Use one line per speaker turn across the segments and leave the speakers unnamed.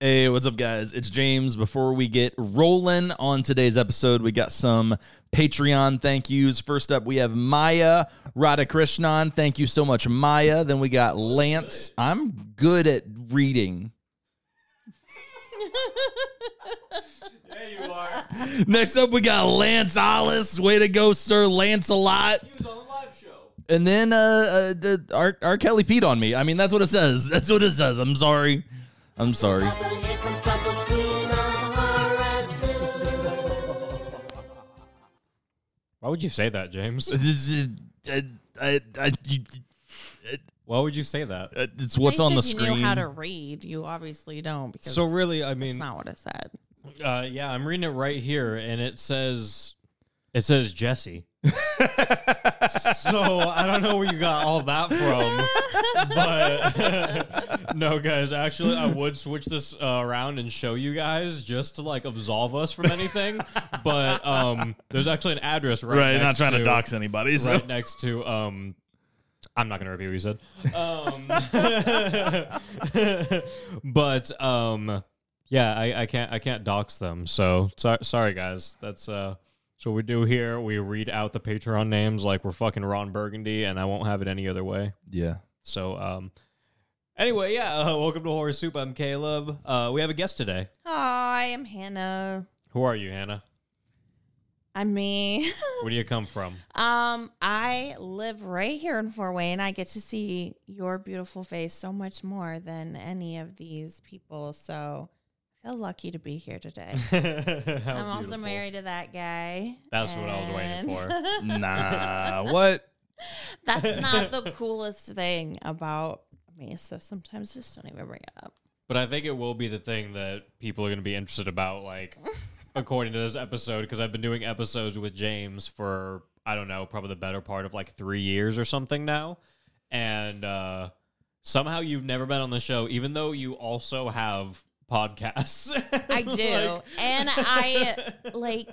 Hey, what's up, guys? It's James. Before we get rolling on today's episode, we got some Patreon thank yous. First up, we have Maya Radhakrishnan. Thank you so much, Maya. Then we got Lance. I'm good at reading.
Yeah, you are.
Next up, we got Lance Ollis. Way to go, Sir Lancelot.
He was on the live show.
And then uh, uh the R-, R. Kelly peed on me. I mean, that's what it says. That's what it says. I'm sorry. I'm sorry.
Here comes trouble, scream of harassment.
Why would you say that, James?
This is- I- I- I- you-
Why would you say that?
Uh, It's what's
They
on
said
the
you
screen.
knew how to read. You obviously don't because
So really, I
that's
mean,
not what it said.
uh, yeah, I'm reading it right here, and it says, it says Jesse. so I don't know where you got all that from, but no, guys. Actually, I would switch this uh, around and show you guys just to like absolve us from anything. But um, there's actually an address right.
right, not
next
trying to dox anybody. So.
right next to um I'm not gonna repeat what you said. Um, but um yeah, I, I can't I can't dox them. So, so sorry guys. That's uh so we do here. We read out the Patreon names like we're fucking Ron Burgundy and I won't have it any other way.
Yeah.
So um anyway, yeah, uh, welcome to Horror Soup. I'm Caleb. Uh we have a guest today.
Hi, I'm Hannah.
Who are you, Hannah?
I'm me.
Where do you come from?
um, I live right here in Fort Wayne. I get to see your beautiful face so much more than any of these people. So I feel lucky to be here today. I'm also married to that guy.
That's what I was waiting
and-
for.
Nah. what?
That's not the coolest thing about me. So sometimes just don't even bring it up.
But I think it will be the thing that people are going to be interested about, like, according to this episode, because I've been doing episodes with James for, I don't know, probably the better part of like three years or something now. And uh, somehow you've never been on the show, even though you also have podcasts.
I do.
Like-
and I like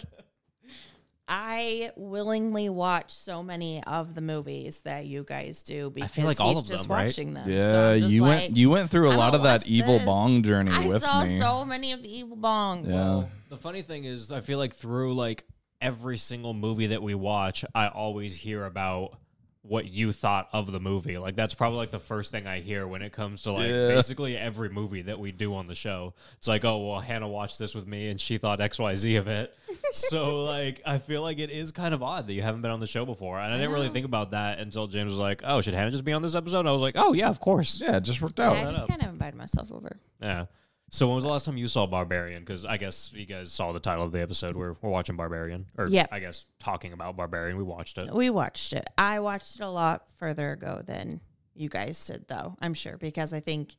I willingly watch so many of the movies that you guys do because
like
he's
all of
just
them, right?
watching them. So
Yeah,
I'm just
you
like,
went you went through a
I'm
lot
gonna
of that
watch
evil
this.
bong journey
I
with
saw
me.
so many of the evil bongs.
yeah.
The funny thing is, I feel like through like every single movie that we watch, I always hear about what you thought of the movie. Like that's probably like the first thing I hear when it comes to like
Yeah.
basically every movie that we do on the show. It's like, oh well, Hannah watched this with me and she thought X Y Z of it. so like, I feel like it is kind of odd that you haven't been on the show before, and I didn't really think about that until James was like, oh, should Hannah just be on this episode? I was like, oh yeah, of course.
Yeah, it just worked
Yeah, I
out.
just kind of invited myself over.
Yeah. So when was the last time you saw Barbarian? Because I guess you guys saw the title of the episode. We're we're watching Barbarian, or
Yeah.
I guess talking about Barbarian. We watched it.
We watched it. I watched it a lot further ago than you guys did though, I'm sure, because I think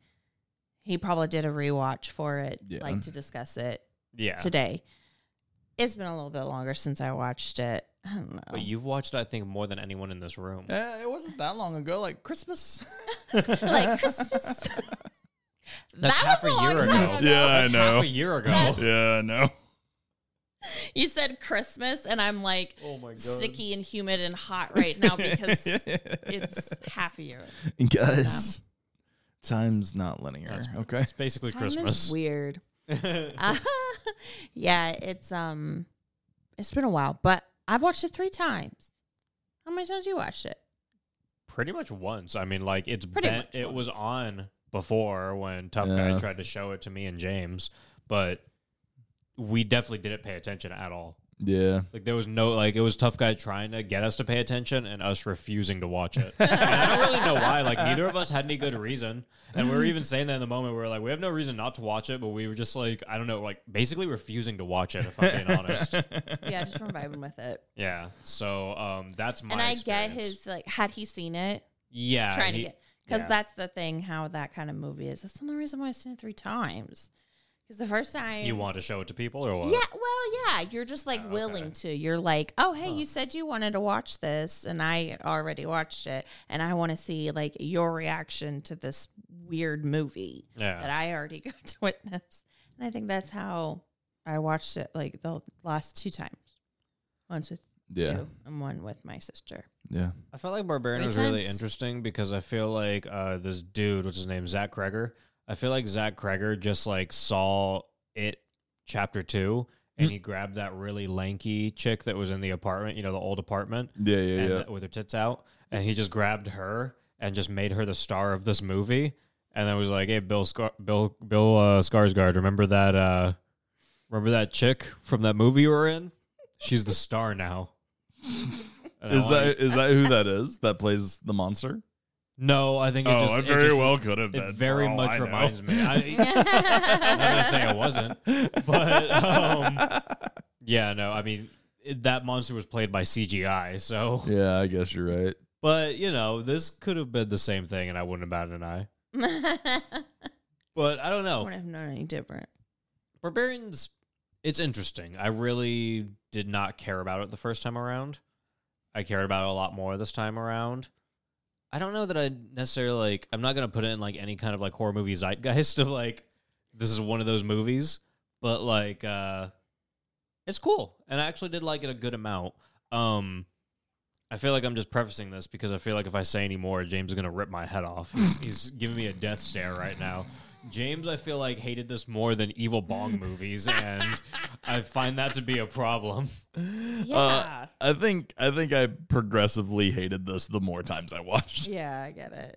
he probably did a rewatch for it,
Yeah.
like to discuss it
Yeah.
today. It's been a little bit longer since I watched it. I don't know.
But you've watched, I think, more than anyone in this room.
Yeah, it wasn't that long ago, like Christmas.
like Christmas.
That's
that
half
was
a
a long
year
time
ago.
ago.
Yeah, I
That's
know.
Half a year ago.
That's-
yeah, no.
You said Christmas, and I'm like
Oh my God.
sticky and humid and hot right now because it's half a year.
Guys, time's not linear. okay.
It's basically
Time
Christmas.
is weird. Uh, yeah, it's um, it's been a while, but I've watched it three times. How many times you watched it?
Pretty much once. I mean, like it's
Pretty
been,
much
it was
once.
on before when Tough
Yeah.
Guy tried to show it to me and James, but we definitely didn't pay attention at all.
Yeah.
Like there was no like it was tough guy trying to get us to pay attention and us refusing to watch it. And I don't really know why. Like neither of us had any good reason, and we were even saying that in the moment. We were like, we have no reason not to watch it, but we were just like, I don't know, like basically refusing to watch it. If I'm being honest,
Yeah, just from vibing with it.
yeah. So um, that's my.
and I
experience.
get his like, had he seen it?
yeah
trying
he-
to get because
yeah.
that's the thing how that kind of movie is. That's the only reason why I've seen it three times. Because the first time
You want to show it to people or what?
yeah, well, yeah, you're just like willing to. You're like, oh, hey, you said you wanted to watch this, and I already watched it, and I want to see like your reaction to this weird movie
Yeah.
that I already got to witness. And I think that's how I watched it, like the last two times, once with
Yeah.
you and one with my sister.
Yeah.
I felt like Barbarian
Three
was really
times.
interesting because I feel like uh, this dude, what's his name, Zach Kreger. I feel like Zach Kreger just like saw it chapter two
Hmm.
and he grabbed that really lanky chick that was in the apartment, you know, the old apartment
Yeah, yeah,
and with her tits out, and he just grabbed her and just made her the star of this movie, and then was like, "Hey, Bill, Scar- Bill, Bill uh, Skarsgård, remember that? Uh, remember that chick from that movie you were in? She's the star now." And I
Is
wanted-
that is that who that is that plays the monster?
no? I
Oh,
think it just, it just-
could have
It very much reminds me. I, I'm not gonna
yeah.
say it wasn't, but um, yeah, no. I mean, it, that monster was played by CGI, so
Yeah, I guess you're right.
But you know, this could have been the same thing, and I wouldn't have batted an eye. But I don't
I
know.
wouldn't have known any different.
Barbarians, it's interesting. I really did not care about it the first time around. I cared about it a lot more this time around. I don't know that I necessarily like. I'm not gonna put it in like any kind of like horror movie zeitgeist of like this is one of those movies, but like uh it's cool, and I actually did like it a good amount. Um I feel like I'm just prefacing this because I feel like if I say any more, James is gonna rip my head off. He's, he's giving me a death stare right now. James, I feel like hated this more than Evil Bong movies, and I find that to be a problem.
Yeah.
Uh, I think I think I progressively hated this the more times I watched.
yeah, I get it.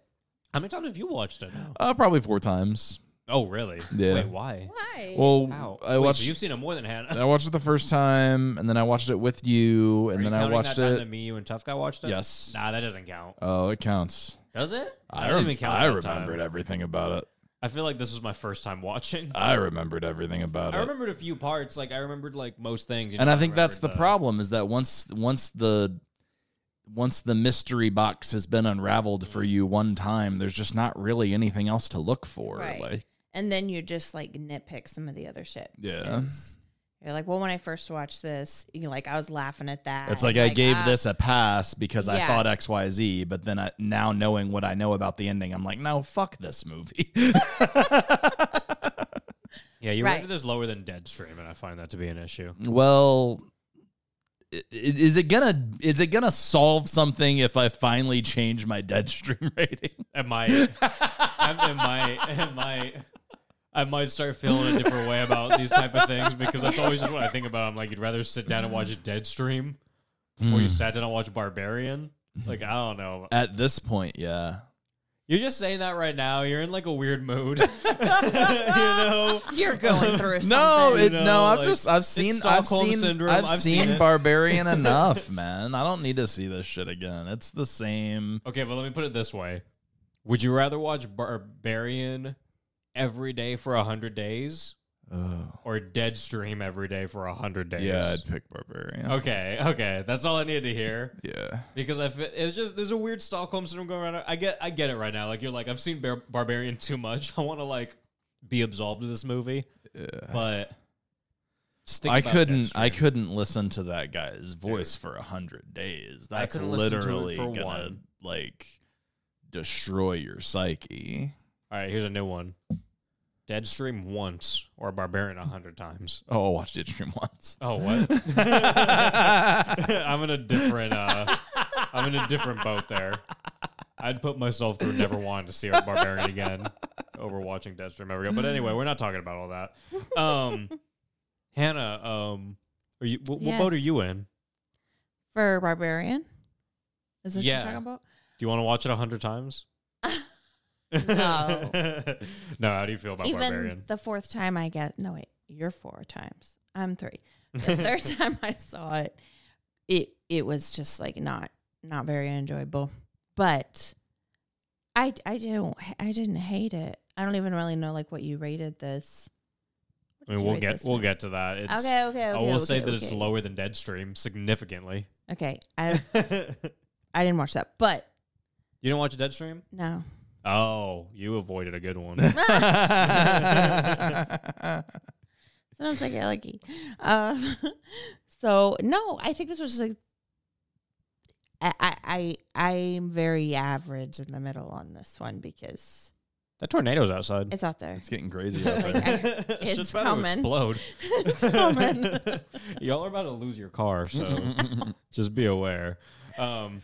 How many times have you watched it now?
Uh, probably four times.
Oh, really?
Yeah.
Wait, why?
Why?
Well,
How?
I
Wait,
watched.
So you've seen it more than Hannah.
I watched it the first time, and then I watched it with you, and
Are you
then I
counting
watched
that time
it.
That me, you, and Tough Guy watched it.
Yes.
Nah, that doesn't count.
Oh, it counts.
Does it?
I,
don't
rem-
even count.
I
that time.
remembered everything about it.
I feel like this was my first time watching.
I remembered everything about
I
it.
remembered a few parts. Like I remembered like most things. you
and
know,
I think that's the
remembered
problem is that once once the once the mystery box has been unraveled for you one time, there's just not really anything else to look for.
Right.
Like,
and then you just like nitpick some of the other shit.
Yeah.
because You're like, well, when I first watched this, you know, like I was laughing at that.
it's like, I gave
ah,
this a pass because I
Yeah.
thought X Y Z, but then I, now knowing what I know about the ending, I'm like, no, fuck this movie.
Yeah, you
Right.
rated this lower than Deadstream, and I find that to be an issue.
well. i- i- Is it gonna is it gonna solve something if I finally change my Deadstream rating?
It might. I, it might. It might. I might start feeling a different way about these type of things because that's always just what I think about. I'm like, you'd rather sit down and watch Deadstream before you sat down and watch Barbarian. Like, I don't know.
At this point, yeah.
You're just saying that right now. You're in like a weird mood. you know.
You're going through something.
No, it,
you
no.
know,
I've
like,
just I've
it's
seen I've
Stockholm
seen
syndrome,
I've,
I've
seen,
seen it.
Barbarian enough, man. I don't need to see this shit again. It's the same.
Okay, but let me put it this way: Would you rather watch Barbarian every day for hundred days, or Deadstream every day for hundred days?
Oh, yeah, I'd pick Barbarian.
Okay, okay, that's all I needed to hear
Yeah,
because I fe- it's just there's a weird Stockholm syndrome going around. I get I get it right now. Like you're like I've seen Bar- Barbarian too much. I want to like be absolved of this movie, but just think
I
about
couldn't. I
Deadstream.
couldn't listen to that guy's voice for a hundred days. That's
couldn't listen to it
literally
for
gonna
one.
like destroy your psyche.
All right, here's a new one: Deadstream once or Barbarian a hundred times.
Oh, I watched Itchstream once.
Oh what? I'm in a different uh I'm in a different boat there. I'd put myself through never wanting to see a barbarian again over watching Deathstream ever again. But anyway, we're not talking about all that. Um Hannah, um are you what, what boat are
Yes.
you in?
for Barbarian. Is this
Yeah.
what you're talking about?
Do you want to watch it a hundred times?
No.
no, how do you feel about
Even
Barbarian?
the fourth time I get no wait, you're four times. I'm three. The third time I saw it, it it was just like not not very enjoyable. But I I don't I didn't hate it. I don't even really know like what you rated this.
I mean
you
we'll
rate
get
this
we'll
one?
get to that. It's
okay, okay, okay.
I will
okay,
say that it's
okay.
lower than Deadstream significantly.
Okay, I
you didn't
I didn't watch that, but
watch Deadstream?
no,
Oh, you avoided a good one.
sometimes I get lucky. Um, so no, I think this was just like I I I I'm very average in the middle on this one because
that tornado's outside.
it's out there.
it's getting crazy out
Like,
there.
I- it's
Shit's about to
coming.
explode.
it's coming.
Y'all are about to lose your car, so just be aware. Um,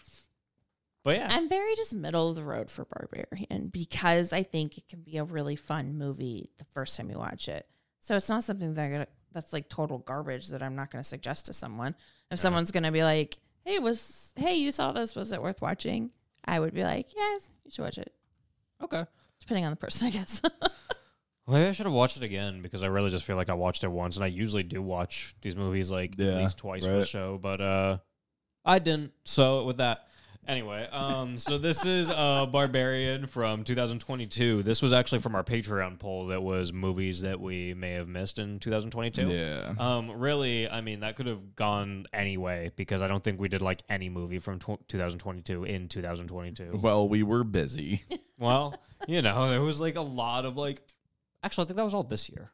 But yeah,
I'm very just middle of the road for Barbarian because I think it can be a really fun movie the first time you watch it. So it's not something that I gotta, that's like total garbage that I'm not going to suggest to someone. If someone's going to be like, "Hey, was hey, you saw this? Was it worth watching?" I would be like, "Yes, you should watch it."
okay.
Depending on the person, I guess.
Well, Maybe I should have watched it again because I really just feel like I watched it once, and I usually do watch these movies like
Yeah,
at least twice for the
right.
show, but uh, I didn't. So with that, anyway, um, so this is uh, Barbarian from 2022. This was actually from our Patreon poll that was movies that we may have missed in 2022.
Yeah.
Um, really, I mean that could have gone anyway because I don't think we did like any movie from tw 2022 in 2022.
Well, we were busy.
Well, you know, there was like a lot of like. Actually, I think that was all this year.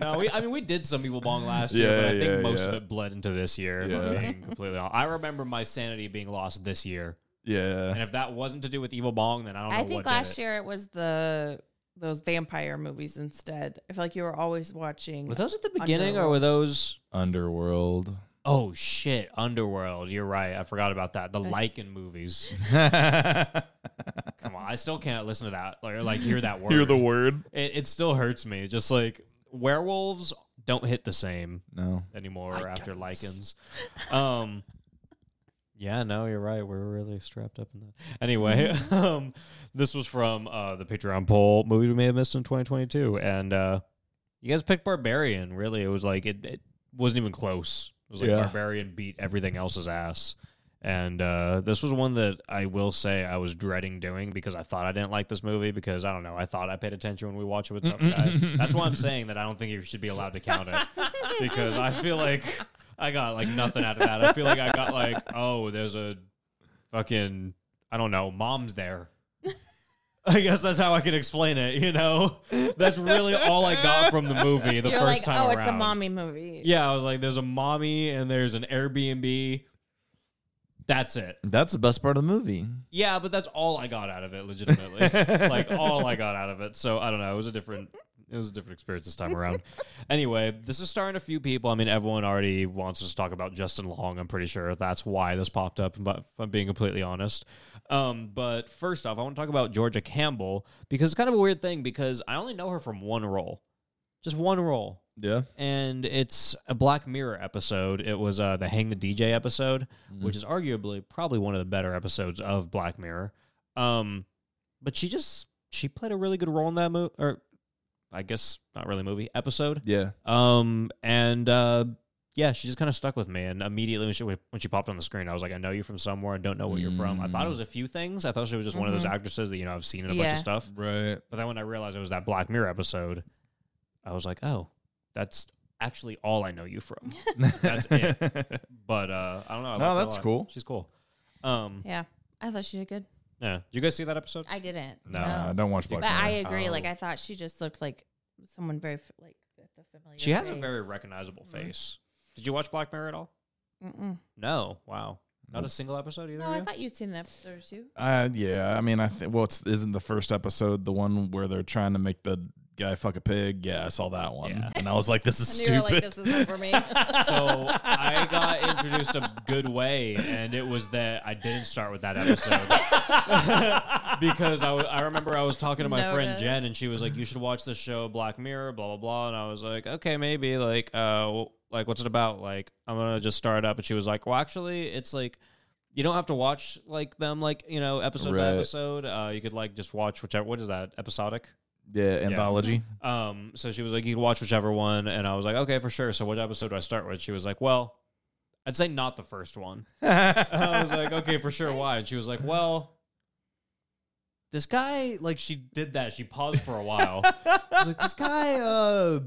no, we, I mean, we did some Evil Bong last year,
Yeah,
but I think
yeah,
most
yeah.
of it bled into this year, if I'm
Yeah.
being completely honest. I remember my sanity being lost this year. And
yeah.
if that wasn't to do with Evil Bong, then I don't know
I
what
think
did
last
it.
year it was the those vampire movies instead. I feel like you were always watching.
Were those at the beginning or were
Underworld.
those.
Underworld.
Oh, shit. Underworld. You're right. I forgot about that.
Uh,
The Lycan movies. Come on. I still can't listen to that or like hear that word.
word.
It, it still hurts me. Just like werewolves don't hit the same.
No.
anymore after lichens. Um, yeah, no, you're right. We're really strapped up in that. Anyway, um, this was from uh, the Patreon poll movie we may have missed in 2022, and uh, you guys picked Barbarian. Really, it was like it, it wasn't even close. It was like
Yeah.
Barbarian beat everything else's ass. And uh, this was one that I will say I was dreading doing because I thought I didn't like this movie because I don't know I thought I paid attention when we watched it with Tough Guy. That's why I'm saying that I don't think you should be allowed to count it because I feel like I got like nothing out of that. I feel like I got like, oh, there's a fucking I don't know, mom's there. I guess that's how I can explain it, you know? That's really all I got from the movie the
You're
first
like,
time
oh,
around.
it's a mommy movie.
Yeah, I was like, there's a mommy and there's an Airbnb. That's it.
That's the best part of the movie.
Yeah, but that's all I got out of it, legitimately. like all I got out of it. So I don't know. It was a different it was a different experience this time around. anyway, this is starring a few people. I mean, everyone already wants us to talk about Justin Long, I'm pretty sure. That's why this popped up, but if I'm being completely honest. Um, but first off, I want to talk about Georgia Campbell because it's kind of a weird thing because I only know her from one role. Just one role
Yeah.
and it's a Black Mirror episode. It was uh, the Hang the DJ episode, which is arguably probably one of the better episodes of Black Mirror. Um, but she just she played a really good role in that movie, or I guess not really movie episode.
Yeah.
Um, and uh, yeah, she just kind of stuck with me. And immediately when she when she popped on the screen, I was like, I know you from somewhere. I don't know what you're from. I thought it was a few things. I thought she was just one of those actresses that you know I've seen in a bunch
Yeah.
of stuff.
Right.
But then when I realized it was that Black Mirror episode, I was like, oh, that's actually all I know you from. that's it. But uh, I don't know. I
No,
like her a
that's
lot.
cool.
She's cool. Um,
Yeah. I thought she did good.
yeah. Did you guys see that episode?
I didn't.
No.
Uh, don't watch Black
But I
Mirror.
agree. Like
Oh.
I thought she just looked like someone very f- like with a familiar.
she has a very
face.
recognizable
Mm-hmm.
face. Did you watch Black Mirror at all?
Mm-mm.
No. Wow. Not a single episode either.
No,
of
I
you?
thought you'd seen an episode or two.
Uh, yeah. I mean, I think. Well, it's isn't the first episode the one where they're trying to make the guy fuck a pig? Yeah, I saw that one,
Yeah.
and I was like, this is
And you were
stupid.
like, "This isn't for me."
so I got introduced a good way, and it was that I didn't start with that episode because I, w- I remember I was talking to my friend
Noted.
Jen, and she was like, "You should watch this show, Black Mirror, blah blah blah," and I was like, "Okay, maybe like uh w- like what's it about? Like I'm gonna just start up," and she was like, "Well, actually, it's like." You don't have to watch like them like you know episode by
Right.
episode. Uh, you could like just watch whichever. What is that episodic?
yeah, anthology.
Um, so she was like, you can watch whichever one. And I was like, okay, for sure. So what episode do I start with? She was like, well, I'd say not the first one. And I was like, okay, for sure. Why? And she was like, well, this guy, like, she did that. She paused for a while. She's like, this guy, uh,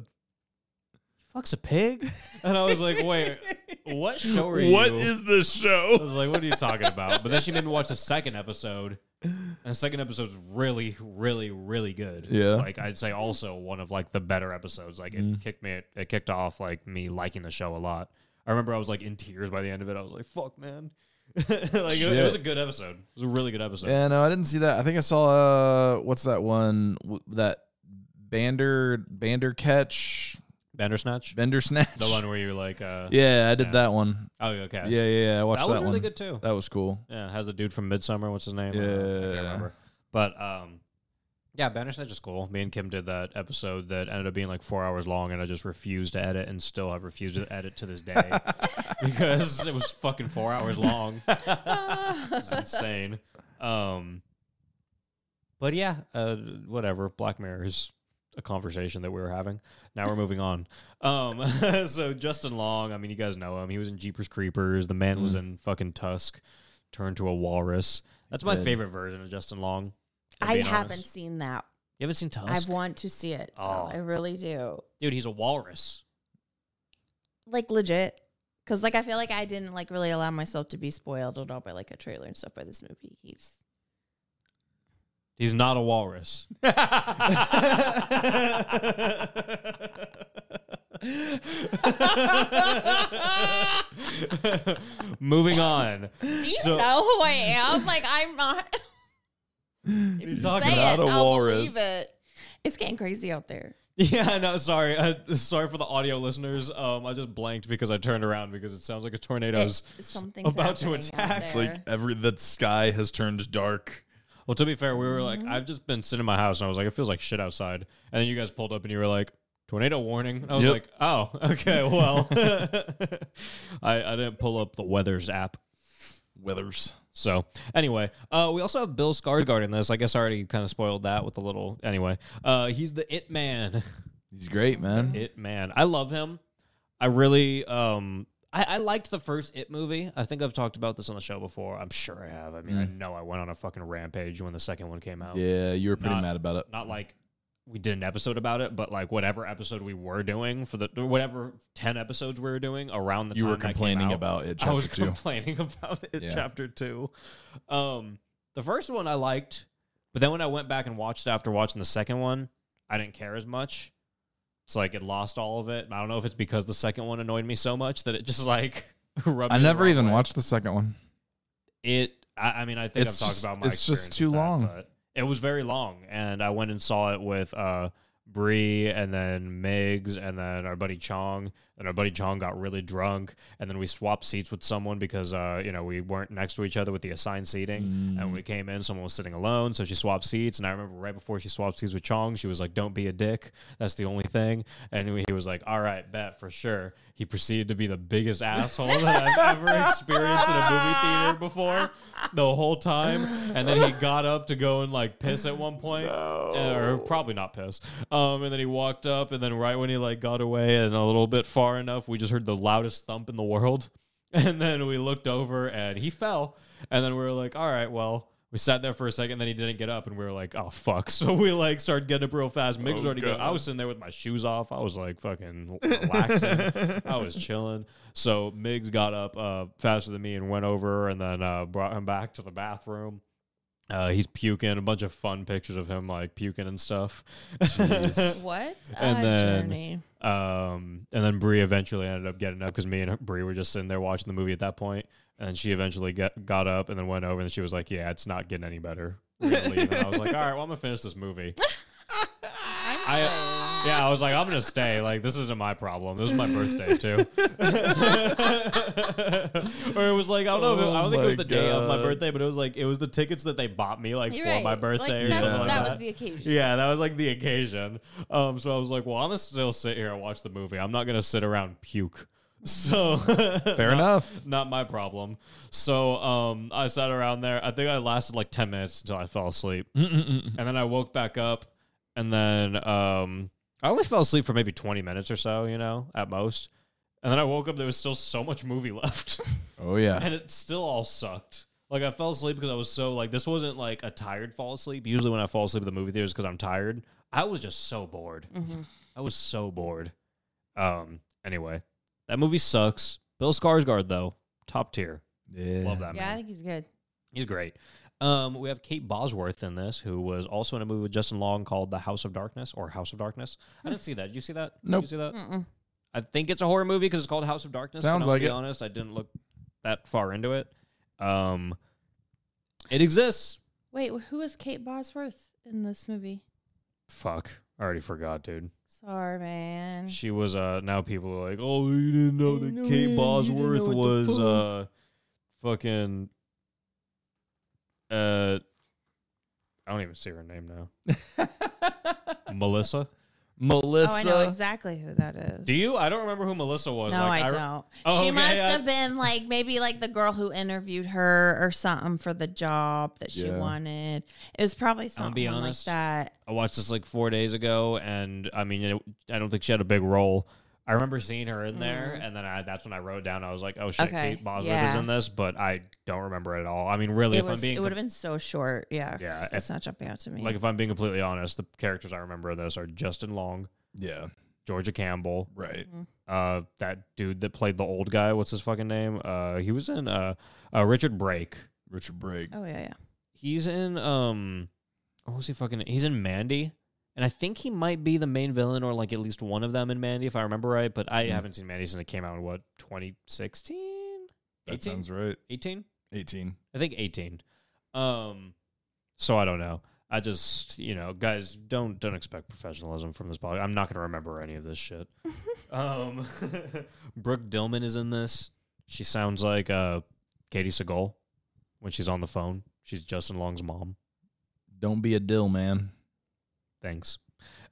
fucks a pig. And I was like, wait, what show are you?
What is this
I
show?
was like, what are you talking about? But then she made me watch the second episode. And the second episode's really, really, really good.
Yeah. Mm.
Like I'd say also one of like the better episodes. Like it kicked me it kicked off like me liking the show a lot. I remember I was like in tears by the end of it. I was like, fuck man. like it, it was a
Shit.
good episode. It was a really good episode.
Yeah, no, I didn't see that. I think I saw uh, what's that one? W- that Bander Bander Catch
Bandersnatch?
Bandersnatch.
the one where you're like, uh,
Yeah, I did
Yeah.
that one.
oh, okay.
Yeah, yeah, yeah. I watched
that
that,
one's really
one.
good too.
That was cool.
Yeah, has the dude from Midsummer. What's his name? I don't know. I
Yeah.
can't remember. But um, yeah, Bandersnatch is cool. Me and Kim did that episode that ended up being like four hours long, and I just refused to edit, and still have refused to edit to this day because it was fucking four hours long. it's insane. Um, but yeah, uh, whatever. Black Mirror is a conversation that we were having. Now we're moving on. Um, so Justin Long, I mean, you guys know him. He was in Jeepers Creepers. The man was in fucking Tusk, turned to a walrus. That's my
did.
favorite version of Justin Long. if I'm
I
being
haven't
honest.
seen that.
You haven't seen Tusk,
I want to see it.
Oh.
though. I really do.
dude. He's a walrus.
Like legit. Cause like I feel like I didn't like really allow myself to be spoiled at all by like a trailer and stuff by this movie. He's
He's not a walrus. Moving on.
Do you
So-
know who I am? Like I'm not
He's
say
about
it.
a
I'll
walrus.
believe it. It's getting crazy out there.
Yeah, no, sorry. Uh, sorry for the audio listeners. Um, I just blanked because I turned around because it sounds like a tornado's.
Something's
about to
happening out
attack. It's
there.
Like every the sky has turned dark.
Well, to be fair, we were like, I've just been sitting in my house and I was like, it feels like shit outside. And then you guys pulled up and you were like, tornado warning. And I was
Yep.
like, oh, okay, well, I, I didn't pull up the weather's app.
Withers.
So anyway, uh, we also have Bill Skarsgård in this. I guess I already kind of spoiled that with a little. Anyway, uh, he's the It Man.
He's great, man.
it Man. I love him. I really. Um, I, I liked the first It movie. I think I've talked about this on the show before. I'm sure I have. I mean, I know I went on a fucking rampage when the second one came out.
Mm. yeah, you were pretty
Not-
mad about it.
Not like we did an episode about it, but like whatever episode we were doing for the whatever ten episodes we were doing around the
You
time
were
that came
complaining
out,
about it.
I was
chapter two.
complaining about it.
Yeah.
Chapter two. Um, the first one I liked, but then when I went back and watched it after watching the second one, I didn't care as much. It's like it lost all of it. I don't know if it's because the second one annoyed me so much that it just like rubbed.
I
me the
never
wrong
even
way.
watched the second one.
it. I, I mean, I think
It's
I've
just-
talked about my.
it's just
experience
too
with that,
long.
but it was very long, and I went and saw it with uh, Bree, and then Migs, and then our buddy Chong. And our buddy Chong got really drunk, and then we swapped seats with someone because uh, you know we weren't next to each other with the assigned seating. And
Mm.
when we came in, someone was sitting alone, so she swapped seats. And I remember right before she swapped seats with Chong, she was like, "Don't be a dick. That's the only thing." And he was like, "All right, bet for sure." He proceeded to be the biggest asshole that I've ever experienced in a movie theater before the whole time. And then he got up to go and like piss at one point, Uh, or probably not piss. Um, and then he walked up, and then right when he like got away and a little bit far enough, we just heard the loudest thump in the world. And then we looked over and he fell. And then we were like, all right, well, we sat there for a second, then he didn't get up, and we were like, oh, fuck. So we like started getting up real fast. Migs was already going. I was sitting there with my shoes off. I was like fucking relaxing. I was chilling. So Migs got up uh, faster than me and went over and then uh, brought him back to the bathroom. Uh, he's puking, a bunch of fun pictures of him like puking and stuff.
What Ah,
And
a
then-
journey.
Um, and then Brie eventually ended up getting up because me and Brie were just sitting there watching the movie at that point, And she eventually get, got up and then went over and she was like, "Yeah, it's not getting any better." We're gonna leave." and I was like, "All right, well, I'm gonna finish this movie." I, yeah, I was like, "I'm gonna stay. Like, this isn't my problem. This is my birthday too." or it was like I don't know. If it, I don't think it was
Oh
the day of my
my God.
birthday, but it was like it was the tickets that they bought me like
You're
for
right.
my birthday or
Like, that's-
something like
that
that.
was the occasion.
Yeah, that was like the occasion. Um, so I was like, well, I'm gonna still sit here and watch the movie. I'm not gonna sit around puke. So
Fair
not-
enough.
not my problem. So um, I sat around there. I think I lasted like ten minutes until I fell asleep,
Mm,
and then I woke back up, and then um, I only fell asleep for maybe twenty minutes or so, you know, at most. And then I woke up. There was still so much movie left.
Oh yeah.
and it still all sucked. Like I fell asleep because I was so like this wasn't like a tired fall asleep. Usually when I fall asleep at the movie theaters because I'm tired. I was just so bored.
Mm-hmm.
I was so bored. Um. Anyway, that movie sucks. Bill Skarsgård though, top tier.
Yeah.
Love that
yeah, I
man.
think he's good.
He's great. Um, we have Kate Bosworth in this, who was also in a movie with Justin Long called The House of Darkness or House of Darkness. I didn't see that. Did you see that? Did
Nope.
You see that?
Mm-mm.
I think it's a horror movie because it's called House of Darkness. but
Sounds
I'm
like
to be
it.
honest, I didn't look that far into it. Um, it exists.
Wait, who is Kate Bosworth in this movie?
Fuck. I already forgot, dude.
Sorry, man.
She was uh now people are like, Oh, you didn't know
You
that
didn't Mm. know it, you
Kate
didn't
Bosworth
know what the
was
fuck."
uh fucking uh I don't even see her name now. Melissa?
Melissa.
Oh, I know exactly who that is.
Do you? I don't remember who Melissa was.
no,
like,
I,
re-
don't.
Oh,
she
okay,
must
I-
have been like maybe like the girl who interviewed her or something for the job that she
Yeah.
wanted. It was probably
I'll
something
be honest.
like that.
I watched this like four days ago, and I mean, it, I don't think she had a big role. I remember seeing her in there, and then I, that's when I wrote down. I was like, "Oh shit,
Mm. Okay,
Kate Bosworth is
yeah.
in this," but I don't remember it at all. I mean, really,
It,
if
was,
I'm being
it would have
com-
been so short. Yeah.
Yeah,
'cause
if-
It's not jumping out to me.
like, if I'm being completely honest, the characters I remember in this are Justin Long,
Yeah.
Georgia Campbell,
Right.
uh, that dude that played the old guy. What's his fucking name? Uh, he was in uh, uh Richard Brake.
Richard Brake.
oh, yeah, yeah.
He's in um, what was he fucking? He's in Mandy, and I think he might be the main villain or like at least one of them in Mandy, if I remember right. But I
Hmm.
haven't seen Mandy since it came out in what 2016,
That
18?
sounds right.
18,
18.
I think 18. Um, so I don't know. I just you know, guys, don't don't expect professionalism from this podcast. I'm not gonna remember any of this shit. um, Brooke Dillman is in this. She sounds like uh Katie Segal when she's on the phone. She's Justin Long's mom.
Don't be a dill, man.
Thanks.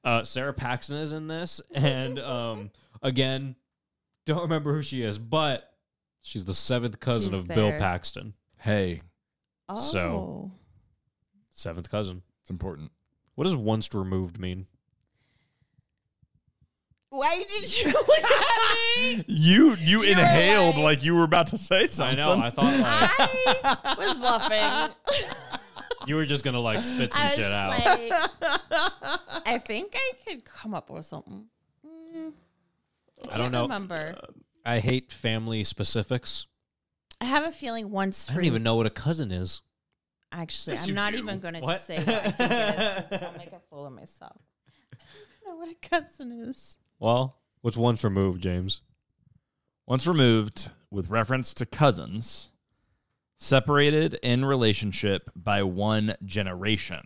Uh, Sarah Paxton is in this, and um, again, don't remember who she is, but she's the seventh cousin
She's
of Bill
there.
Paxton.
Hey,
Oh.
So- Seventh cousin.
it's important.
What does once removed mean?
Why did you look at me?
You you
You were
inhaled
like-
like you were about to say something.
I know. I thought like,
I was bluffing.
you were just gonna like spit some
I was
shit out.
just like, I think I could come up with something. Mm, I,
I don't
can't
know.
Remember,
I hate family specifics.
I have a feeling once.
I don't even know what a cousin is.
Actually,
Yes, you
I'm not
do.
even going to
What?
say what I think it is. 'cause I'll make a fool of myself. I don't know what a cousin is.
Well, what's once removed, James?
Once removed, with reference to cousins, separated in relationship by one generation.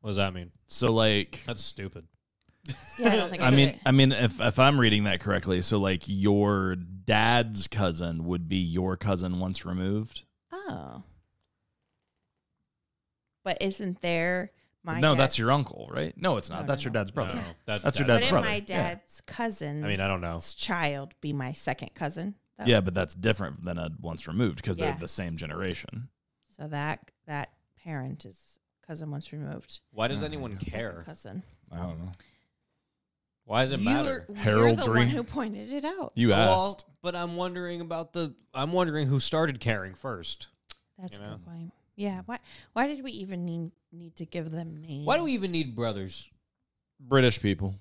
What does that mean?
So like
That's stupid.
Yeah, I don't think.
I
do
mean
it.
I mean if if I'm reading that correctly, so like your dad's cousin would be your cousin once removed?
oh, but isn't there my
no,
dad-
that's your uncle, right? No, it's not.
No,
that's
no,
your dad's brother.
No, that-
That's your
that-
dad's
Wouldn't
brother,
my
yeah.
dad's cousin?
I mean, I don't know.
child be my second cousin. though?
Yeah, but that's different than a once removed because
Yeah.
they're the same generation.
So that that parent is cousin once removed.
Why does anyone
Second
care?
Cousin.
I don't know.
Why does it matter?
Harold the
Heraldry.
one who pointed it out.
You
Well,
asked.
but I'm wondering about the. I'm wondering who started caring first.
That's
You
a
know?
good point. Yeah. Why why did we even need need to give them names?
Why do we even need brothers?
British people.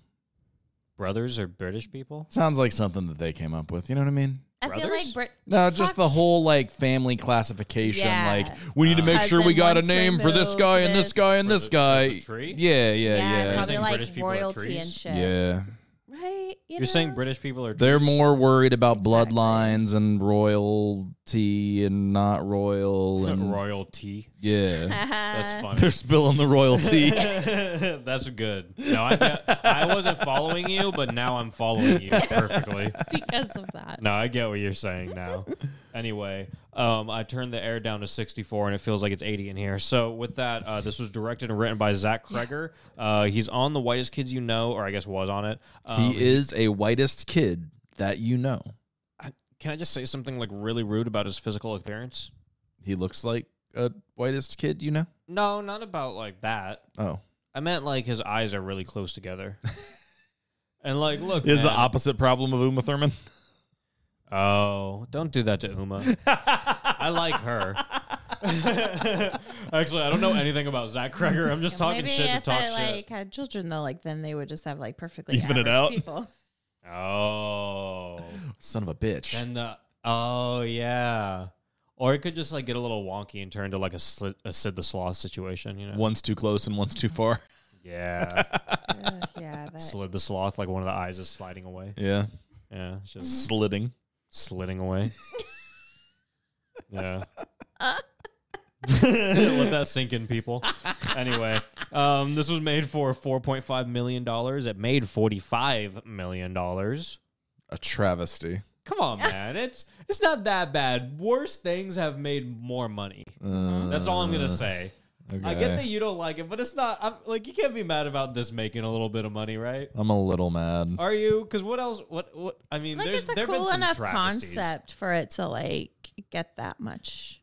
Brothers are British people.
Sounds like something that they came up with. You know what I mean?
I feel
brothers?
like Brit
No, just
Fuck.
the whole like family classification.
Yeah.
Like we need to make sure
Cousin
we got a
once
name for this
removed,
guy and this
this-
guy and
For
this
the- for
guy.
the tree?
Yeah,
Yeah,
yeah,
probably
saying
like
British people are
royalty
trees?
and
yeah.
shit.
Yeah.
Right? You
You're saying
know?
British people are.
They're
Jews?
more worried about
Exactly.
bloodlines and royalty and not royal and
royalty.
yeah.
Uh.
That's
They're
funny.
spilling the royalty.
That's good. No, I, get- I wasn't following you, but now I'm following you perfectly.
because of that.
No, I get what you're saying now. anyway, um, I turned the air down to 64, and it feels like it's 80 in here. So with that, uh, this was directed and written by Zach Kreger. Uh, he's on The Whitest Kids You Know, or I guess was on it. Um,
he is a whitest kid that you know.
Can I just say something like really rude about his physical appearance?
He looks like a whitest kid you know.
No, not about like that.
Oh,
I meant like his eyes are really close together. and like, look,
is the
man.
opposite problem of Uma Thurman?
Oh, don't do that to Uma. I like her. Actually, I don't know anything about Zach Kreger. I'm just talking
Maybe
shit to
if
talk
I
shit.
like had children though, like then they would just have like perfectly
Even it
average
out?
people.
Oh.
Son of a bitch.
Then the Oh yeah. Or it could just like get a little wonky and turn to like a, sli- a Sid the Sloth situation, you know?
one's too close and one's too far.
Yeah.
Ugh, yeah, that,
Slid the sloth, like one of the eyes is sliding away.
Yeah,
Yeah. it's
Mm-hmm.
Just
slitting.
slitting away. yeah. Let that sink in, people. anyway, um, this was made for $4.5 million. It made $45 million. Come
A travesty.
on, man. It's it's not that bad. Worse things have made more money.
Uh,
That's all I'm going to say. I get that you don't like it, but it's not. I'm, like, you can't be mad about this making a little bit of money, right?
I'm a little mad.
Are you? Because what else? What? What? I mean,
Like
there's
it's a
there've been
cool
some
enough
travesties.
concept for it to like get that much.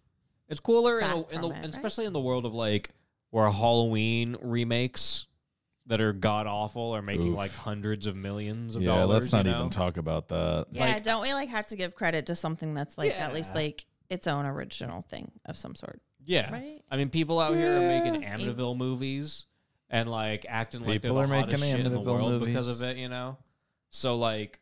It's cooler, in,
back
a, in
from
the,
it,
and
right?
especially in the world of like where Halloween remakes that are god awful are making
Oof.
like hundreds of millions of
Yeah,
dollars.
let's not
you know?
even talk about that.
Yeah,
Like-
don't we like have to give credit to something that's like at
Yeah.
least like its own original thing of some sort?
Yeah,
Right?
I mean, people out here are making Amityville movies and like acting like they're
People
the
are making
hottest shit in the
Amityville
world because of
movies.
it. You know, so like,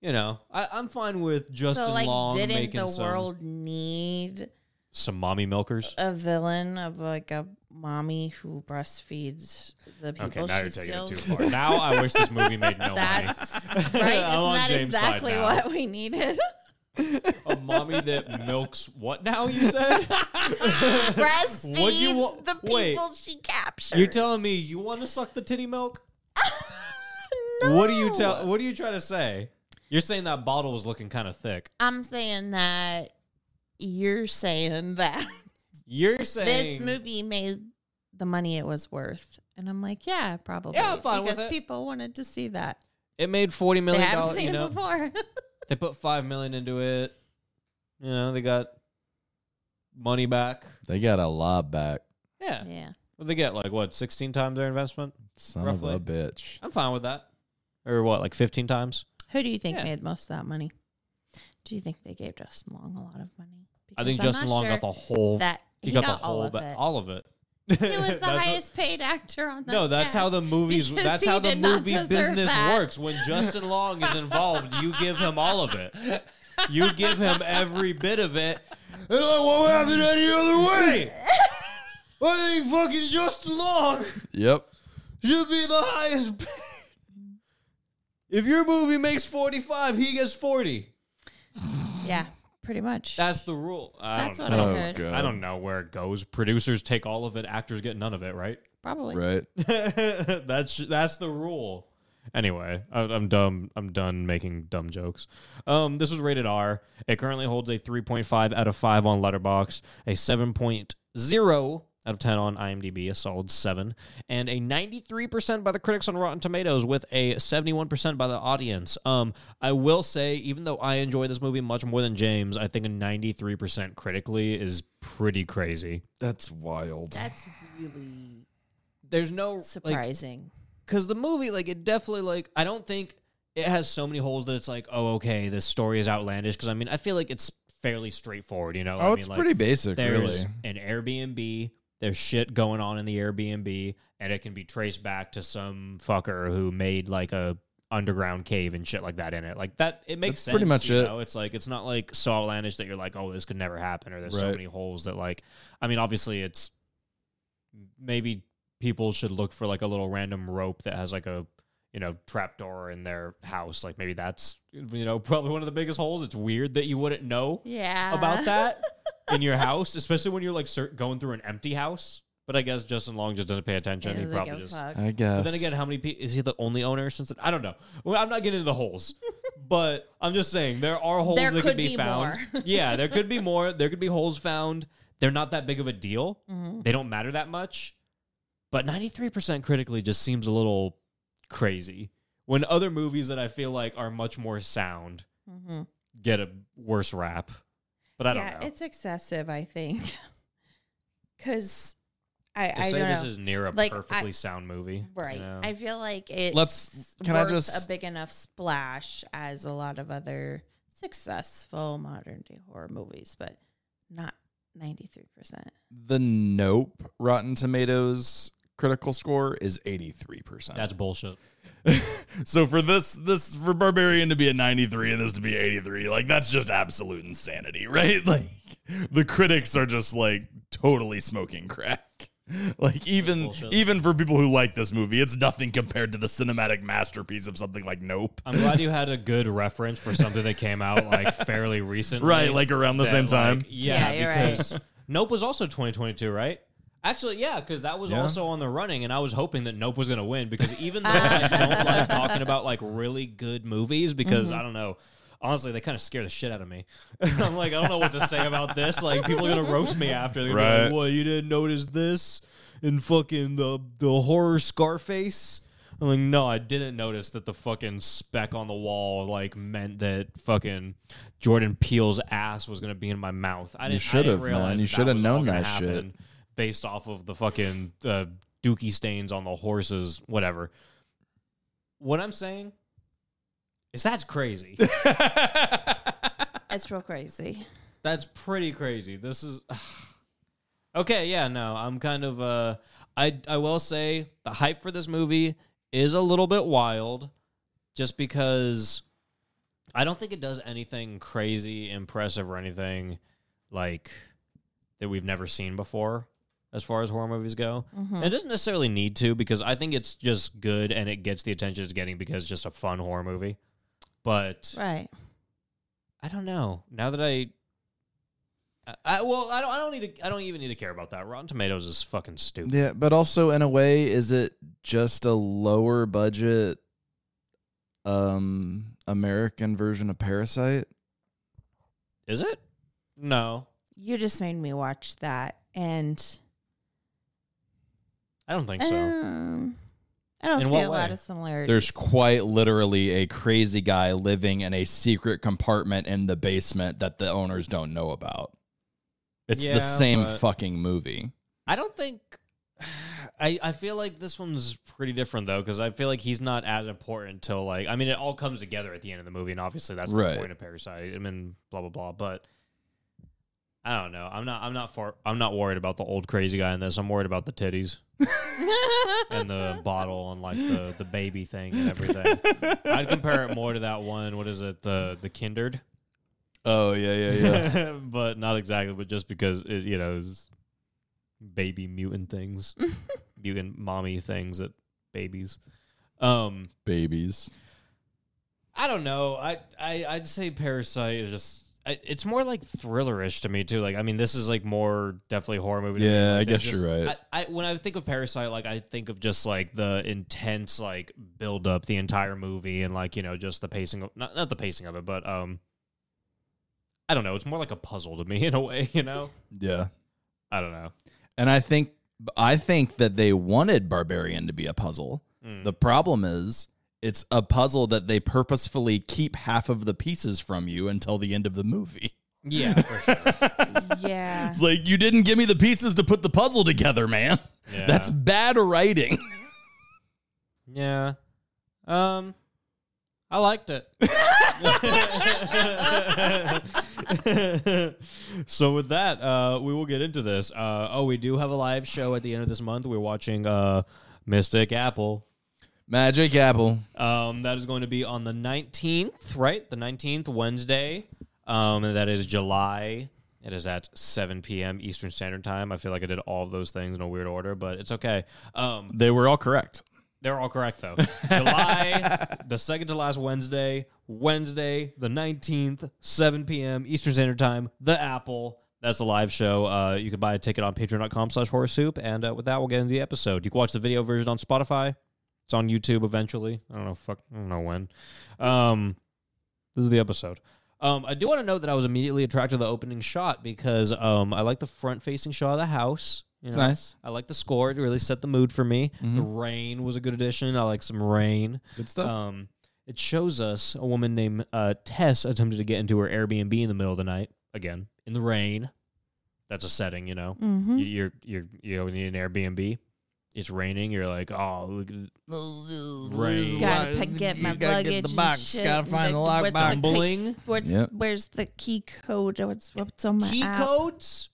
you know, I, I'm fine with Justin
so like,
Long
didn't
making
the
some
world need
some mommy milkers.
a villain of like a mommy who breastfeeds the people
Okay, now
she
you're taking it
steals?
too far. Now I wish this movie made no money.
That's right. Isn't
I'm on
that
James' side
exactly
now.
what we needed?
A mommy that milks what now? You said. What'd
breastfeeds
you wa-
the people
wait.
she captures.
You're telling me you want to suck the titty milk?
no.
What are you tell? What are you trying to say? You're saying that bottle was looking kind of thick.
I'm saying that you're saying that
You're saying
this movie made the money it was worth. And I'm like, yeah, probably.
Yeah, I'm fine with
because
it.
people wanted to see that.
it made forty
They
million
haven't
dollars.
seen
You know,
it before.
they put five million into it. You know, they got money back.
They got a lot back.
Yeah,
yeah.
What'd they get like what sixteen times their investment.
Son
Roughly.
of a bitch.
I'm fine with that. Or what, like fifteen times?
Who do you think
Yeah.
made most of that money? Do you think they gave Justin Long a lot of money?
I think
Because
Justin
I'm not
Long
sure
got the whole.
that
he, got, the
all
whole.
of
ba-
it.
all of it.
He was the
That's what-
highest paid actor on that.
No, that's how
cast.
the movies.
Because
That's
he
how the
did not
movie
deserve
business
that.
works. When Justin Long is involved, you give him all of it. You give him every bit of it.
And I won't have it any other
Hey,
I think fucking Justin Long Yep.
should be the highest. paid. If your movie makes forty-five, he gets forty.
Yeah, pretty much.
That's the rule. I
That's
don't
what
know.
I
Oh,
heard.
God.
I don't know where it goes. Producers take all of it. Actors get none of it. Right.
Probably.
Right.
that's that's the rule. Anyway, I, I'm dumb. I'm done making dumb jokes. Um, this was rated R. It currently holds a 3.5 out of 5 on Letterbox, a 7.0 out of 10 on IMDb, a solid 7, and a 93% by the critics on Rotten Tomatoes with a 71% by the audience. Um, I will say, even though I enjoy this movie much more than James, I think a 93% critically is pretty crazy.
That's wild.
That's really
There's no like,
surprising.
because the movie like it definitely like i don't think it has so many holes that it's like oh okay this story is outlandish because i mean i feel like it's fairly straightforward you know i
oh,
mean
it's
like
pretty basic,
there's
really.
an airbnb there's shit going on in the airbnb and it can be traced back to some fucker who made like a underground cave and shit like that in it like that it makes
That's
sense
pretty much
you
it.
know? it's like it's not like so outlandish that you're like oh this could never happen or there's so
Right.
many holes that like i mean obviously it's maybe people should look for like a little random rope that has like a you know trapdoor in their house like maybe that's you know probably one of the biggest holes it's weird that you wouldn't know
Yeah.
about that in your house, especially when you're like cer- going through an empty house. But I guess Justin Long just doesn't pay attention. He probably just.
I guess.
But then again, how many people is he the only owner since? Then? I don't know. Well, I'm not getting into the holes, but I'm just saying there are holes
There
that
could
could be,
be
found.
more.
yeah, there could be more. There could be holes found. They're not that big of a deal.
Mm-hmm.
They don't matter that much. But 93% critically just seems a little crazy when other movies that I feel like are much more sound get a worse rap. But I don't
Mm-hmm. yeah,
know.
it's excessive, I think. Because I,
to
I
say
don't
this
know.
is near a
Like, I-
perfectly sound movie, you
right.
know?
I feel like it.
Let's- can I just-
a big enough splash as a lot of other successful modern day horror movies, but not ninety three percent.
the Nope Rotten Tomatoes critical score is 83%.
That's bullshit.
so for this this for Barbarian to be a 93 and this to be 83, like that's just absolute insanity, right? Like the critics are just like totally smoking crack. Like even
Bullshit.
even for people who like this movie, it's nothing compared to the cinematic masterpiece of something like Nope.
I'm glad you had a good reference for something that came out like fairly recently,
Right, like around the
that,
same
like,
time.
yeah,
Yeah, you're right.
because Nope was also 2022, right? Actually, yeah, because that was
Yeah.
also on the running, and I was hoping that Nope was going to win because even though I don't like talking about like really good movies, because I don't know, honestly, they kind of scare the shit out of me. I'm like, I don't know what to say about this. Like, people are going to roast me after. They're gonna be
Right.
like, well, you didn't notice this in fucking the the horror Scarface. I'm like, no, I didn't notice that the fucking speck on the wall like meant that fucking Jordan Peele's ass was gonna be in my mouth. I didn't, I
should
didn't
have,
realize
man. You
that
should have
was all
known
gonna
that shit.
happen Based off of the fucking uh, dookie stains on the horses, whatever. What I'm saying is that's crazy.
It's real crazy.
That's pretty crazy. This is okay. Yeah, no, I'm kind of. Uh, I I will say the hype for this movie is a little bit wild, just because I don't think it does anything crazy, impressive, or anything like that we've never seen before as far as horror movies go. And it doesn't necessarily need to because I think it's just good and it gets the attention it's getting because it's just a fun horror movie. But
Right.
I don't know. Now that I, I, I well, I don't. I don't need to. I don't even need to care about that. Rotten Tomatoes is fucking stupid.
Yeah, but also in a way, is it just a lower budget um American version of Parasite?
Is it? No,
You just made me watch that, and
I don't think so.
um, I don't
In
see
what
a lot
way?
of similarities.
There's quite literally a crazy guy living in a secret compartment in the basement that the owners don't know about. It's
Yeah,
the same
but-
fucking movie.
I don't think. I, I feel like this one's pretty different though because I feel like he's not as important until like I mean it all comes together at the end of the movie and obviously that's
Right.
the point of Parasite I mean blah blah blah but I don't know I'm not I'm not for I'm not worried about the old crazy guy in this I'm worried about the titties and the bottle and like the, the baby thing and everything I'd compare it more to that one what is it the the Kindered
Oh yeah, yeah,
but not exactly, but just because it, you know, it's baby mutant things, mutant mommy things that babies. Um,
Babies.
I don't know. I, I I'd say Parasite is just. I, it's more like thrillerish to me too. Like I mean, this is like more definitely horror movie. to me.
Yeah,
Like,
I
there's
guess
just-
you're right.
I, I when I think of Parasite, like I think of just like the intense like build up the entire movie and like you know just the pacing of not not the pacing of it, but um, I don't know. It's more like a puzzle to me in a way. You know,
Yeah.
I don't know.
And I think I think that they wanted Barbarian to be a puzzle.
Mm.
The problem is it's a puzzle that they purposefully keep half of the pieces from you until the end of the movie.
Yeah, for sure.
yeah.
It's like you didn't give me the pieces to put the puzzle together, man.
Yeah.
That's bad writing.
yeah. Um, I liked it. so with that, uh, we will get into this. Uh, oh, we do have a live show at the end of this month. We're watching uh, Mystic Apple.
Magic Apple.
Um, that is going to be on the 19th, right? The 19th, Wednesday. Um, and that is July. It is at 7 p.m. Eastern Standard Time. I feel like I did all of those things in a weird order, but it's okay. Um,
They were all correct.
they're all correct, though. July, the second to last Wednesday, Wednesday, the 19th, 7 p.m. Eastern Standard Time, The Apple. That's the live show. Uh, you can buy a ticket on patreon.com slash horror soup. And uh, with that, we'll get into the episode. You can watch the video version on Spotify. It's on YouTube eventually. I don't know. Fuck. I don't know when. Um, this is the episode. Um, I do want to note that I was immediately attracted to the opening shot because um, I like the front facing shot of the house. You
It's
know?
nice.
I like the score. It really set the mood for me.
Mhm.
Mm-hmm.
The rain was a good addition. I like some rain.
Good stuff.
Um, it shows us a woman named uh, Tess attempted to get into her Airbnb in the middle of the night again in the rain. That's a setting, you know.
Mm-hmm.
You- You're you're you know, need an Airbnb. It's raining. You're like, oh, look at it." Right.
Gotta pick, get my luggage. and shit. Where's key-
Bling
where's,
Yep.
where's the key code? What's, what's on my
key
app?
codes,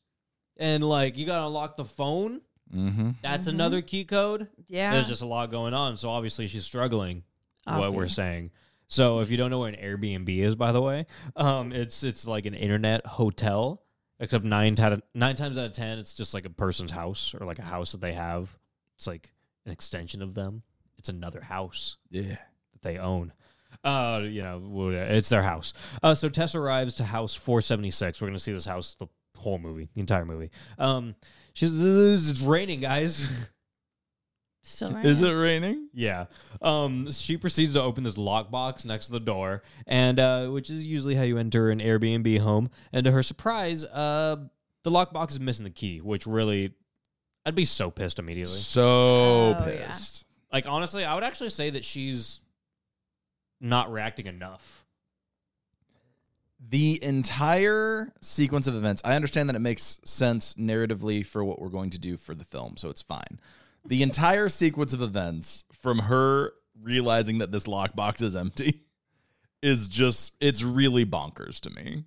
and like you gotta unlock the phone.
Mm-hmm.
That's
Mhm.
another key code.
Yeah.
There's just a lot going on, so obviously she's struggling. what we're
Obvi.
saying. So if you don't know what an Airbnb is, by the way, um, it's it's like an internet hotel, except nine out of, nine times out of ten, it's just like a person's house or like a house that they have. It's like an extension of them. It's another house
Yeah.
that they own. Uh, you know, well, yeah, it's their house. Uh, so Tess arrives to house 476. We're gonna see this house the whole movie, the entire movie. Um, she's it's raining, guys.
Still right.
Is it raining?
Yeah. Um, she proceeds to open this lockbox next to the door, and uh, which is usually how you enter an Airbnb home. And to her surprise, uh, the lockbox is missing the key, which really, I'd be so pissed immediately.
So
Oh, yeah.
pissed.
Like honestly, I would actually say that she's not reacting enough.
The entire sequence of events, I understand that it makes sense narratively for what we're going to do for the film, so it's fine. The entire sequence of events from her realizing that this lockbox is empty is just, it's really bonkers to me.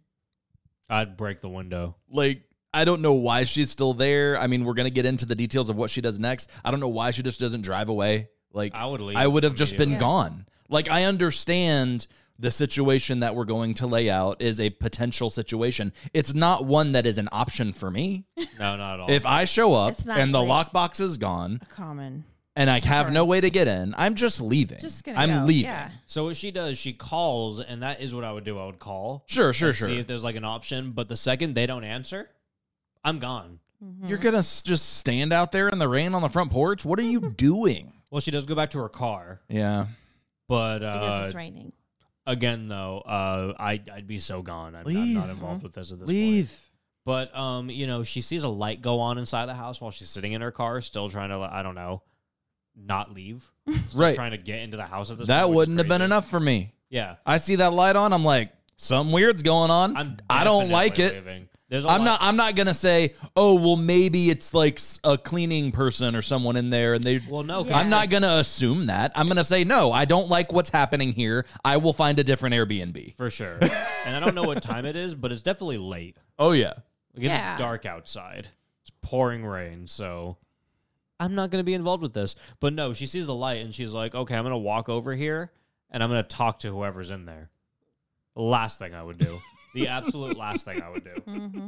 I'd break the window.
Like, I don't know why she's still there. I mean, we're going to get into the details of what she does next. I don't know why she just doesn't drive away. Like,
I would leave.
I would have just been
Yeah.
gone. Like I understand the situation that we're going to lay out is a potential situation. It's not one that is an option for me.
immediately. No, not at all.
If I show up
It's not
and the
like-
lockbox is gone
Common.
and I have no
Occurrence.
way to get in, I'm just leaving.
Just gonna.
I'm
go.
leaving.
Yeah.
so what she does, she calls, and that is what I would do. I would call.
Sure, sure,
and
sure.
See if there's like an option, but the second they don't answer, I'm gone.
Mm-hmm.
You're going to just stand out there in the rain on the front porch? What are you doing?
Well, she does go back to her car,
Yeah.
but
Because
uh,
it's raining.
again, though, uh, I I'd be so gone. I'm, I'm
Leave.
not involved with this at this point.
Leave.
But um, you know, she sees a light go on inside the house while she's sitting in her car, still trying to like, I don't know, not leave, Still
Right.
Trying to get into the house at this.
That
point, which is
wouldn't have been
crazy.
enough for me.
Yeah,
I see that light on, I'm like, something weird's going on.
I'm.
I don't
definitely
like it.
leaving. There's. A
I'm
lot-
not. I'm not gonna say. Oh well, maybe it's like s- a cleaning person or someone in there, and they.
Well, no. 'cause
I'm
it's
not gonna assume that. I'm gonna say no. I don't like what's happening here. I will find a different Airbnb.
for sure. and I don't know what time it is, but it's definitely late.
Oh yeah.
Like it's
Yeah.
dark outside. It's pouring rain, so I'm not going to be involved with this. But no, she sees the light and she's like, "Okay, I'm going to walk over here and I'm going to talk to whoever's in there." Last thing I would do. the absolute last thing I would do.
hmm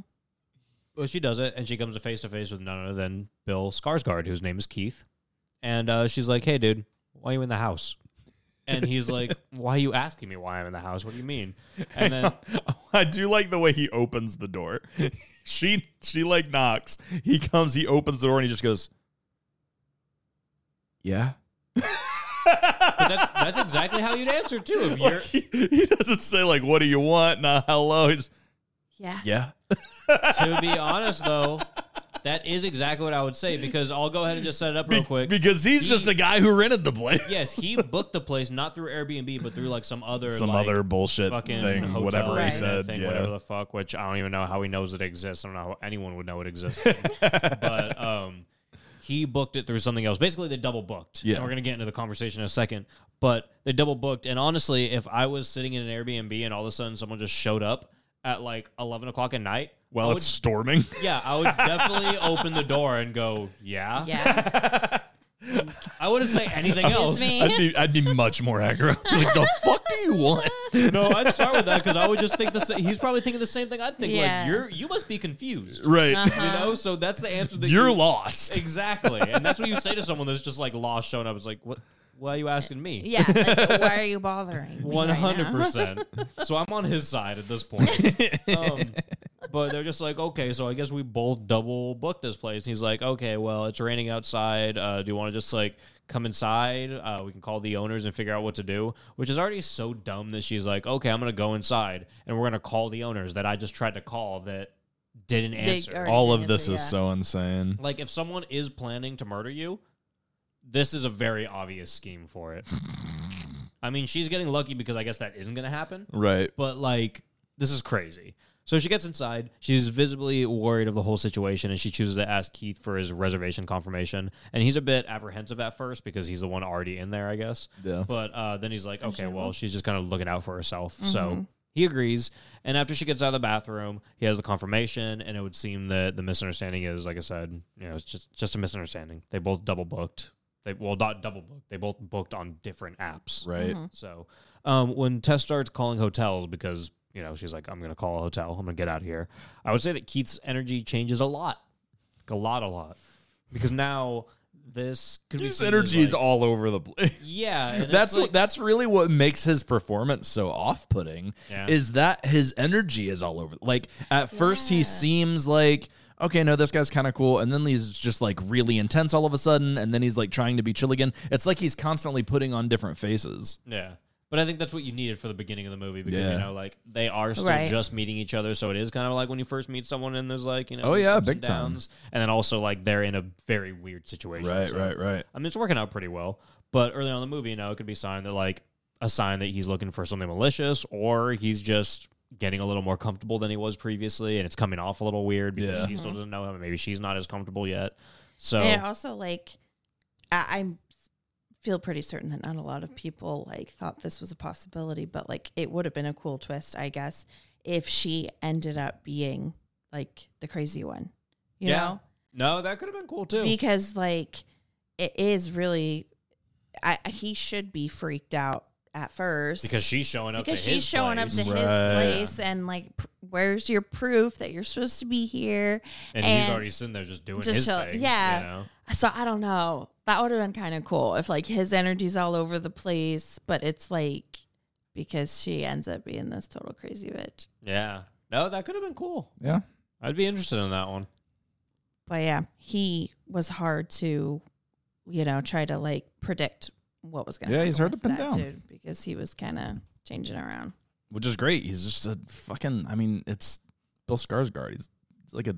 Well, she does it and she comes to face to face with none other than Bill Skarsgård, whose name is Keith. And uh, she's like, "Hey, dude, why are you in the house?" And he's like, "Why are you asking me why I'm in the house? What do you mean?" And then
I do like the way he opens the door. she she like knocks. He comes. He opens the door and he just goes. Yeah.
But that, that's exactly how you'd answer too. If you're
he, he doesn't say like, "What do you want?" Not hello. He's
Yeah.
yeah.
to be honest though, that is exactly what I would say because I'll go ahead and just set it up real
Be-
quick.
because he's
He-
just a guy who rented the place.
yes, he booked the place not through Airbnb but through like some other
some
like,
other bullshit
fucking
thing,
hotel
whatever he
Right.
said.
thing,
yeah.
whatever the fuck. Which I don't even know how he knows it exists. I don't know how anyone would know it exists. but um, he booked it through something else. Basically, they double booked.
Yeah.
And we're gonna get into the conversation in a second. But they double booked, and honestly, if I was sitting in an Airbnb and all of a sudden someone just showed up at like eleven o'clock at night.
While
I
it's storming,
Yeah, I would definitely open the door and go, yeah.
Yeah.
I wouldn't say anything else.
me?
I'd be I'd be much more aggro. like the fuck do you want?
No, I'd start with that because I would just think the sa- he's probably thinking the same thing I'd think.
Yeah.
Like you're you must be confused,
Right,
you know. So that's the answer that
you're
you-
lost.
exactly, and that's what you say to someone that's just like lost, showing up. It's like what? Why are you asking me?
Yeah. Like, why are you bothering?
One hundred percent. So I'm on his side at this point. Um, but they're just like, okay, so I guess we both double booked this place. And he's like, okay, well, it's raining outside. Uh, do you want to just like come inside? Uh, we can call the owners and figure out what to do. Which is already so dumb that she's like, okay, I'm gonna go inside and we're gonna call the owners that I just tried to call that didn't
They
answer.
already-
All of this is
Yeah.
so insane.
Like, if someone is planning to murder you, this is a very obvious scheme for it. I mean, she's getting lucky because I guess that isn't going to happen,
Right.
but like, this is crazy. So she gets inside. She's visibly worried of the whole situation, and she chooses to ask Keith for his reservation confirmation. And he's a bit apprehensive at first because he's the one already in there, I guess.
Yeah.
But uh, then he's like, okay, well, she's just kind of looking out for herself. So he agrees. And after she gets out of the bathroom, he has the confirmation, and it would seem that the misunderstanding is, like I said, you know, it's just just a misunderstanding. They both double booked. They well, not double booked. They both booked on different apps.
Right.
Mm-hmm. So um, when Tess starts calling hotels because you know she's like, I'm gonna call a hotel. I'm gonna get out of here. I would say that Keith's energy changes a lot, like a lot, a lot, because now this could be
His
something
energy is
like-
all over the place.
Yeah, and it's
that's what
like-
that's really what makes his performance so off-putting
Yeah.
is that his energy is all over like at first he
Yeah.
seems like okay no this guy's kind of cool and then he's just like really intense all of a sudden and then he's like trying to be chill again it's like he's constantly putting on different faces
Yeah. But I think that's what you needed for the beginning of the movie because
Yeah.
you know, like they are still
Right.
just meeting each other, so it is kind of like when you first meet someone and there's like you know,
Oh, yeah,
ups and
big time.
downs. and then also like they're in a very weird situation. so-
right
I mean, it's working out pretty well, but early on in the movie, you know, it could be a sign that like a sign that he's looking for something malicious, or he's just getting a little more comfortable than he was previously, and it's coming off a little weird because
Yeah.
she
Mm-hmm.
still doesn't know him, and maybe she's not as comfortable yet. So
And also, like, I, I feel pretty certain that not a lot
Mm-hmm.
of people like thought this was a possibility, but like, it would have been a cool twist, I guess, if she ended up being like the crazy one, you
Yeah.
know?
no, that could have been cool too.
Because like, it is really, I, he should be freaked out at first
because she's showing up
because
to his
she's showing
place.
up to
Right.
his place and like, pr- where's your proof that you're supposed to be here?
and, he's
and-
already sitting there just doing
just
his
chill-
thing.
yeah.
you know?
So I don't know. That would have been kind of cool if like his energy's all over the place, but it's like because she ends up being this total crazy bitch.
yeah. No, that could have been cool.
yeah
I'd be interested in that one.
But yeah, he was hard to, you know, try to like predict what was going to
Yeah,
happen.
he's hard to
with
pin
that
down.
Dude, because he was kind of changing around.
which is great he's just a fucking i mean it's bill skarsgård he's like a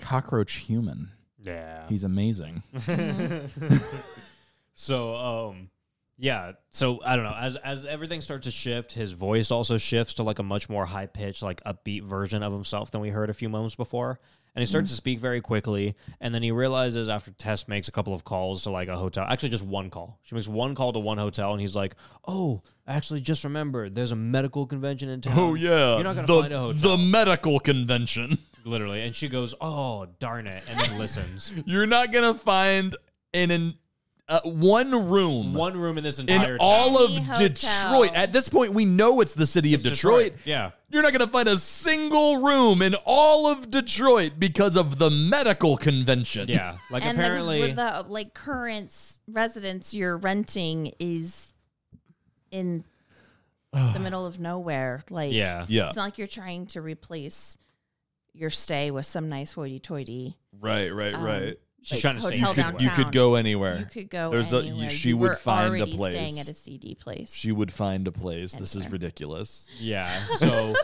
cockroach human
Yeah.
he's amazing
Mm-hmm. so um yeah so i don't know as as everything starts to shift his voice also shifts to like a much more high pitched like upbeat version of himself than we heard a few moments before and he
Mm-hmm.
starts to speak very quickly and then he realizes after tess makes a couple of calls to like a hotel actually just one call she makes one call to one hotel and he's like oh I actually just remembered there's a medical convention in town
Oh,
Um, you're not gonna find a hotel
medical convention
literally and she goes oh darn it and then listens
You're not gonna find an, an uh, one room
one room in this
in
entire town.
all
Any
of
hotel.
Detroit. At this point, we know it's the city of
It's
Detroit.
Yeah.
You're not gonna find a single room in all of Detroit because of the medical convention.
Yeah. Like
and
apparently
the, with the like current s- residence you're renting is in the middle of nowhere. Like
Yeah.
yeah,
It's not like you're trying to replace your stay with some nice hoity-toity.
right, right,
um,
She's
like,
trying to stay
hotel
could-
downtown.
go anywhere.
You could go
There's a- you-
anywhere.
she
You
would
were
find a
already Staying
place.
at a CD place.
she would find a place. This is
Anywhere.
ridiculous.
Yeah. So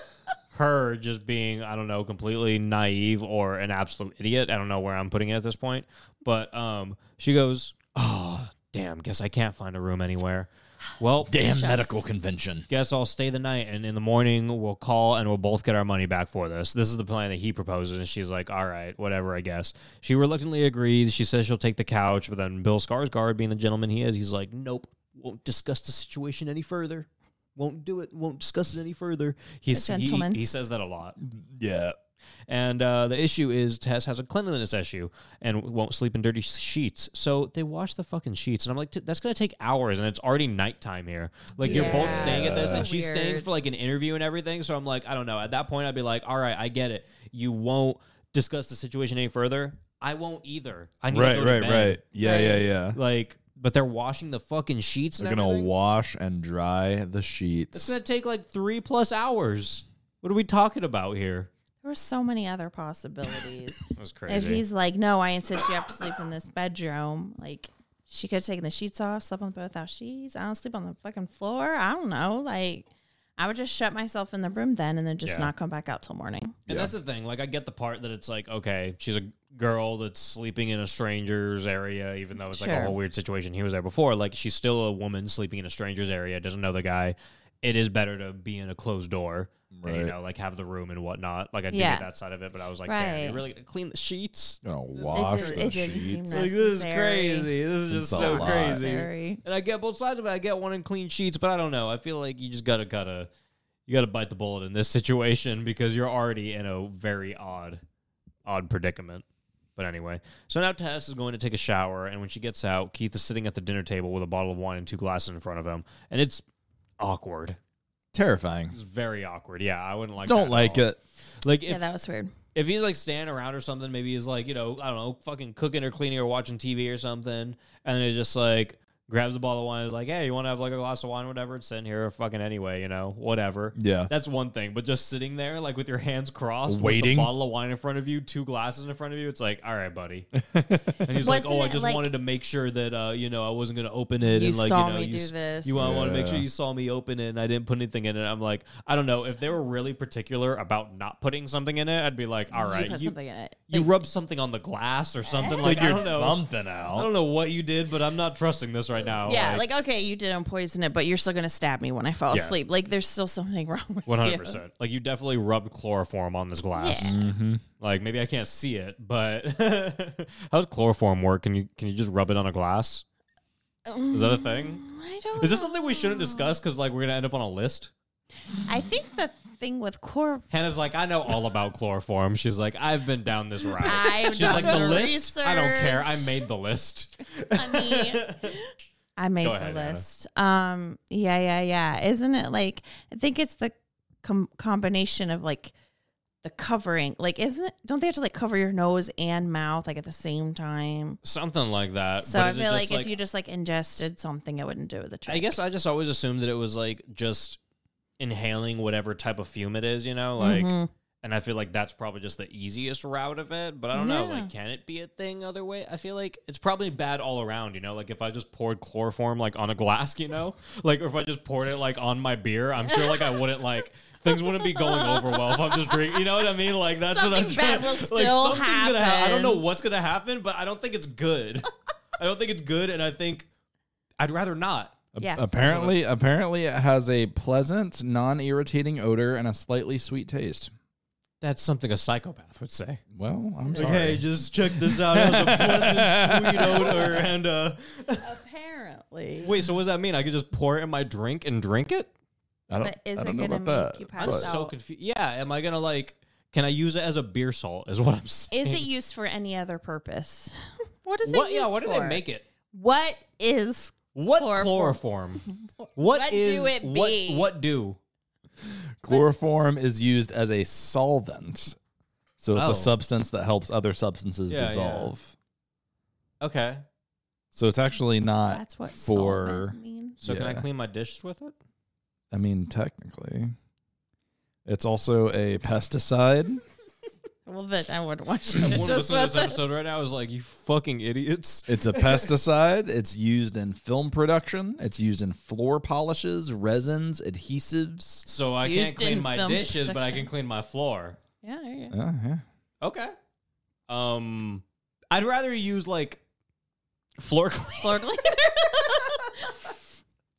her just being, I don't know, completely naive or an absolute idiot. I don't know where I'm putting it at this point. But um she goes, Oh, damn, guess I can't find a room anywhere. Well
Damn
Shucks.
medical convention.
guess I'll stay the night and in the morning we'll call and we'll both get our money back for this. This is the plan that he proposes and she's like, "All right, whatever, I guess." She reluctantly agrees. She says she'll take the couch, but then Bill Skarsgård, being the gentleman he is, he's like, "Nope, won't discuss the situation any further." Won't do it. Won't discuss it any further. He's,
A
he,
gentleman.
he says that a lot.
Yeah.
And uh, the issue is Tess has a cleanliness issue and won't sleep in dirty sheets. So they wash the fucking sheets. And I'm like, "T- that's going to take hours. And it's already nighttime here. Like, you're both
Yeah,
staying at
that's
this, and
so
she's staying
weird.
for like an interview and everything. So I'm like, I don't know. At that point, I'd be like, all right, I get it. You won't discuss the situation any further. I won't either. I need to
Right,
go
right,
to bed.
right. Yeah,
Right.
yeah, yeah.
Like, but they're washing the fucking sheets
They're
and
gonna
everything.
wash and dry the sheets.
it's going to take like three plus hours. What are we talking about here?
there were so many other possibilities.
That's crazy.
if he's like, no, I insist you have to sleep in this bedroom. Like, she could have taken the sheets off, slept on the bed without sheets. I don't sleep on the fucking floor. I don't know. Like, I would just shut myself in the room then, and then just
Yeah.
not come back out till morning.
And that's the thing. Like, I get the part that it's like, okay, she's a girl that's sleeping in a stranger's area, even though it's like a
Sure.
whole weird situation. He was there before. Like, she's still a woman sleeping in a stranger's area, doesn't know the guy. It is better to be in a closed door, and, you
Right.
know, like have the room and whatnot. Like, I did
Yeah.
get that side of it, but I was like, damn, you're
Right.
really gonna clean the sheets?
gonna wash
did-
the
it didn't
sheets.
seem nice.
Like, this is
Necessary.
crazy. This is
It's
just
a
so
lot.
crazy.
Sorry.
And I get both sides of it. I get wanting clean sheets, but I don't know. I feel like you just gotta gotta you gotta bite the bullet in this situation because you're already in a very odd odd predicament. But anyway, so now Tess is going to take a shower, and when she gets out, Keith is sitting at the dinner table with a bottle of wine and two glasses in front of him, and it's awkward.
Terrifying.
It's very awkward. Yeah, I wouldn't like. that
Don't
at
like "Oh."
all.
it.
Like
Yeah,
if
that was weird.
if he's like standing around or something, maybe he's like, you know, I don't know, fucking cooking or cleaning or watching TV or something, and it's just like grabs a bottle of wine and is like, hey, you want to have like a glass of wine or whatever? It's in here fucking anyway, you know, whatever.
Yeah.
That's one thing, but just sitting there like with your hands crossed,
Waiting.
with a bottle of wine in front of you, two glasses in front of you, it's like, all right, buddy. And he's like,
Wasn't
oh, I
it,
just
like-
wanted to make sure that uh, you know, I wasn't gonna open it
You
and like
saw
you know,
me
you,
do
s-
this.
you I want to make sure
Yeah.
you saw me open it and I didn't put anything in it. I'm like, I don't know. If they were really particular about not putting something in it, I'd be like, all right,
you put
you,
something in it.
you rubbed something on the glass or something. Like, I
Figured
don't know.
something
I
out.
don't know what you did, but I'm not trusting this right now.
Yeah, like, okay, you didn't poison it, but you're still gonna stab me when I fall
Yeah.
asleep. Like there's still something wrong with you.
100%. Like, you definitely rubbed chloroform on this glass.
Yeah.
Like, maybe I can't see it, but how does chloroform work? Can you can you just rub it on a glass? Is that a thing?
I don't.
Is this
know.
something we shouldn't discuss because, like, we're going to end up on a list?
I think the thing with chlor.
Hannah's like, I know all about chloroform. She's like, I've been down this route.
I've
She's
done
like,
the
the list? I don't care. I
research."
made the list.
I mean, I made
Go
the
ahead, Anna.
list. Um, yeah, yeah, yeah. Isn't it like I think it's the com- combination of like the covering. Like, isn't it? Don't they have to like cover your nose and mouth like at the same time?
Something like that.
So
but
I
is it
feel like,
just,
if you just like ingested something, it wouldn't do the trick.
I guess I just always assumed that it was like just inhaling whatever type of fume it is, you know? Like,
Mhm.
and I feel like that's probably just the easiest route of it. But I don't know.
Yeah.
Like, can it be a thing other way? I feel like it's probably bad all around, you know? Like, if I just poured chloroform like on a glass, you know? Like, or if I just poured it like on my beer, I'm sure like I wouldn't like. Things wouldn't be going over well if I'm just drinking. You know what I mean? Like that's what I'm
Something
trying.
bad will
like,
still
something's Gonna ha- I don't
happen.
know what's gonna happen, but I don't think it's good. I don't think it's good, and I think I'd rather not.
Yeah.
Apparently, apparently, it has a pleasant, non-irritating odor and a slightly sweet taste.
That's something a psychopath would say.
Well, I'm
Like,
sorry.
hey, just check this out. It has a pleasant, sweet odor. And uh,
apparently.
wait, so what does that mean? I could just pour it in my drink and drink it?
I don't,
But is
I
it
don't know
gonna
about
make
that.
you
I'm
But-
so confused. Yeah, am I gonna like? Can I use it as a beer salt? Is what I'm saying.
Is it used for any other purpose? what is
What?
it used
Yeah. What do
for?
they make it?
What is
What
Chloroform.
chloroform? What,
What do
is
it
what?
be?
What do?
Chloroform is used as a solvent, so it's
Oh.
a substance that helps other substances
Yeah, yeah.
dissolve.
Okay.
So it's actually
Uh,
not.
that's what
for-
solvent means?
So can I
Yeah.
clean my dishes with it?
I mean, technically, it's also a pesticide.
Well, then I would watch
One
it.
listening
Just
to this
with-
episode right now is like, you fucking idiots.
It's a pesticide. It's used in film production. It's used in floor polishes, resins, adhesives.
So
It's
I can't
used
clean
in
my
film
dishes, but I
production.
can clean my floor.
Yeah, there you go.
Oh, yeah.
Okay. Um, I'd rather use like floor clean.
Floor cleaner.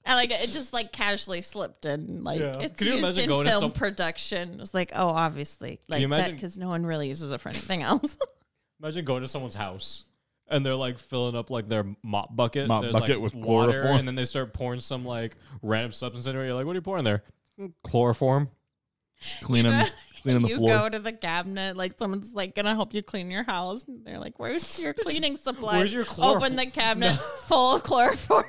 I like it. It just like casually slipped in. Like
Yeah.
it's
Could you
used
imagine
in
going
film
to some-
production. It's like, oh, obviously, like
you
that
imagine-
because no one really uses it for anything else.
Imagine going to someone's house and they're like filling up like their mop bucket.
Mop
There's,
bucket
like,
with
water,
chloroform.
and then they start pouring some like random substance in it. You're like, what are you pouring there?
Mm,
Chloroform.
Cleaning, cleaning the
you
floor.
go to the cabinet, like someone's like gonna help you clean your house. And they're like, "Where's your cleaning supplies?"
Where's your chloroform?
Open the cabinet full of chloroform.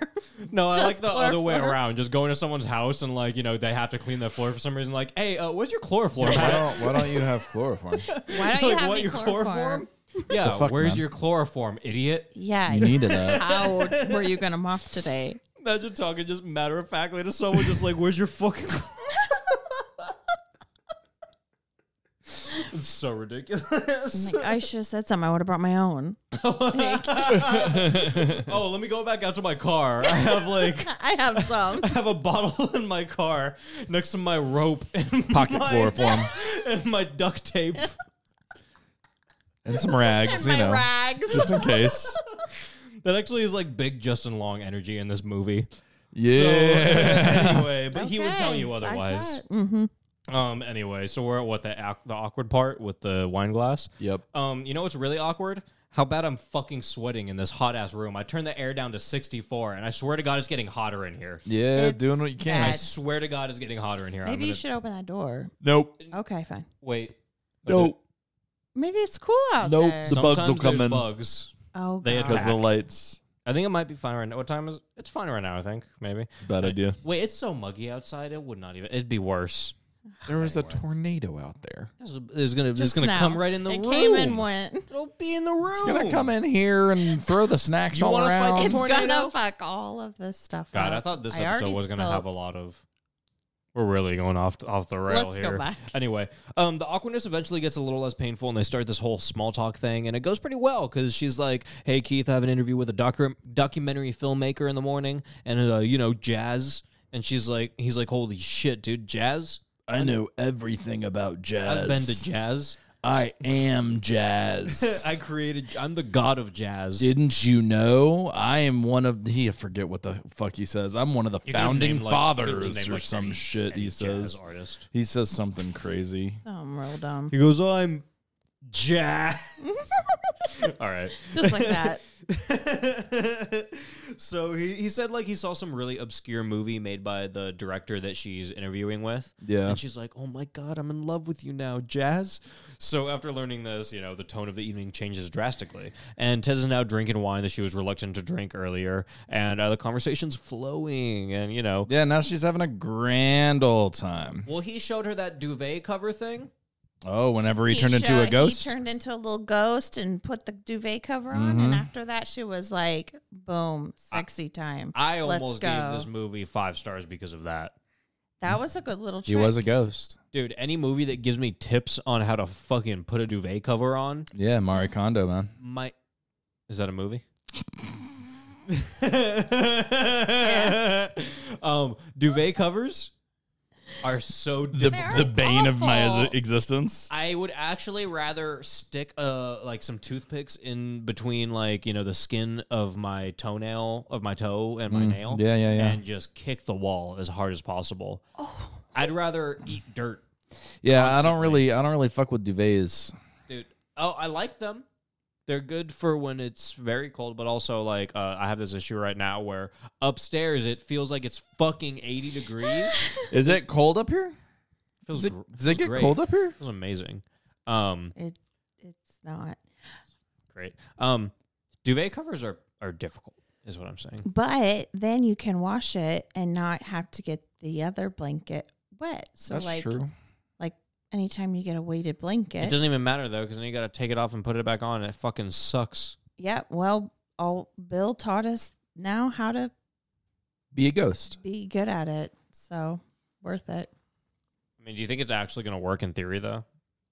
No, I
Just
like the other way
chloroform.
around. Just going to someone's house and like you know they have to clean their floor for some reason. Like, hey, uh, where's your chloroform?
why,
at?"
don't, why don't you have chloroform?
Why don't you
Like,
have
what,
any
your
chloroform?
Yeah,
The fuck,
where's
man?
your chloroform, idiot?
Yeah,
You needed that.
how were you gonna mop today?
Imagine talking just matter of factly to someone, just like, "Where's your fucking?" it's so ridiculous.
Like, I should have said something. I would have brought my own.
oh, let me go back out to my car. I have like
I have some.
I have a bottle in my car next to my rope and
Pocket
my,
chloroform
and my duct tape.
and some rags,
and
you
my
know,
rags.
just in case.
That actually is like big Justin Long energy in this movie. So
Yeah.
anyway, but he would tell
Okay,
you
like
otherwise.
that. Mhm.
Um. Anyway, so we're at what the ac- the awkward part with the wine glass.
yep.
Um, you know what's really awkward? How bad I'm fucking sweating in this hot ass room. I turned the air down to 64, and I swear to God, it's getting hotter in here.
Yeah,
It's
doing what you can.
I
bad.
swear to God, it's getting hotter in here. I'm
Maybe you
gonna-
should open that door.
Nope.
Okay, fine.
wait.
Nope.
Maybe it's cool out
Nope.
there.
The bugs will
Sometimes
come
there's
in.
Bugs.
Oh,
They
God.
Because
attack.
the lights.
I think it might be fine right now. What time is? It's fine right now. I think maybe.
Bad idea.
Wait, it's so muggy outside. It would not even. It'd be worse.
There was a tornado out there.
This is- this is gonna this is
Just
gonna
now.
come right in the
it
room.
came and went.
It'll be in the room.
It's gonna come in here and throw the snacks
You
all
wanna fight
around.
the
It's
tornado?
gonna fuck all of this stuff.
God,
up.
I thought this
I
episode
already
was gonna have a
spilt.
lot of. We're really going off off the rail
Let's go
here.
back.
Anyway, um, the awkwardness eventually gets a little less painful, and they start this whole small talk thing, and it goes pretty well because she's like, "Hey, Keith, I have an interview with a docu- documentary filmmaker in the morning, and uh, you know, jazz." And she's like, "He's like, holy shit, dude, jazz."
I know everything about jazz.
I've been to jazz.
I am jazz.
I created. I'm the god of jazz.
Didn't you know? I am one of the. I forget what the fuck he says. I'm one of the
You could've
founding
named, like- you could've
fathers
just named,
or
like,
some
any-
shit.
any
He
jazz
says.
artist.
He says something crazy.
Something real dumb.
He goes, "I'm jazz." All right.
Just like that.
so he, he said like he saw some really obscure movie made by the director that she's interviewing with.
Yeah.
And she's like, Oh my god, I'm in love with you now, Jazz. So after learning this, you know, the tone of the evening changes drastically. And Tez is now drinking wine that she was reluctant to drink earlier, and uh, the conversation's flowing and you know
Yeah, now she's having a grand old time.
Well, he showed her that duvet cover thing.
Oh, whenever he, turned into
sho-
a ghost.
He turned into a little ghost and put the duvet cover on.
Mm-hmm.
And after that, she was like, "Boom, sexy time."
I
Let's
almost gave
go.
this movie five stars because of that.
That was a good little
he
trick.
was a ghost.
Dude, any movie that gives me tips on how to fucking put a duvet cover on,
Yeah, Mari Kondo, man.
my is that a movie? um, duvet covers are so
The,
difficult.
the bane of my
awful.
existence.
I would actually rather stick uh like some toothpicks in between like you know the skin of my toenail of my toe and my nail.
Mm. yeah, yeah, yeah.
And just kick the wall as hard as possible. I'd rather eat dirt,
Yeah, I don't really, I don't really fuck with duvets.
dude. Oh, I like them. They're good for when it's very cold, but also like uh, I have this issue right now where upstairs it feels like it's fucking eighty degrees.
Is it cold up here?
feels
Does it,
gr-
does it
feels
get
great.
cold up here?
Feels amazing. Um,
It, it's not.
great. Um, duvet covers are are difficult, is what I'm saying.
But then you can wash it and not have to get the other blanket wet. So
That's
like,
true.
like anytime you get a weighted
It
blanket,
doesn't even matter though, because then you got to take it off and put it back on. And it fucking sucks.
yeah. Well, all Bill taught us now how to
Be a ghost.
be good at it. So worth it.
I mean, do you think it's actually going to work in theory though?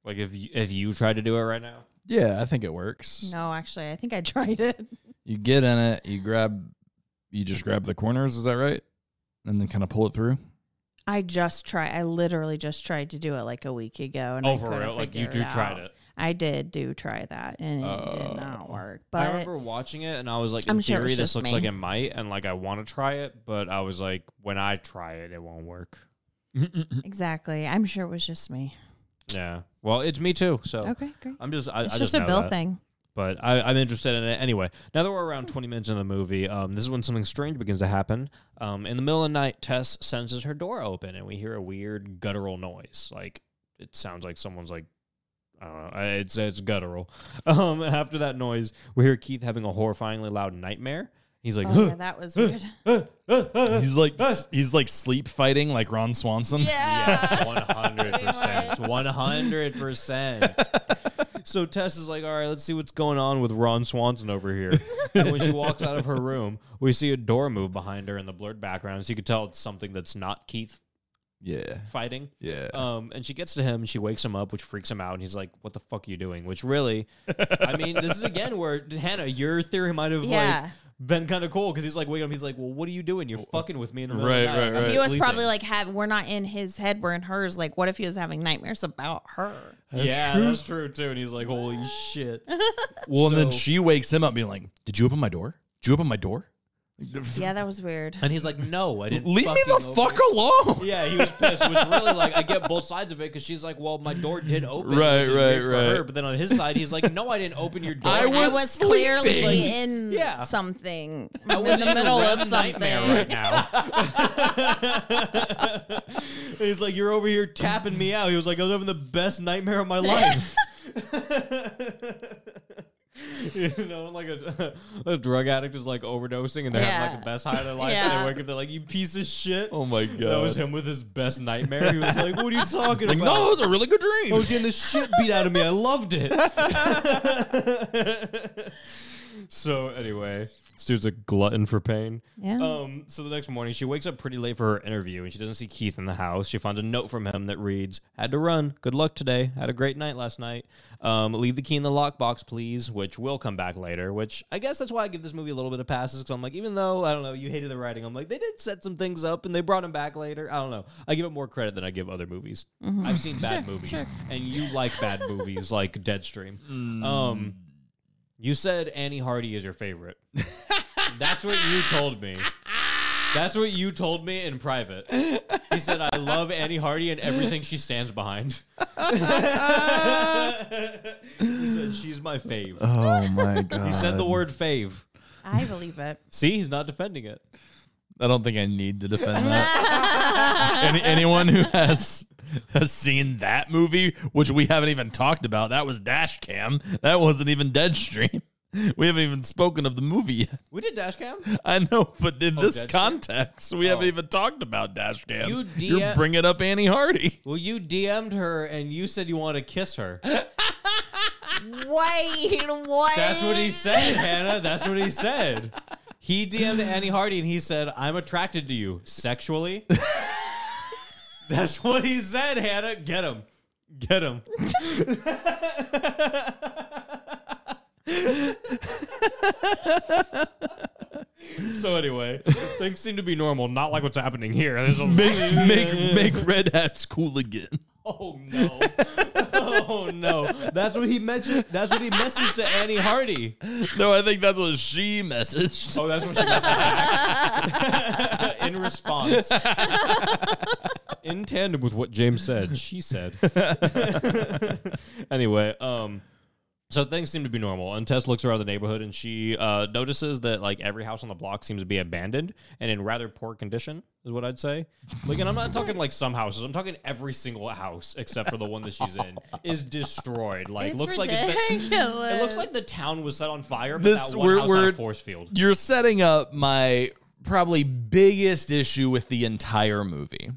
Like if you, if you tried to do it right now,
Yeah, I think it works.
No, actually, I think I tried it.
You get in it, you grab, you just grab the corners. Is that right? And then kind of pull it through.
I just try. I literally just tried to do it like a week ago, and I
oh for
couldn't
real, like you
figure
do
it
tried
out.
it. Oh.
I did do try that, and it did not work. But
I remember watching it and I was like, in
I'm sure it
theory,
was
this
just
looks
me.
like it might, and like I want to try it, but I was like, when I try it, it won't work.
exactly, I'm sure it was just me.
Yeah. Well, it's me too. So
Okay, great.
I'm just I,
it's
I
just,
just
a
know
Bill
that.
thing.
but I, I'm interested in it anyway. Now that we're around 20 minutes into the movie, um, this is when something strange begins to happen. Um, in the middle of the night, Tess senses her door open, and we hear a weird guttural noise. Like it sounds like someone's like, I don't know. I- It's it's guttural. Um, after that noise, we hear Keith having a horrifyingly loud nightmare. He's like,
Oh, yeah, that was weird.
He's like, he's like sleep fighting, like Ron Swanson.
Yes, one hundred percent, one hundred percent. So Tess is like, "All right, let's see what's going on with Ron Swanson over here." And when she walks out of her room, we see a door move behind her in the blurred background, so you can tell it's something that's not Keith
Yeah.
fighting.
Yeah.
Um, and she gets to him, and she wakes him up, which freaks him out, and he's like, "What the fuck are you doing?" Which really, I mean, this is again where Hannah, your theory might have
Yeah.
like been kind of cool because he's like waking up, he's like, "Well, what are you doing? You're fucking with me in the middle
Right,
of the night.
right,
I'm
right.
He was
sleeping."
probably like, "Have we're not in his head, we're in hers." Like, what if he was having nightmares about her?
yeah, that's true too. And he's like, "Holy shit!"
Well, and then
So-
she wakes him up, being like, "Did you open my door? Did you open my door?
Yeah, that was weird.
And he's like, "No, I didn't."
Leave me
fucking
the
open
fuck
it."
alone."
Yeah, he was pissed, which really like I get both sides of it because she's like, "Well, my door did open,
Right,
which is
right,
weird for
right.
her." But then on his side, he's like, "No, I didn't open your door.
I
I
was
was,
sleeping.
clearly in
Yeah.
something.
I was
in
in
the
a
middle of
REM nightmare
something.
right now." And he's like, "You're over here tapping me out." He was like, "I'm having the best nightmare of my life." you know, when, like a, a drug addict is like overdosing and they have like
Yeah.
the best high of their life.
Yeah.
And they wake up, they're like, "You piece of shit."
Oh my god.
That was him with his best nightmare. He was like, "What are you talking
Like,
about?"
no, it was a really good
I was
dream.
getting the shit beat out of me. I loved it. so anyway, this dude's a glutton for pain.
Yeah.
Um, so the next morning, she wakes up pretty late for her interview, and she doesn't see Keith in the house. She finds a note from him that reads, "Had to run. Good luck today. Had a great night last night. Um, leave the key in the lockbox, please." Which will come back later. Which I guess that's why I give this movie a little bit of passes because I'm like, even though I don't know, you hated the writing, I'm like, they did set some things up and they brought him back later. I don't know. I give it more credit than I give other movies. I've seen bad movies, and you like bad movies like Deadstream. Um, you said Annie Hardy is your favorite. That's what you told me. That's what you told me in private. He said, I love Annie Hardy and everything she stands behind. he said, She's my fave.
Oh my god.
He said the word fave.
I believe it.
See, he's not defending it.
I don't think I need to defend that. Any, anyone who has has seen that movie, which we haven't even talked about, that was Dash Cam. That wasn't even Deadstream. We haven't even spoken of the movie yet.
We did dash cam.
I know, but in this
Deadstream?
context, we haven't
Oh.
even talked about Dash Cam.
You
You're
DM
bringing up Annie Hardy.
Well, you DM'd her and you said you want to kiss her.
Wait, wait.
That's what he said, Hannah. That's what he said. He DM'd Annie Hardy and he said, I'm attracted to you sexually. That's what he said, Hannah. Get him. Get him. so anyway, things seem to be normal, not like what's happening here. There's a
Make make make Red Hats cool again.
Oh no. Oh no. That's what he mentioned. That's what he messaged to Annie Hardy.
No, I think that's what she messaged.
Oh, that's what she messaged back. In response. In tandem with what James said, she said. anyway, um, so things seem to be normal, and Tess looks around the neighborhood and she uh, notices that like every house on the block seems to be abandoned and in rather poor condition, is what I'd say. Like, and I'm not talking like some houses; I'm talking every single house except for the one that she's in is destroyed. Like,
It's
looks like it's been-
ridiculous.
it looks like the town was set on fire, but
This-
that one
we're-
house had
we're-
a force field.
you're setting up my probably biggest issue with the entire movie,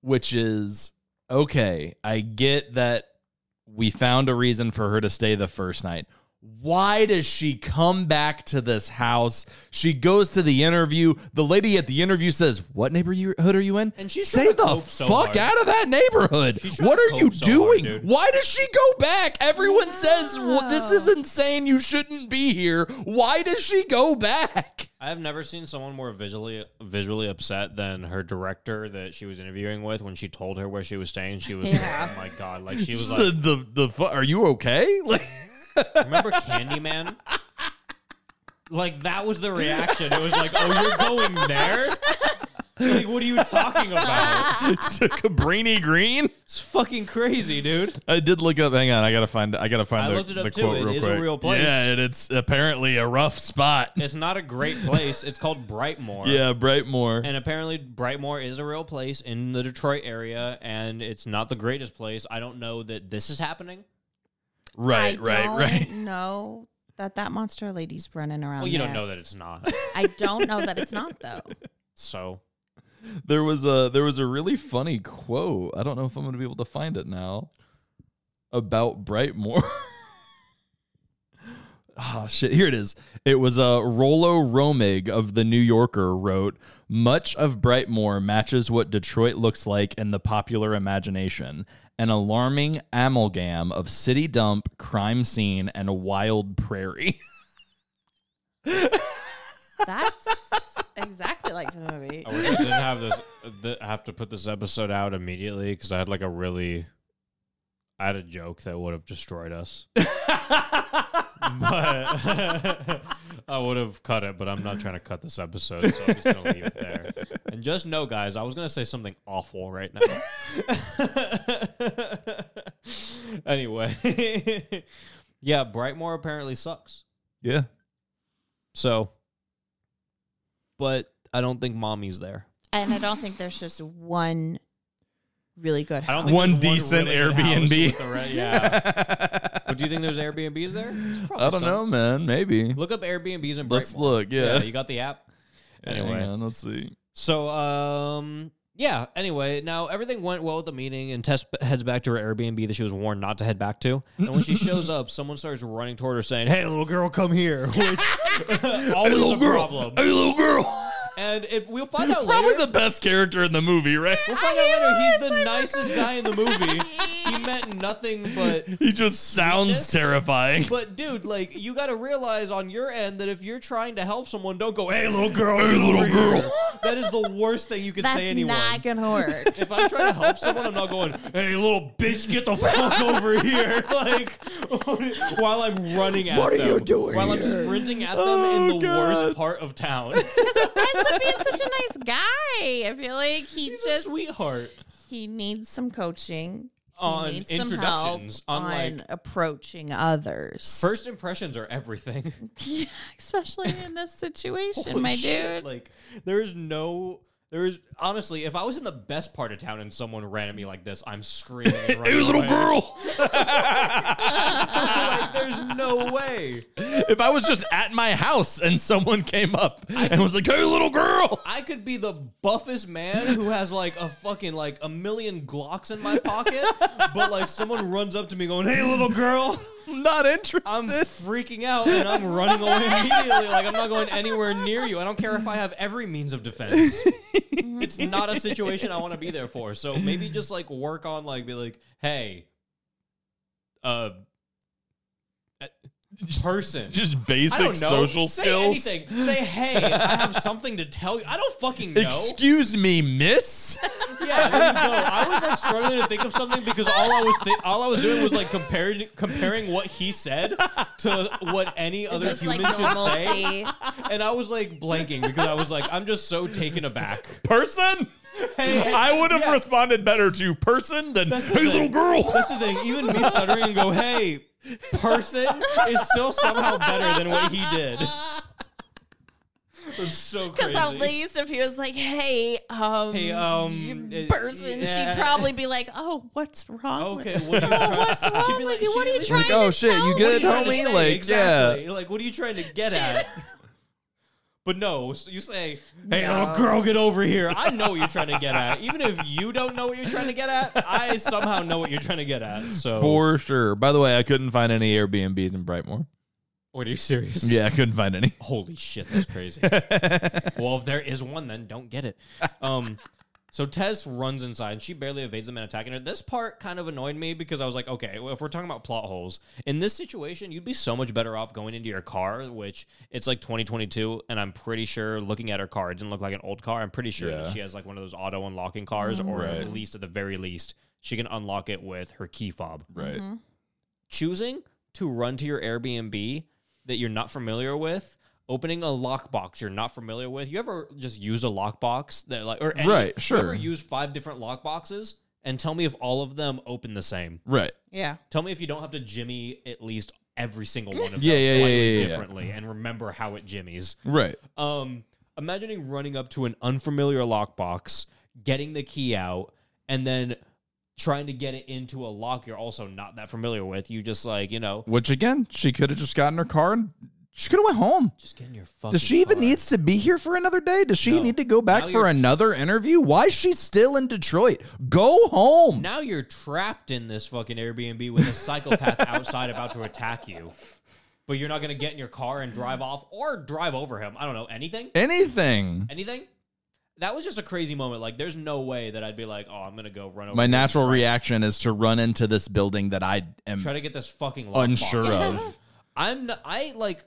which is okay, I get that we found a reason for her to stay the first night. Why does she come back to this house? She goes to the interview. The lady at the interview says, "What neighborhood are you in?"
And she's
stay
trying to
the
cope so
fuck
hard.
out of that neighborhood.
She's trying
What
to
are you
cope so hard,
doing?
dude.
Why does she go back? Everyone says well, this is insane. You shouldn't be here. Why does she go back?
I have never seen someone more visually visually upset than her director that she was interviewing with when she told her where she was staying. She was,
Yeah.
oh my god, like she was
The
like,
the, the fu- are you okay? Like
remember Candyman? Like that was the reaction. It was like, oh, you're going there? Like, what are you talking about?
to Cabrini Green.
It's fucking crazy, dude.
I did look up. Hang on, I gotta find. I gotta find.
I
the,
looked it up
the
too.
Quote
It
real
is a
quick.
real place.
Yeah, and it's apparently a rough spot.
It's not a great place. It's called Brightmoor.
Yeah, Brightmoor.
And apparently, Brightmoor is a real place in the Detroit area, and it's not the greatest place. I don't know that this is happening.
right,
I
right,
don't
right.
know that that monster lady's running around.
Well, you don't
there.
know that it's not.
I don't know that it's not though.
So
There was a there was a really funny quote. I don't know if I'm going to be able to find it now about Brightmoor. Ah shit, here it is. It was uh, Rolo Romig of the New Yorker wrote, "Much of Brightmoor matches what Detroit looks like in the popular imagination, an alarming amalgam of city dump, crime scene, and wild prairie."
That's exactly like the movie.
I wish I didn't have this. th- have to put this episode out immediately because I had like a really, I had a joke that would have destroyed us. but I would have cut it. But I'm not trying to cut this episode, so I'm just gonna leave it there. And just know, guys, I was gonna say something awful right now. anyway, yeah, Brightmoor apparently sucks.
yeah.
So, but I don't think mommy's there.
And I don't think there's just one really good
I
house.
don't think
One
there's
decent
really good house
Airbnb.
with the re- yeah, but do you think there's Airbnbs there? There's probably
I don't
some.
know, man. Maybe.
Look up Airbnbs and
Let's look. Yeah.
you got the app.
Hang
Anyway,
on, let's see.
so um, yeah. Anyway, now everything went well at the meeting, and Tess b- heads back to her Airbnb that she was warned not to head back to. And when she shows up, someone starts running toward her, saying, "Hey, little girl, come here," which always a problem.
Hey, little girl.
And if we'll find out
Probably
later,
the best character in the movie, right?
we'll find out later. He's the nicest guy in the movie. He meant nothing but
He just sounds
Yes.
terrifying.
But dude, like you got to realize on your end that if you're trying to help someone, don't go, "Hey, little girl,
Hey,
get
little
over here."
girl.
That is the worst thing you could
That's
say anyone.
not gonna work.
if I'm trying to help someone, I'm not going, "Hey, little bitch, get the fuck over here!" Like while I'm running at
What are
them,
you doing
While I'm
here?
sprinting at them in
Oh,
the
God.
worst part of town.
ends up being such a nice guy. I feel like he
He's a
just
sweetheart.
he needs some coaching. He
On
needs some help
introductions, on,
on,
like-
approaching others.
First impressions are everything.
yeah, especially in this situation,
Holy
my
shit,
dude.
Like, there is no. There is honestly, if I was in the best part of town and someone ran at me like this, I'm screaming. And
hey,
running
little
away.
girl.
Like, there's no way.
if I was just at my house and someone came up and was like, hey, little girl.
I could be the buffest man who has like a fucking like a million Glocks in my pocket, but like someone runs up to me going, "Hey, little girl."
I'm not
Um,
interested.
I'm freaking out and I'm running away immediately. Like I'm not going anywhere near you. I don't care if I have every means of defense. it's not a situation I want to be there for. So maybe just like work on like be like, hey, uh, uh, person.
just
I
basic
don't know.
social
Say
skills.
anything. Say hey. I have something to tell you. I don't fucking know.
Excuse me, miss.
Yeah, there you go. I was like struggling to think of something because all I was thi- all I was doing was like comparing comparing what he said to what any other
Just
human
like
should say,
normalcy.
and I was like blanking because I was like, I'm just so taken aback.
Person? I would have
yeah.
responded better to person than,
That's
hey,
the
little
thing.
girl.
That's the thing. Even me stuttering and go, hey, person is still somehow better than what he did. It's so
Because
crazy.
at least if he was like, "Hey, um,
Hey, um,
you
uh,
person,"
yeah.
she'd probably be like, "Oh, what's wrong?"
Okay,
with
what are you trying?
What's wrong
She'd be
with
like-
you? What
she'd
are you
be
trying
like,
to
"Oh, shit,
tell
you good,
me?"
trying to
homie?
say,
Like,
exactly. Like, what are you trying to get at? But no, so you say, "Hey, little girl, get over here." I know what you're trying to get at. Even if you don't know what you're trying to get at, I somehow know what you're trying to get at. So,
For sure. By the way, I couldn't find any Airbnbs in Brightmoor.
wait, are you serious?
Yeah, I couldn't find any.
Holy shit, that's crazy. well, if there is one, then don't get it. Um, so Tess runs inside and she barely evades the man attacking her. This part kind of annoyed me because I was like, okay, well, if we're talking about plot holes, in this situation, you'd be so much better off going into your car, which it's like 2022. And I'm pretty sure looking at her car, it didn't look like an old car. I'm pretty sure
Yeah.
that she has like one of those auto unlocking cars, or
Right.
at least at the very least, she can unlock it with her key fob
Right.
Mm-hmm.
choosing to run to your Airbnb that you're not familiar with, opening a lockbox you're not familiar with. You ever just used a lockbox that like or any,
Right,
You
sure.
ever use five different lockboxes and tell me if all of them open the same.
Right.
Yeah.
Tell me if you don't have to jimmy at least every single one of
Yeah, yeah,
them
yeah,
slightly
yeah, yeah.
differently and remember how it jimmies.
Right.
Um, imagining running up to an unfamiliar lockbox, getting the key out, and then trying to get it into a lock you're also not that familiar with. You just like, you know,
Which again, she could have just got in her car and she could have went home.
just get in your fucking.
Does she even
car.
needs to be here for another day? Does she
No.
need to go back
Now
for
you're-
another interview? Why is she still in Detroit? Go home.
Now you're trapped in this fucking Airbnb with a psychopath outside about to attack you, but you're not gonna get in your car and drive off or drive over him. I don't know anything.
Anything.
Anything. That was just a crazy moment. Like, there's no way that I'd be like, oh, I'm gonna go run over.
My
here and
natural
try-
reaction is to run into this building that I am
Try to get this fucking lockbox
unsure
open.
of.
I'm not, I like.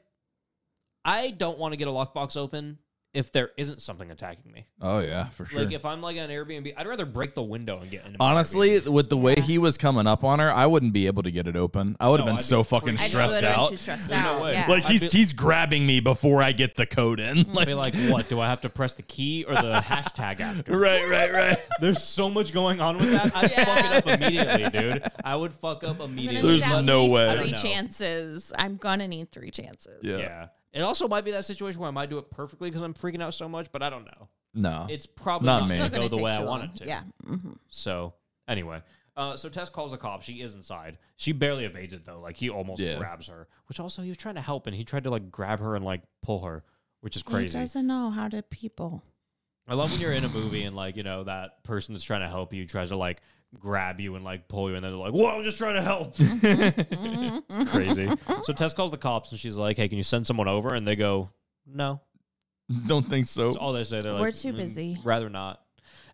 I don't want to get a lockbox open if there isn't something attacking me.
Oh yeah, for sure.
Like if I'm like on Airbnb, I'd rather break the window and get in.
Honestly, with the way he was coming up on her, I wouldn't be able to get it open. I would have
No,
been
I'd be
so fucking
freaked
I
stressed
just would've been
out.
Too stressed
There's no
out.
way.
Yeah.
Like
I'd
he's
be- Mm.
he's grabbing me before I get the code in.
I'd
Like
be like, what? Do I have to press the key or the hashtag after?
right, right, right.
There's so much going on with that. I'd fuck it up immediately, dude. I would fuck up
I'm gonna
immediately.
need
There's
at
no
least
way. I
don't
Three
know.
chances. I'm gonna need three chances.
Yeah.
yeah. It also might be that situation where I might do it perfectly because I'm freaking out so much, but I don't know.
No.
Uh,
It's probably
Not
not,
me.
going
Still
to go the
take
way
too Mm-hmm.
I
long.
want it to.
Yeah. Mhm.
So anyway, Uh, so Tess calls the cops. She is inside. She barely evades it though. Like he almost
Yeah.
grabs her, which also he was trying to help and he tried to like grab her and like pull her, which is crazy.
He doesn't know how to people.
I love when you're in a movie and like you know that person that's trying to help you tries to like grab you and like pull you and then they're like, "Whoa, I'm just trying to help."
Mm-hmm.
it's crazy. So Tess calls the cops and she's like, "Hey, can you send someone over?" And they go, "No."
Don't think so.
That's all they say. They're like,
We're too
"Mm,
busy."
Rather not.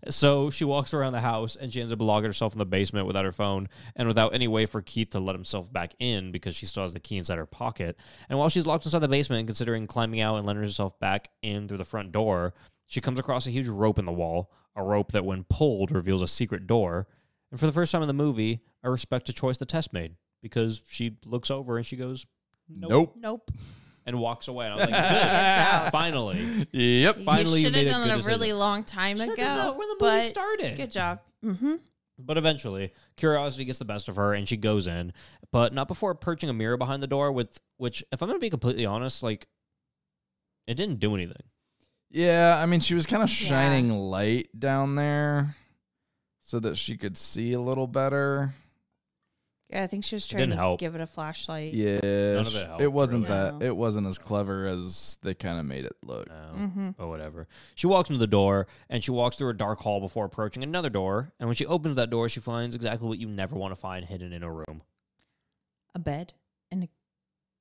So she walks around the house and she ends up logging herself in the basement without her phone and without any way for Keith to let himself back in because she still has the key inside her pocket. And while she's locked inside the basement and considering climbing out and letting herself back in through the front door, she comes across a huge rope in the wall, a rope that, when pulled, reveals a secret door. And for the first time in the movie, I respect a choice the test made because she looks over and she goes, Nope.
Nope.
Nope.
And walks away. And I'm like, Good.
out.
Finally.
Yep.
Finally, you
you should
made
have
a
done
good
it a
decision.
really long time
Should've
ago.
done that when the movie
but
started.
Good job. Mm-hmm.
But eventually, curiosity gets the best of her, and she goes in, but not before perching a mirror behind the door. With which, if I'm gonna be completely honest, like it didn't do anything.
Yeah, I mean, she was kind of shining light down there so that she could see a little better.
Yeah, I think she was trying
didn't
to
help.
give it a flashlight.
Yeah,
of
sh-
it
it
helped,
wasn't
really.
that.
No.
It wasn't as clever as they kind of made it look.
No,
Mm-hmm.
but whatever. She walks into the door, and she walks through a dark hall before approaching another door. And when she opens that door, she finds exactly what you never want to find hidden in a room
A bed and a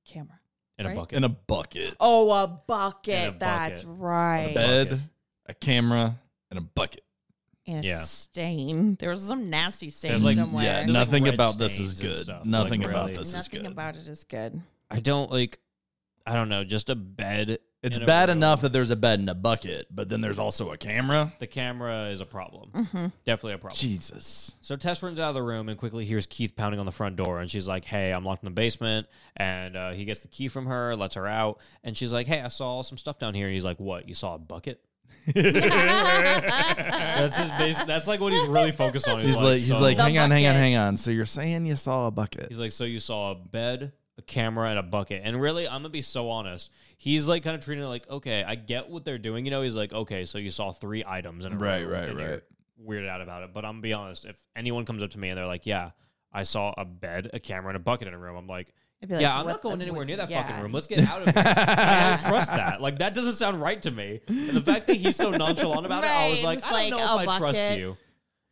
camera.
in a
Right.
bucket.
In a bucket,
Oh, a bucket.
And a
That's
bucket.
right.
a bed, a camera, and a bucket.
And a
Yeah.
stain. There was some nasty stain
There's like-
somewhere.
Yeah,
There's like
nothing
red
about this
stains
is
and
good.
stuff, like
Nothing about
really.
this
Nothing
is good.
about it is good.
I don't like. I don't know. Just a bed.
it's
in a
bad
room.
enough that there's a bed and a bucket, but then there's also a camera.
The camera is a problem.
Mm-hmm.
Definitely a problem.
Jesus.
So Tess runs out of the room and quickly hears Keith pounding on the front door, and she's like, "Hey, I'm locked in the basement." And uh, he gets the key from her, lets her out, and she's like, "Hey, I saw some stuff down here." And he's like, "What? You saw a bucket?" That's his basic. That's like what he's really focused on.
He's, like, he's
so,
like,
The
hang on, hang on,
bucket.
hang on. So you're saying you saw a bucket?
he's like, so you saw a bed, a camera, and a bucket. And really, I'm gonna be so honest. He's like, kind of treating it like, okay, I get what they're doing. You know, he's like, okay, so you saw three items in a
Right,
room,
right,
and you're
right.
weirded out about it. But I'm gonna be honest. If anyone comes up to me and they're like, yeah, I saw a bed, a camera, and a bucket in a room, I'm like.
I'd be like,
yeah, I'm
what
not
the-
going anywhere
what-
near that
yeah.
fucking room. Let's get out of here. I don't trust that. Like that doesn't sound right to me. And the fact that he's so nonchalant about it, I was
Right,
like,
just
I don't
like,
know
a
if I trust
bucket.
you.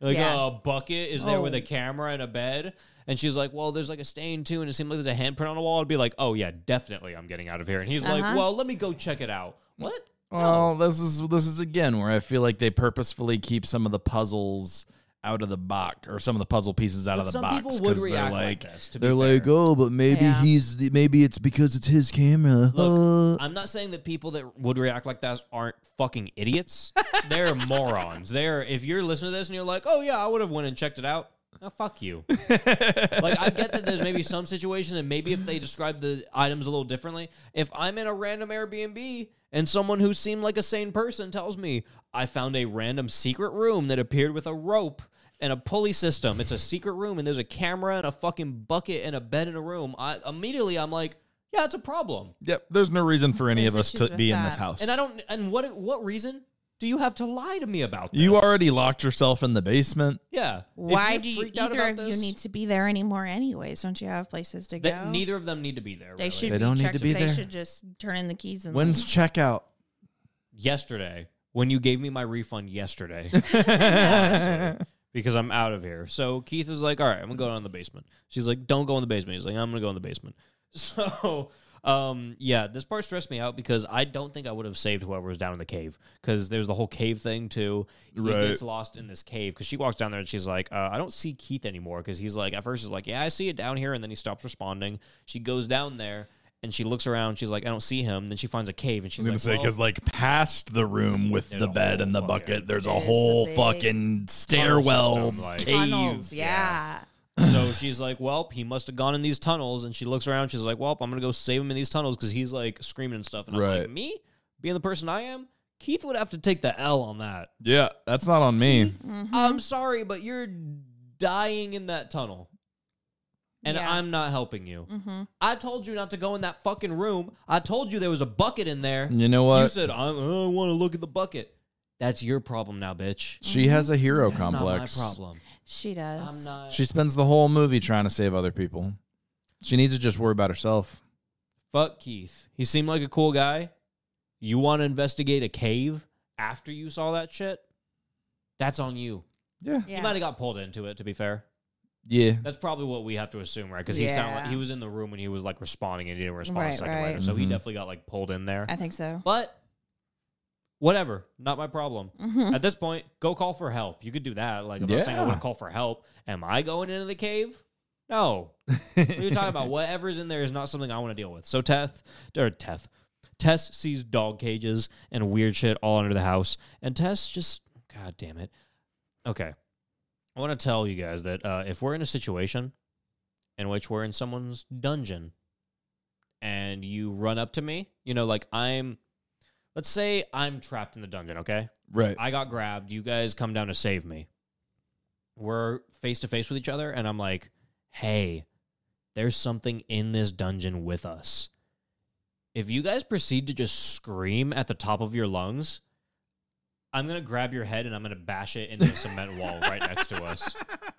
Like
Yeah.
"Oh, a bucket is there with
Oh.
a camera and a bed, and she's like, "Well, there's like a stain too, and it seemed like there's a handprint on the wall." I'd be like, "Oh yeah, definitely, I'm getting out of here." And he's like,
Uh-huh.
"Well, let me go check it out." What?
Well, this is this is again where I feel like they purposefully keep some of the puzzles out of the box or some of the puzzle pieces out
But
of the
some
box.
people would
'cause
react
they're
like,
like,
this. To be
they're like,
fair.
oh, but maybe
Yeah.
he's the, maybe it's because it's his camera.
Look,
Uh,
I'm not saying that people that would react like that aren't fucking idiots. They're morons. They're if you're listening to this and you're like, oh yeah, I would have went and checked it out. Oh, fuck you. like I get that there's maybe some situations and maybe if they describe the items a little differently. If I'm in a random Airbnb and someone who seemed like a sane person tells me I found a random secret room that appeared with a rope and a pulley system. It's a secret room and there's a camera and a fucking bucket and a bed in a room. I immediately I'm like, yeah, it's a problem.
yep, there's no reason for any
There's
of us
issues
to
with
be in this
that.
house.
And I don't. And what what reason do you have to lie to me about this?
You already locked yourself in the basement.
Yeah. If
Why
you're
do you,
freaked out
either
about
of
this,
you need to be there anymore, anyways? Don't you have places to
That
go?
neither of them need to be there.
They
really.
should
They
be
don't need to
checked-
be
They
there.
should just turn in the keys and
When's checkout?
Yesterday, when you gave me my refund yesterday,
That's
because I'm out of here. So Keith is like, "All right, I'm gonna go down in the basement." She's like, "Don't go in the basement." He's like, "I'm gonna go in the basement." So. Um yeah, this part stressed me out because I don't think I would have saved whoever was down in the cave because there's the whole cave thing too. He
Right.
gets lost in this cave because she walks down there and she's like, uh, "I don't see Keith anymore." Because he's like, at first he's like, "Yeah, I see it down here," and then he stops responding. She goes down there and she looks around. She's like, "I don't see him." Then she finds a cave and she's
gonna
like,
say
"Well,
because like past the room with
There's
the
a
bed
whole
and the
fucking-
bucket, there's, a
There's a
whole
big
fucking stairwell
system, like-
cave.
tunnels? Yeah.
so she's like, "Well, he must have gone in these tunnels." And she looks around. She's like, "Well, I'm gonna go save him in these tunnels because he's like screaming and stuff." And I'm
Right.
like, "Me being the person I am, Keith would have to take the L on that."
Yeah, that's not on me.
I'm sorry, but you're dying in that tunnel, and
Yeah.
I'm not helping you.
Mm-hmm.
I told you not to go in that fucking room. I told you there was a bucket in there.
You know what?
You said I, I want to look at the bucket. That's your problem now, bitch.
She has a hero
That's
complex.
Not my problem.
She
I'm
does.
not.
She spends the whole movie trying to save other people. She needs to just worry about herself.
Fuck Keith. He seemed like a cool guy. You want to investigate a cave after you saw that shit? That's on you.
Yeah.
Yeah.
He might have got pulled into it. To be fair,
Yeah.
that's probably what we have to assume, right? Because he sounded like
Yeah.
he was in the room when he was like responding and he didn't respond
Right,
a second
right.
later, so he
Mhm.
definitely got like pulled in there.
I think so.
But whatever, not my problem.
Mhm.
At this point, go call for help. You could do that. Like I'm not saying I
Yeah.
want to call for help. Am I going into the cave? No. What are you talking about? Whatever's in there is not something I want to deal with. So Teth or Teth. Tess sees dog cages and weird shit all under the house. And Tess just God damn it. Okay. I want to tell you guys that uh, if we're in a situation in which we're in someone's dungeon and you run up to me, you know, like I'm let's say I'm trapped in the dungeon, okay?
Right.
I got grabbed. You guys come down to save me. We're face to face with each other, and I'm like, hey, there's something in this dungeon with us. If you guys proceed to just scream at the top of your lungs, I'm gonna grab your head and I'm gonna bash it into the cement wall right next to us.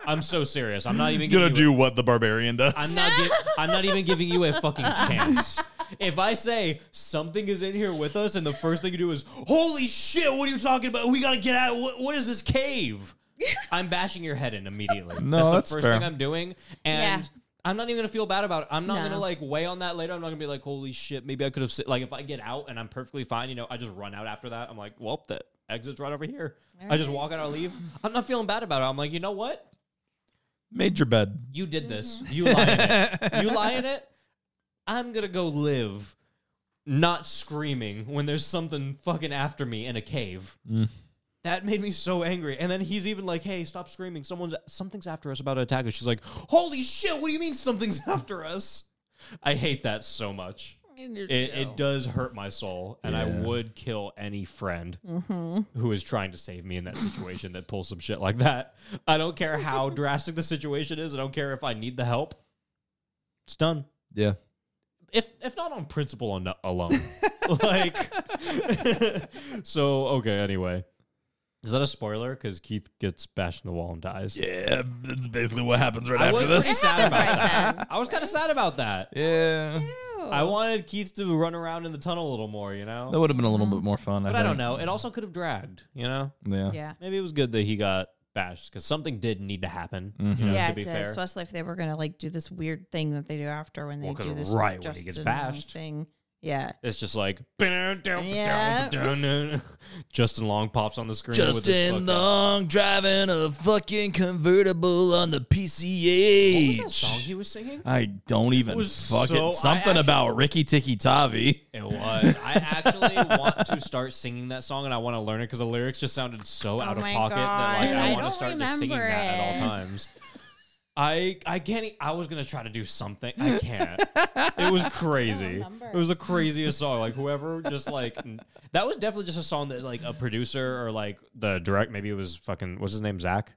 I'm so serious. I'm not even giving you a-
what the barbarian does.
I'm not. Gi- I'm not even giving you a fucking chance. If I say something is in here with us, and the first thing you do is, "Holy shit! What are you talking about? We gotta get out! What, what is this cave?" I'm bashing your head in immediately.
No,
that's the
that's
first
fair.
thing I'm doing, and.
Yeah.
I'm not even gonna feel bad about it. I'm not
No.
gonna like weigh on that later. I'm not gonna be like, holy shit, maybe I could have sit. Like, if I get out and I'm perfectly fine, you know, I just run out after that. I'm like, well, the exit's right over here. I just walk out, I leave. I'm not feeling bad about it. I'm like, you know what?
Made your bed.
You did this. You lie in it. You lie in it. I'm gonna go live, not screaming when there's something fucking after me in a cave.
Mm.
That made me so angry. And then he's even like, "Hey, stop screaming! Someone's something's after us about to attack us." She's like, "Holy shit! What do you mean something's after us?" I hate that so much. It, it does hurt my soul, and I
Yeah.
would kill any friend who is trying to save me in that situation that pulls some shit like that. I don't care how drastic the situation is. I don't care if I need the help. It's done.
Yeah.
If if not on principle on, alone, like. so okay. Anyway, is that a spoiler? Because Keith gets bashed in the wall and dies.
Yeah, that's basically what happens right
I was pretty sad
Happens
about
right
that.
then.
I was kind of sad about that.
Yeah.
I wanted Keith to run around in the tunnel a little more, you know.
That would have been a little bit more fun.
but
I,
I don't
think.
know. It also could have dragged, you know.
Yeah.
Yeah.
Maybe it was good that he got bashed because something did need to happen. You know,
Yeah,
to
it
be
did,
fair,
especially if they were gonna like do this weird thing that they do after when they
Well, 'cause
do this
right when he
just
gets
annoying
bashed.
thing. Yeah,
it's just like
Yeah.
Justin Long pops on the screen. with his
Justin
fucking-
Long driving a fucking convertible on the
What was that song
PCH.
he was singing?
I don't even
was
fuck
so- I
it. Something
actually-
about Ricky Tikki Tavi.
It was. I actually want to start singing that song and I want to learn it because the lyrics just sounded so out of
Oh my
pocket that like
God.
I,
I
want to
don't
start just singing
remember
that at all
it.
times. I I can't. e- I was gonna try to do something. I can't. it was crazy.
remember.
It was the craziest song. Like whoever just like n- that was definitely just a song that like a producer or like the direct. Maybe it was fucking what's his name Zach.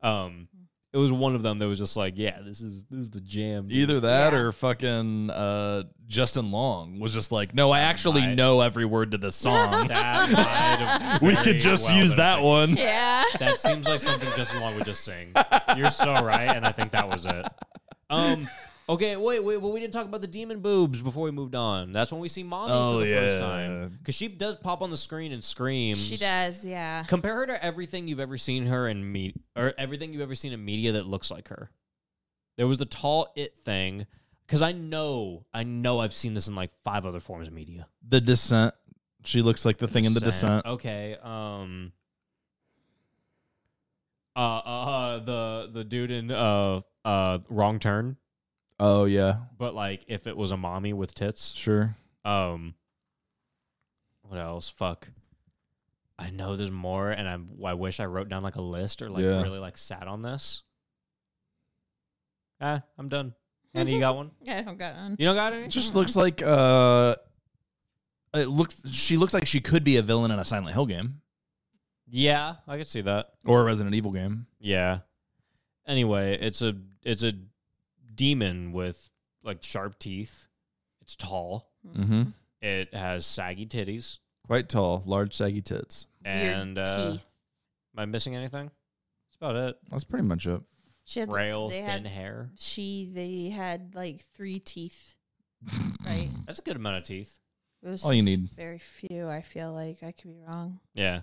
Um, it was one of them that was just like, yeah, this is this is the jam. dude.
Either that or fucking uh, Justin Long was just like, no, I actually
might-
know every word to this song.
That might have
we
very
could just
well
use
been a
that
thing.
one.
yeah.
That seems like something Justin Long would just sing. You're so right, and I think that was it. Um. Okay, wait, wait, well, we didn't talk about the demon boobs before we moved on. That's when we see mommy
Oh,
for the first
yeah.
time. Because she does pop on the screen and screams.
She does. Yeah.
Compare her to everything you've ever seen her in me or everything you've ever seen in media that looks like her. There was the tall it thing. Because I know, I know I've seen this in like five other forms of media.
The Descent. She looks like the thing in The Descent.
Okay. Um. Uh, uh, the the dude in uh uh wrong turn,
Oh, yeah.
but like if it was a mommy with tits.
Sure.
Um. What else? Fuck. I know there's more, and I I wish I wrote down like a list or like
Yeah.
really like sat on this. Ah, I'm done. Anna, you got one?
Yeah, I don't got on.
You don't got any?
It just looks like uh it looks she looks like she could be a villain in a Silent Hill game
Yeah, I could see that.
or a Resident Evil game.
Yeah. Anyway, it's a it's a demon with like sharp teeth. It's tall.
Mm-hmm.
It has saggy titties.
Quite tall, large, saggy tits.
And
Weird
uh,
teeth.
am I missing anything? That's about it.
That's pretty much it.
She had,
Frail,
they
thin
had-
hair.
She they had like three teeth, right?
That's a good amount of teeth.
It was
All you
just
need.
Very few. I feel like I could be wrong.
Yeah.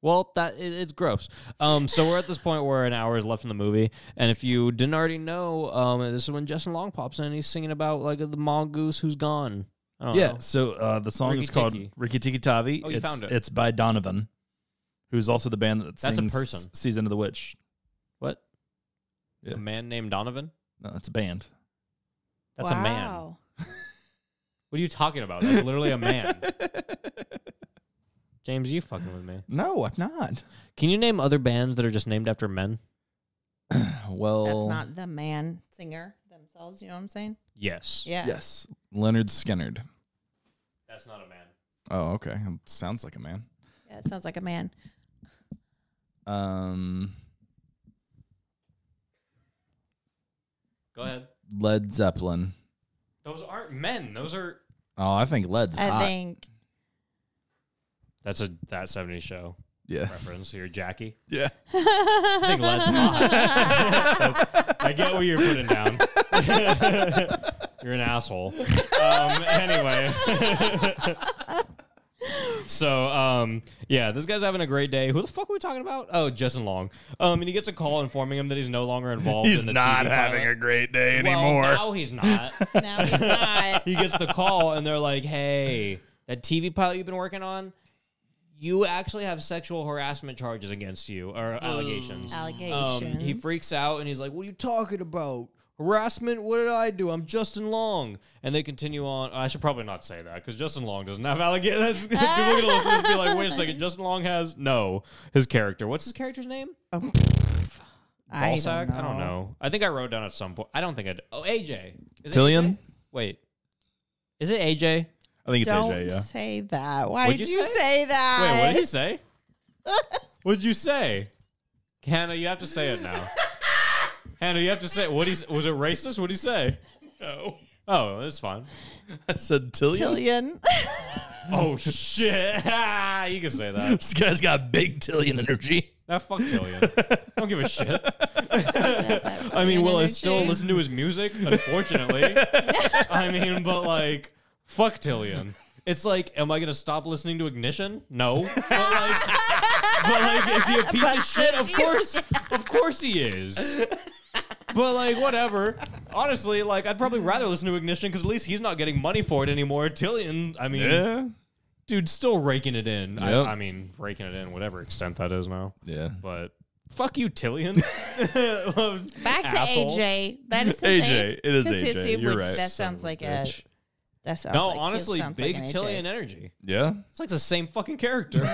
Well, that it, it's gross. Um, so we're at this point where an hour is left in the movie, and if you didn't already know, um, this is when Justin Long pops in and he's singing about like the mongoose who's gone. I don't
Yeah.
know.
So uh, the song
Rikki
is called
Tikki.
Ricky Tiki Tavi.
Oh, you
it's,
found it.
It's by Donovan, who's also the band that
That's a
sings
person.
Season of the Witch.
What?
Yeah.
A man named Donovan?
No, it's a band.
That's a man.
Wow.
What are you talking about? Oh, That's literally a man. James, you fucking with me.
No, I'm not.
Can you name other bands that are just named after men?
Well,
That's not the man singer themselves. You know what I'm saying?
Yes.
Yeah.
Yes, Leonard Skinnerd.
That's not a man.
Oh, okay. Sounds like a man.
Yeah, it sounds like a man.
Um,
Go ahead.
Led Zeppelin.
Those aren't men. Those are.
Oh, I think Led's
I
hot.
think
That's a that 70s show
yeah,
reference here, Jackie.
yeah.
I think Led's hot. I get what you're putting down. you're an asshole. Um, anyway. so, um, yeah, this guy's having a great day. Who the fuck are we talking about? Oh, Justin Long. Um, and he gets a call informing him that he's no longer involved in the TV pilot.
great day
Well, now he's not.
now he's not.
he gets the call and they're like, "Hey, that TV pilot you've been working on, you actually have sexual harassment charges against you or Oh, allegations." Um,
Allegations.
he freaks out and he's like, "What are you talking about? Harassment? What did I do? I'm Justin Long." And they continue on. I should probably not say that because Justin Long doesn't have allegations. People are gonna listen to this and be like, "Wait a second, Justin Long has no his character. What's his character's name?"
I Oh, don't,
Ballsack?
know.
I don't know. I think I wrote down at some point. I don't think I. Did. Oh, AJ. Is it
Tillian?
AJ? Wait, is it AJ?
I think it's
Don't
AJ. Yeah.
say that. Why
What'd
did
you
you
say?
say, that?
Wait, what did you say? What'd you say? Hannah, you have to say it now. Hannah, you have to say what he was it racist? What did he say? No. Oh, that's fine.
I said Tillian.
Tillion.
Oh shit! you can say that.
This guy's got big Tillian energy.
That fuck Tillian. I don't give a shit. I mean,
Tillian
will I still
energy.
listen to his music? Unfortunately. I mean, but like, fuck Tillian. It's like, am I gonna stop listening to Ignition? No. But like, but like is he a piece of shit? Of course, of course he is. But like, whatever. Honestly, like, I'd probably rather listen to Ignition because at least he's not getting money for it anymore. Tillian, I mean,
Yeah.
dude, still raking it in.
Yep.
I, I mean, raking it in, whatever extent that is now.
Yeah.
But fuck you, Tillian.
Back to
Asshole.
AJ. That is his name.
AJ. It is
'Cause his
AJ.
name
You're
would-
right.
That sounds like a. That sounds
No,
like- he
honestly,
sounds like
big
an AJ.
Tillian energy.
Yeah.
It's like the same fucking character.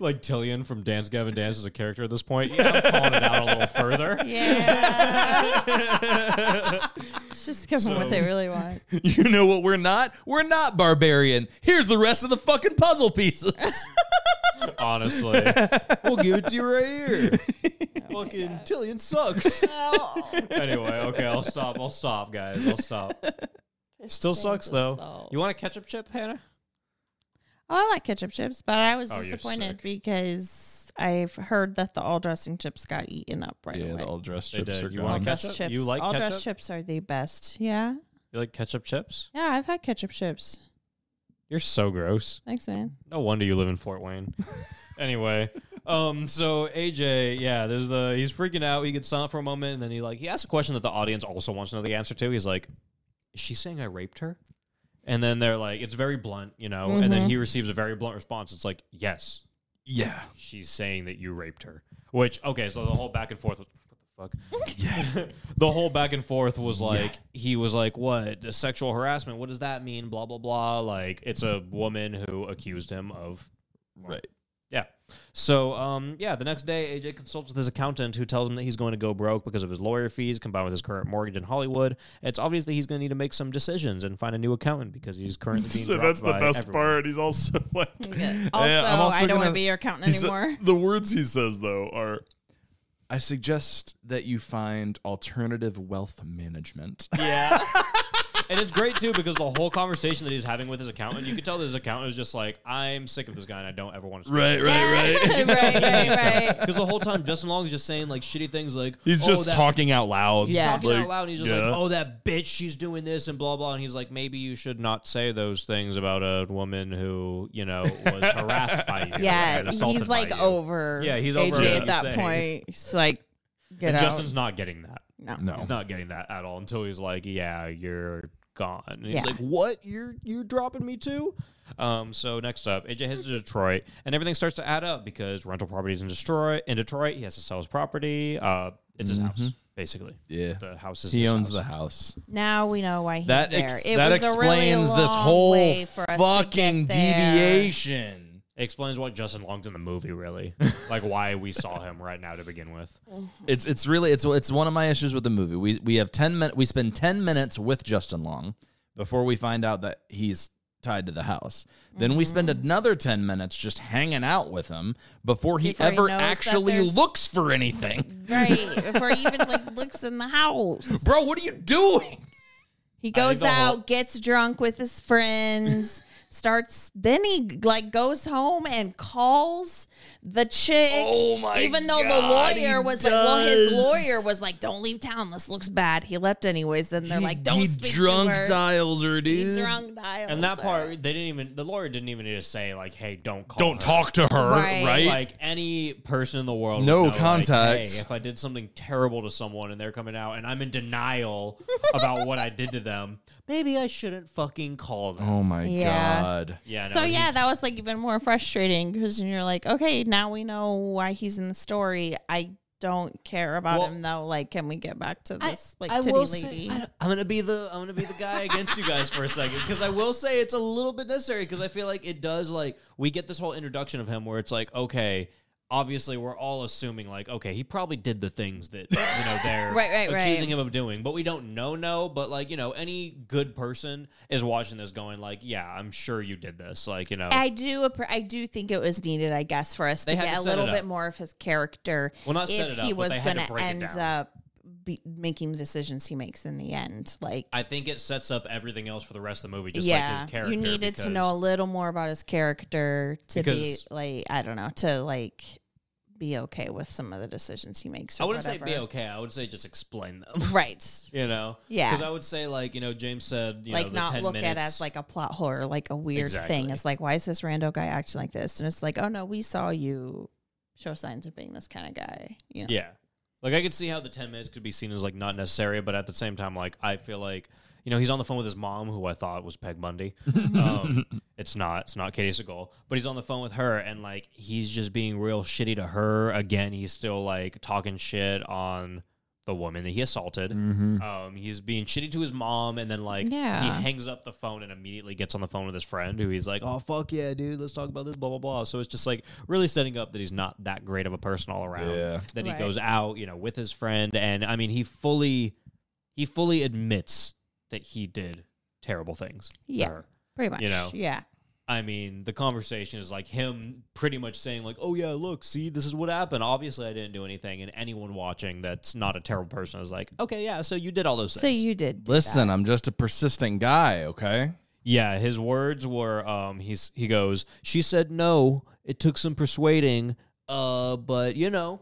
like Tillian from Dance Gavin Dance is a character at this point. Mm-hmm. Yeah, I'm calling it out a little further.
Yeah. Let's just give them
So-
what they really want.
You know what we're not? We're not barbarian. Here's the rest of the fucking puzzle pieces.
Honestly, we'll give it to you right here. fucking Tillian sucks. anyway, okay, I'll stop. I'll stop, guys. I'll stop. Still sucks though. You want a ketchup chip, Hannah?
Oh, I like ketchup chips, but I was
Oh, you're
disappointed
sick.
because I've heard that the all dressing chips got eaten up right away.
all dressed
They did. You
all
want
dress
ketchup?
chips.
You like
all
ketchup?
dress chips are the best. Yeah.
You like ketchup chips?
Yeah, I've had ketchup chips.
You're so gross.
Thanks, man.
No wonder you live in Fort Wayne. anyway, um, so AJ, yeah, there's the he's freaking out. He gets silent for a moment, and then he like he asks a question that the audience also wants to know the answer to. He's like, "Is she saying I raped her?" And then they're like, "It's very blunt, you know." And then he receives a very blunt response. It's like, "Yes,
Yeah.
she's saying that you raped her." Which okay, so the whole back and forth. Was, what the fuck? the whole back and forth was like he was like, "What the sexual harassment? What does that mean?" Blah blah blah. Like it's a woman who accused him of
Right.
yeah. So, um, yeah, the next day, AJ consults with his accountant who tells him that he's going to go broke because of his lawyer fees combined with his current mortgage in Hollywood. It's obvious that he's going to need to make some decisions and find a new accountant because he's currently being
So
dropped
that's the
by
best
everyone.
part. He's also like,
Okay.
"Eh,
Also,
I'm
I don't wanna
gonna-"
be your accountant
He said-
anymore.
the words he says though are, "I suggest that you find alternative wealth management."
Yeah. And it's great too because the whole conversation that he's having with his accountant, you could tell that his accountant is just like, I'm sick of this guy and I don't ever want to speak.
Right, right, right.
right, right, right.
Because the whole time Justin Long is just saying like shitty things like
He's
"Oh,
just
that-
talking out loud.
Yeah.
talking
Like,
out loud and he's just
yeah.
like, Oh, that bitch, she's doing this and blah blah and he's like, Maybe you should not say those things about a woman who, you know, was harassed by you. and
Yeah,
assaulted
he's
by
like
you."
over.
Yeah, he's
AJ
over
at
it.
that
Insane.
point. He's like, get
And
out.
Justin's not getting that.
no.
No.
He's not getting that at all until he's like, "Yeah, you're gone." And
Yeah.
He's like, "What? You're you're dropping me too?" Um, so next up, AJ heads to Detroit, and everything starts to add up because rental properties in Detroit. In Detroit, he has to sell his property. Uh, it's his house, basically.
Mm-hmm. Yeah.
The house is
He
his
owns
house.
the house.
Now we know why he's
That
there.
ex-
it
that
was a really
explains this
long
whole
way for us to
fucking
get there.
deviation.
It explains why Justin Long's in the movie, really, like why we saw him right now to begin with.
It's it's really it's it's one of my issues with the movie. We we have ten min we spend ten minutes with Justin Long before we find out that he's tied to the house. Then we spend
Mm-hmm.
another ten minutes just hanging out with him before he
Before he
ever
knows that
actually
there's-
looks for anything.
Right. Before he even like looks in the house.
Bro, what are you doing?
He goes
the
out,
whole-
gets drunk with his friends, starts then he like goes home and calls the chick.
Oh my
Even though
God,
the
he
lawyer was like well his
does.
lawyer was like, Don't leave town, this looks bad. He left anyways, then they're
He-
like, Don't
he
speak
drunk
to her.
dials her, dude.
He drunk dials
And that
her.
part, they didn't even the lawyer didn't even need to say like, "Hey, don't call
Don't
her."
talk to her,
Right.
right?
like any person in the world.
No
would know, like,
contact.
hey, if I did something terrible to someone and they're coming out and I'm in denial about what I did to them, maybe I shouldn't fucking call them.
oh my
Yeah.
god.
Yeah. No,
So
he-
yeah, that was like even more frustrating because you're like, okay, now we know why he's in the story. I don't care about
Well-
him though. Like, can we get back to this like titty
will say-
lady?
I don't- I'm gonna be the I'm gonna be the guy against you guys for a second because I will say it's a little bit necessary because I feel like it does like we get this whole introduction of him where it's like okay. Obviously, we're all assuming like, okay, he probably did the things that you know they're
Right, right, right.
accusing him of doing, but we don't know. No, but like you know, any good person is watching this going like, yeah, I'm sure you did this. Like you know,
I do. appre- I do think it was needed, I guess, for us
Oh. They
to
had
get
to
a
set
little
it
bit
up.
more of his character.
Well, not set
if
it up,
he
but
was
they had to
gonna
break it
end
down.
up be making the decisions he makes in the end. Like,
I think it sets up everything else for the rest of the movie. Just
yeah,
like his character,
you needed to
because-
know a little more about his character to
Because-
be like, I don't know, to like be okay with some of the decisions he makes. Or
I wouldn't
whatever.
say be okay. I would say just explain them.
Right.
You know,
Yeah.
Because I would say, like, you know, James said, you know,
like
the
not
10
look at
minutes-
as like a plot hole or like a weird thing.
Exactly.
It's like, why is this rando guy acting like this? And it's like, oh no, we saw you show signs of being this kind of guy. You know?
yeah. Like I could see how the ten minutes could be seen as like not necessary, but at the same time, like I feel like you know he's on the phone with his mom, who I thought was Peg Bundy. Um, it's not. It's not Katie Segal, but he's on the phone with her, and like he's just being real shitty to her again. He's still like talking shit on the woman that he assaulted.
Mm-hmm.
Um, he's being shitty to his mom, and then like he
Yeah.
hangs up the phone and immediately gets on the phone with his friend, who he's like, "Oh fuck yeah, dude, let's talk about this." Blah blah blah. So it's just like really setting up that he's not that great of a person all around.
Yeah.
Then
Right.
he goes out, you know, with his friend, and I mean, he fully, he fully admits that he did terrible things. to
Yeah.
her.
Pretty much.
You know.
Yeah.
I mean, the conversation is like him pretty much saying like, "Oh yeah, look, see, this is what happened. Obviously, I didn't do anything." And anyone watching that's not a terrible person is like, "Okay, yeah, so you did all those things."
So you did. do
Listen, I'm just a persistent guy, okay?
yeah, his words were, um, he's he goes, "She said no. It took some persuading, uh, but you know,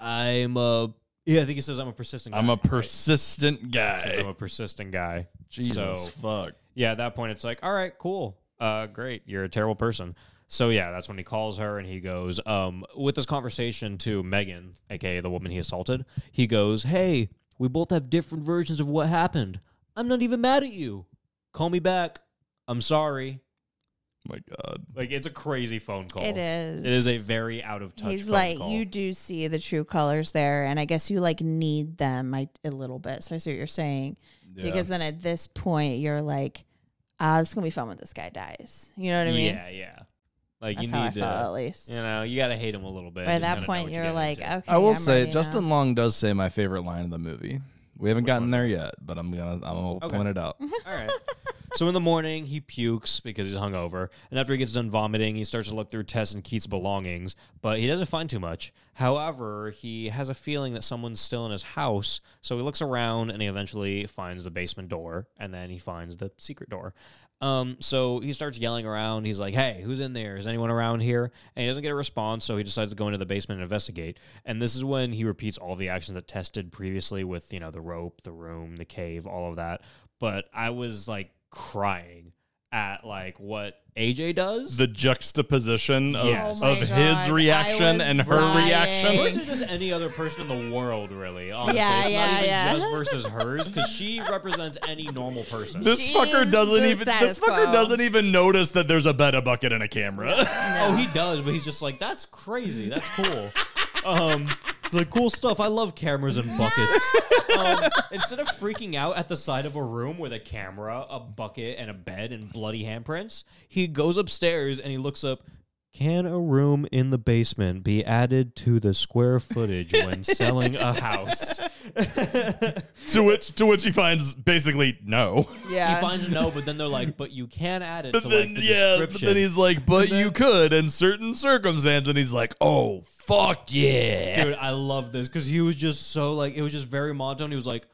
I'm a yeah. I think he says I'm a persistent. guy.
I'm a
right?
persistent
Says I'm
guy.
a persistent guy.
Jesus
So
fuck. Oh
yeah, at that point, it's like, all right, cool, uh, great, you're a terrible person. So yeah, that's when he calls her and he goes, um, with this conversation to Megan, aka the woman he assaulted. He goes, hey, we both have different versions of what happened. I'm not even mad at you. Call me back. I'm sorry.
My god.
Like it's a crazy phone call.
It is.
It is a very out of touch.
He's
phone
like,
call.
you do see the true colors there, and I guess you like need them I- a little bit. So I see what you're saying, because then at this point you're like, ah, this is gonna be fun when this guy dies. You know what I mean?
Yeah, yeah. Like
That's
you
how I
need
felt at
to,
least.
you know, you gotta hate him a little bit.
But at
just
that
kinda know
point,
what
you're
getting
like,
into.
okay.
I will
I'm
say
ready now."
Justin Long does say my favorite line of the movie. We haven't gotten there yet, but I'm gonna I'm gonna
Okay.
Mm-hmm. "Oh."
point it out.
All right. so in the morning, he pukes because he's hungover. And after he gets done vomiting, he starts to look through Tess and Keith's belongings, but he doesn't find too much. However, he has a feeling that someone's still in his house. So he looks around and he eventually finds the basement door and then he finds the secret door. Um, so he starts yelling around. He's like, hey, who's in there? Is anyone around here? And he doesn't get a response. So he decides to go into the basement and investigate. And this is when he repeats all the actions that Tess did previously with, you know, the rope, the room, the cave, all of that but I was like crying at like what AJ does.
The juxtaposition of,
Yes. Oh my
of
God,
his
I
reaction
was
and her
dying.
Versus
reaction.
just any other person in the world, really. Honestly,
Yeah,
it's
yeah,
not even
yeah.
just versus hers because she represents any normal person.
This
She's
fucker doesn't
the
even
status
this fucker
quo.
doesn't even notice that there's a bed, a bucket, and a camera.
Oh, he does, but he's just like, that's crazy. That's cool. um, it's like cool stuff. I love cameras and buckets. um, instead of freaking out at the side of a room with a camera, a bucket, and a bed and bloody handprints, he goes upstairs and he looks up. Can a room in the basement be added to the square footage when selling a house?
to which to which he finds basically no.
Yeah.
He finds no, but then they're like, but you can add it
But
to
then
like the
yeah, but
description.
then he's like, but you could in certain circumstances, and he's like, oh fuck yeah.
Dude, I love this because he was just so like it was just very monotone. He was like,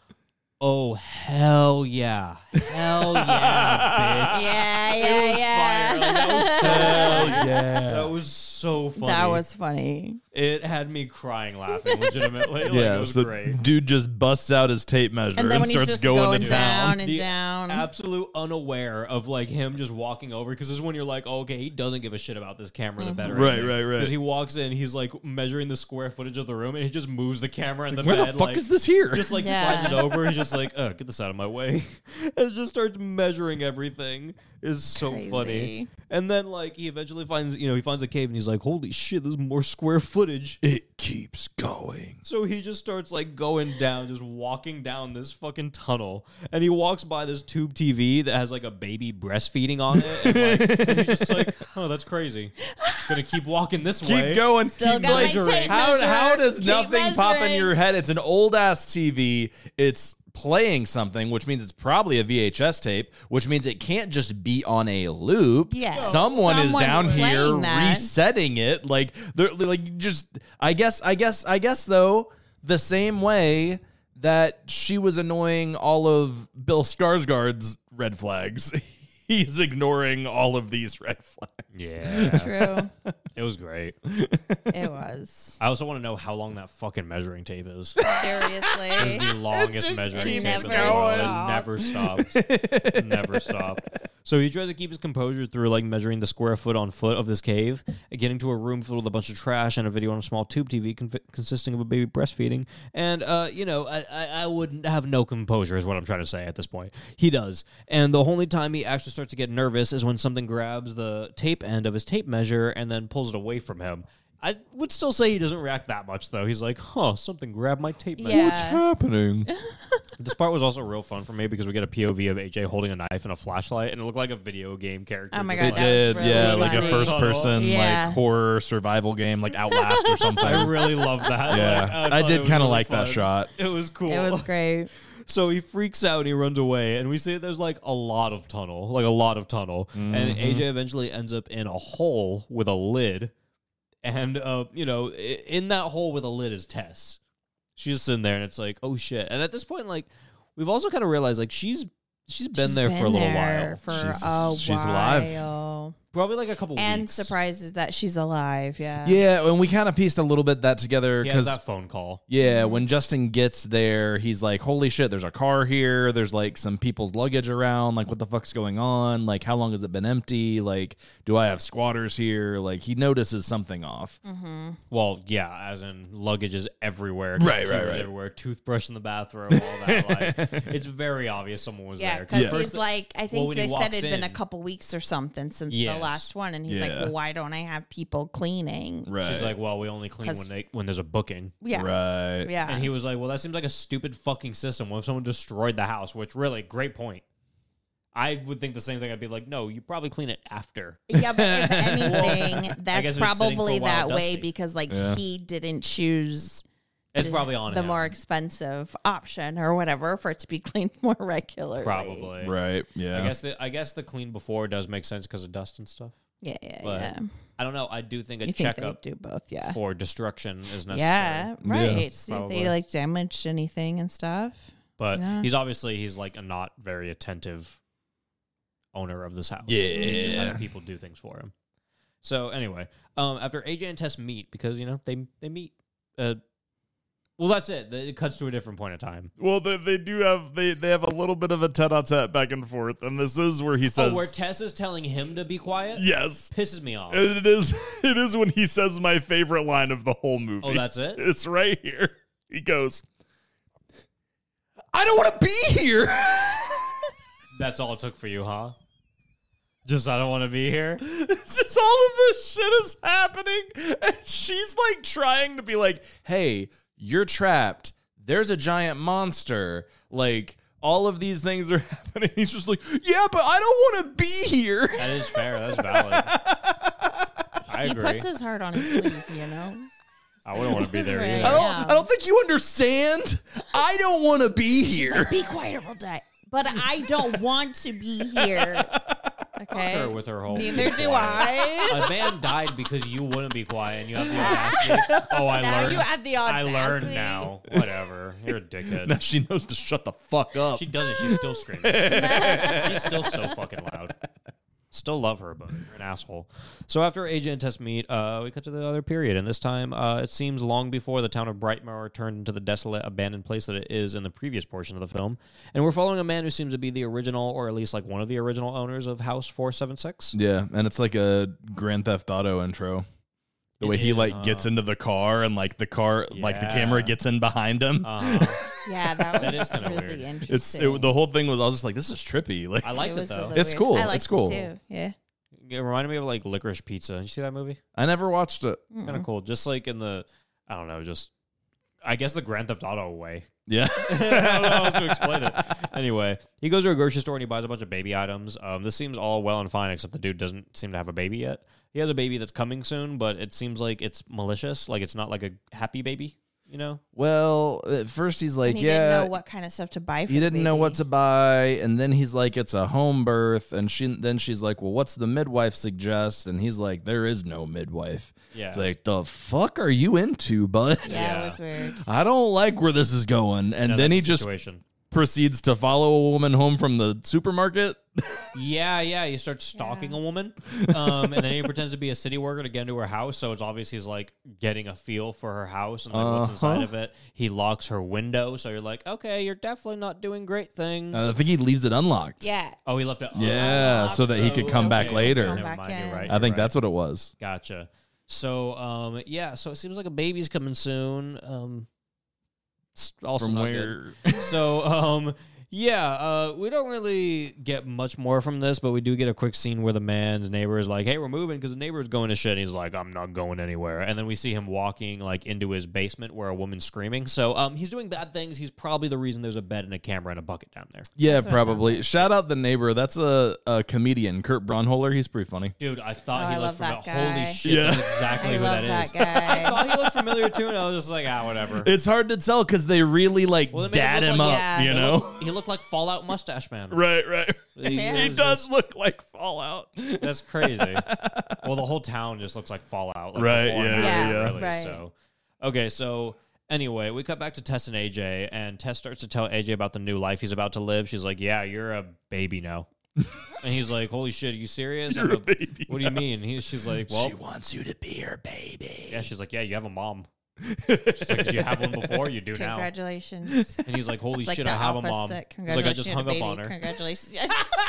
"Oh hell yeah, hell yeah, bitch."
yeah,
It
yeah,
was
yeah.
fire. Like, that was so- That was so funny.
That was funny.
it had me crying laughing legitimately. Like,
yeah,
it was
so
great.
dude just busts out his tape measure
And then when he's
starts
just
going,
going,
to
down,
town.
and
The
down.
Absolute unaware of like him just walking over because this is when you're like, oh, okay, he doesn't give a shit about this camera. The better,
Right, Mm-hmm. right, right.
Because he walks in, he's like measuring the square footage of the room, and he just moves the camera and the
Where the
bed,
fuck
like,
is this here?
just like
Yeah.
slides it over. He's just like, "Oh, get this out of my way," and just starts measuring everything. Is so funny.
Crazy.
And then like he eventually finds, you know, he finds a cave and he's like, "Holy shit, there's more square footage."
it keeps going.
So he just starts like going down, just walking down this fucking tunnel, and he walks by this tube TV that has like a baby breastfeeding on it, and, like, and he's just like, "Oh, that's crazy." Gonna keep walking this
Keep
way.
going.
Still
keep
got my
measuring.
tape
How,
measure.
how does
Keep
nothing pop in
measuring.
your head? It's an old ass TV. It's playing something, which means it's probably a VHS tape, which means it can't just be on a loop.
Yes.
Someone is
Someone's
down here
playing that.
resetting it. Like they're like just I guess I guess I guess though, the same way that she was annoying all of Bill Skarsgård's red flags.
He's ignoring all of these red flags.
Yeah,
True.
it was great.
It was.
I also want to know how long that fucking measuring tape is. is
Seriously.
the longest
just
measuring
keeps
tape in the
going.
world. It never stopped. never stopped. So he tries to keep his composure through like measuring the square foot on foot of this cave, getting to a room filled with a bunch of trash and a video on a small tube TV con- consisting of a baby breastfeeding. And uh, you know, I, I I would have no composure is what I'm trying to say at this point. He does, and the only time he actually starts to get nervous is when something grabs the tape end of his tape measure and then pulls it away from him. I would still say he doesn't react that much though. He's like, "Huh, something grabbed my tape measure."
Yeah.
Happening.
This part was also real fun for me because we get a POV of AJ holding a knife and a flashlight, and it looked like a video game character.
Oh my
just
God,
like-
that- was really
yeah, like a
funny.
first person
Yeah.
like horror survival game, like Outlast or something.
I really love that.
Yeah.
Like,
I
thought
did
it was
kinda
really
like that
fun.
shot.
It was cool.
It was great.
so he freaks out and he runs away, and we see there's like a lot of tunnel, like a lot of tunnel, and
Mm-hmm.
AJ eventually ends up in a hole with a lid, and uh, you know, i- in that hole with a lid is Tess. She's just sitting there, and it's like, oh shit. And at this point, like, we've also kind of realized like she's she's been
She's
there for a little while.
there For
She's-
a
she's alive.
while.
probably like a couple
And
weeks.
surprises that she's alive. Yeah.
Yeah, and we kind of pieced a little bit that together
He
because
has that phone call.
Yeah, when Justin gets there, he's like, "Holy shit! There's a car here. There's like some people's luggage around. Like, what the fuck's going on? Like, how long has it been empty? Like, do I have squatters here? Like, he notices something off.
Mm-hmm. Well, yeah, as in luggage is everywhere, computers
right, right.
everywhere, toothbrush in the bathroom, all that. Like, it's very obvious someone was
Yeah,
there.
because
first
he's
thi-
like, I
well,
think
when he
they said
walks
it'd been a
in-
couple weeks or something since
Yes.
the last one, and he's like,
Yeah.
"Well, why don't I have people cleaning?"
right.
she's like, well, we only clean
'Cause-
when they when there's a booking.
Yeah,
right.
yeah.
And he was like, well, that seems like a stupid fucking system. What if someone destroyed the house? Which really, great point. I would think the same thing. I'd be like, no, you probably clean it after.
yeah, but if anything,
guess
that's
it was sitting for a
probably
while
that way
dusty.
because like
Yeah.
he didn't choose
It's probably on
the
him.
more expensive option or whatever for it to be cleaned more regularly.
probably.
Right. Yeah.
I guess the I guess the clean before does make sense because of dust and stuff.
Yeah, yeah,
But
yeah.
I don't know. I do think a
You think they
checkup
do both? Yeah.
for destruction is necessary.
Yeah, right. See if
probably.
they like damaged anything and stuff.
But
Yeah.
he's obviously he's like a not very attentive owner of this house. He just has
Yeah.
people do things for him. So anyway, um, after AJ and Tess meet because you know they they meet. Uh, well, that's it. It cuts to a different point of time.
Well, they, they do have they, they have a little bit of a tete-a-tete back and forth, and this is where he says,
oh, where Tess is telling him to be quiet.
"Yes."
pisses me off.
And it is it is when he says my favorite line of the whole movie.
Oh, that's it.
it's right here. He goes,
I don't want to be here.
That's all it took for you, huh? Just I don't want to be here.
it's just all of this shit is happening, and she's like trying to be like,
hey, you're trapped. There's a giant monster. Like all of these things are happening. He's just like, yeah, but I don't want to be here.
That is fair. That's valid. I
He
agree.
puts his heart on his sleeve, you know.
I wouldn't want to be
This is
there
right.
either.
I don't.
Yeah.
I don't think you understand. I don't want to be
She's
here.
like, be quiet or we'll die. But I don't want to be here. Okay.
her with her whole.
Neither do I.
A man died because you wouldn't be quiet and you have the audacity. Oh, I
now
learned.
you have the
I
audacity.
learned now. Whatever. You're a dickhead.
she knows to shut the fuck up.
She doesn't. She's still screaming. She's still so fucking loud. Still love her, but you're an asshole. So after AJ and Tess meet, uh, we cut to the other period, and this time uh, it seems long before the town of Brightmoor turned into the desolate, abandoned place that it is in the previous portion of the film. And we're following a man who seems to be the original, or at least like one of the original owners of House 476.
Yeah, and it's like a Grand Theft Auto intro.
the way
It
he
is,
like
uh,
gets into the car and like the car like the camera
Yeah.
gets in behind him.
Uh-huh.
Yeah, that
That is
was
kinda
really
weird.
interesting.
it's it, the whole thing was I was just like this is trippy. Like
I liked it,
was a
though.
little
It's
weird.
cool,
I
it's
liked it
cool.
too. Yeah.
It reminded me of like Licorice Pizza. Did you see that movie?
I never watched it.
Kind of cool. Just like in the, I don't know, just I guess the Grand Theft Auto way.
Yeah,
I don't know how else to explain it. Anyway, he goes to a grocery store and he buys a bunch of baby items. Um, this seems all well and fine, except the dude doesn't seem to have a baby yet. He has a baby that's coming soon, but it seems like it's malicious. Like it's not like a happy baby, you know?
Well, at first he's like,
And he
"Yeah."
didn't know what kind of stuff to buy for
he
the
didn't know what
baby.
to buy, and then he's like, "It's a home birth," and she then she's like, "Well, what's the midwife suggest?" And he's like, "There is no midwife."
Yeah.
It's like, "The fuck are you into, bud?"
Yeah,
Yeah.
it was weird.
I don't like where this is going. And then he just
situation.
proceeds to follow a woman home from the supermarket.
Yeah, yeah. He starts stalking a woman, um, and then he pretends to be a city worker to get into her house. So it's obvious he's like getting a feel for her house and like what's inside
Uh-huh.
of it. He locks her window, so you're like, okay, you're definitely not doing great things.
Uh, I think he leaves it unlocked.
Yeah.
oh, he left it.
Yeah, so that he could come back
okay,
later.
okay,
Come
never
back
mind, you're
in.
right,
I
you're
think
right.
that's what it was.
gotcha. So, um, yeah. So it seems like a baby's coming soon. Um, it's also
From
not good.
where?
so um yeah uh we don't really get much more from this but we do get a quick scene where the man's neighbor is like hey we're moving because the neighbor's going to shit and he's like i'm not going anywhere and then we see him walking like into his basement where a woman's screaming so um he's doing bad things he's probably the reason there's a bed and a camera and a bucket down there
Yeah,
That's what it sounds
probably.
like.
Shout out the neighbor. That's a, a comedian, Kurt Braunholer. He's pretty funny.
dude i thought
Oh,
he
I
looked
love that
familiar holy
guy.
shit
Yeah.
that's exactly
I
who
love
that is
that guy.
i thought he looked familiar too and i was just like ah whatever
It's hard to tell because they really like
Well, they made it
dad
look
him
like-
up.
Yeah.
you
He
know,
looked- he looked like fallout mustache man
right, right. He does
was just-
look like Fallout.
That's crazy. well, the whole town just looks like Fallout. Like
Right,
before and
yeah,
after,
yeah, yeah.
Really,
Right.
So, okay. So anyway, we cut back to Tess and AJ, and Tess starts to tell AJ about the new life he's about to live. She's like, "Yeah, you're a baby now," and he's like, "Holy shit, are you serious? I'm a-
baby
What do you mean?" He, she's like, "Well,
wants you to be her baby.
yeah." She's like, "Yeah, you have a mom." She's like, "Did you have one before? You do now."
Congratulations.
And he's like, "Holy
It's like
shit,
the
I have a mom."
opposite.
He's like, "I just
Congratulations,
hung up
baby.
on her."
Congratulations.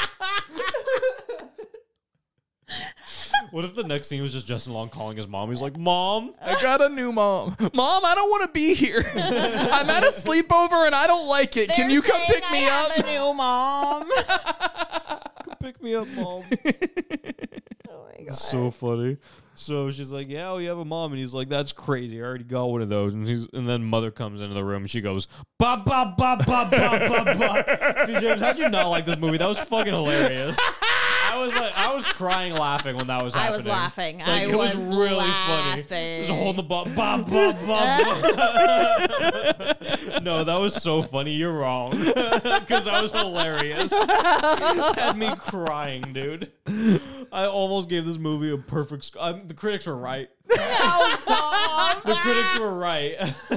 What if the next scene was just Justin Long calling his mom? He's like, "Mom."
I got a new mom. Mom, I don't want to be here. I'm at a sleepover and I don't like it. Can
They're
you come
saying
pick
I
me
have
up?
A new mom.
Pick me up, mom.
oh my god.
so funny. So she's like, "Yeah, oh, you have a mom," and he's like, "That's crazy. I already got one of those." And he's, and then mother comes into the room. And she goes, "Ba ba ba ba ba ba ba." See, James, how'd you not like this movie? That was fucking hilarious. I was like, I was crying laughing when that was
I
happening.
was laughing.
Like,
I
it was,
was
really funny.
laughing.
Just holding the bum, bum, bum, bum. no, that was so funny. You're wrong because that was hilarious. Had me crying, dude. I almost gave this movie a perfect. Sc- um, the critics were right. the critics were right.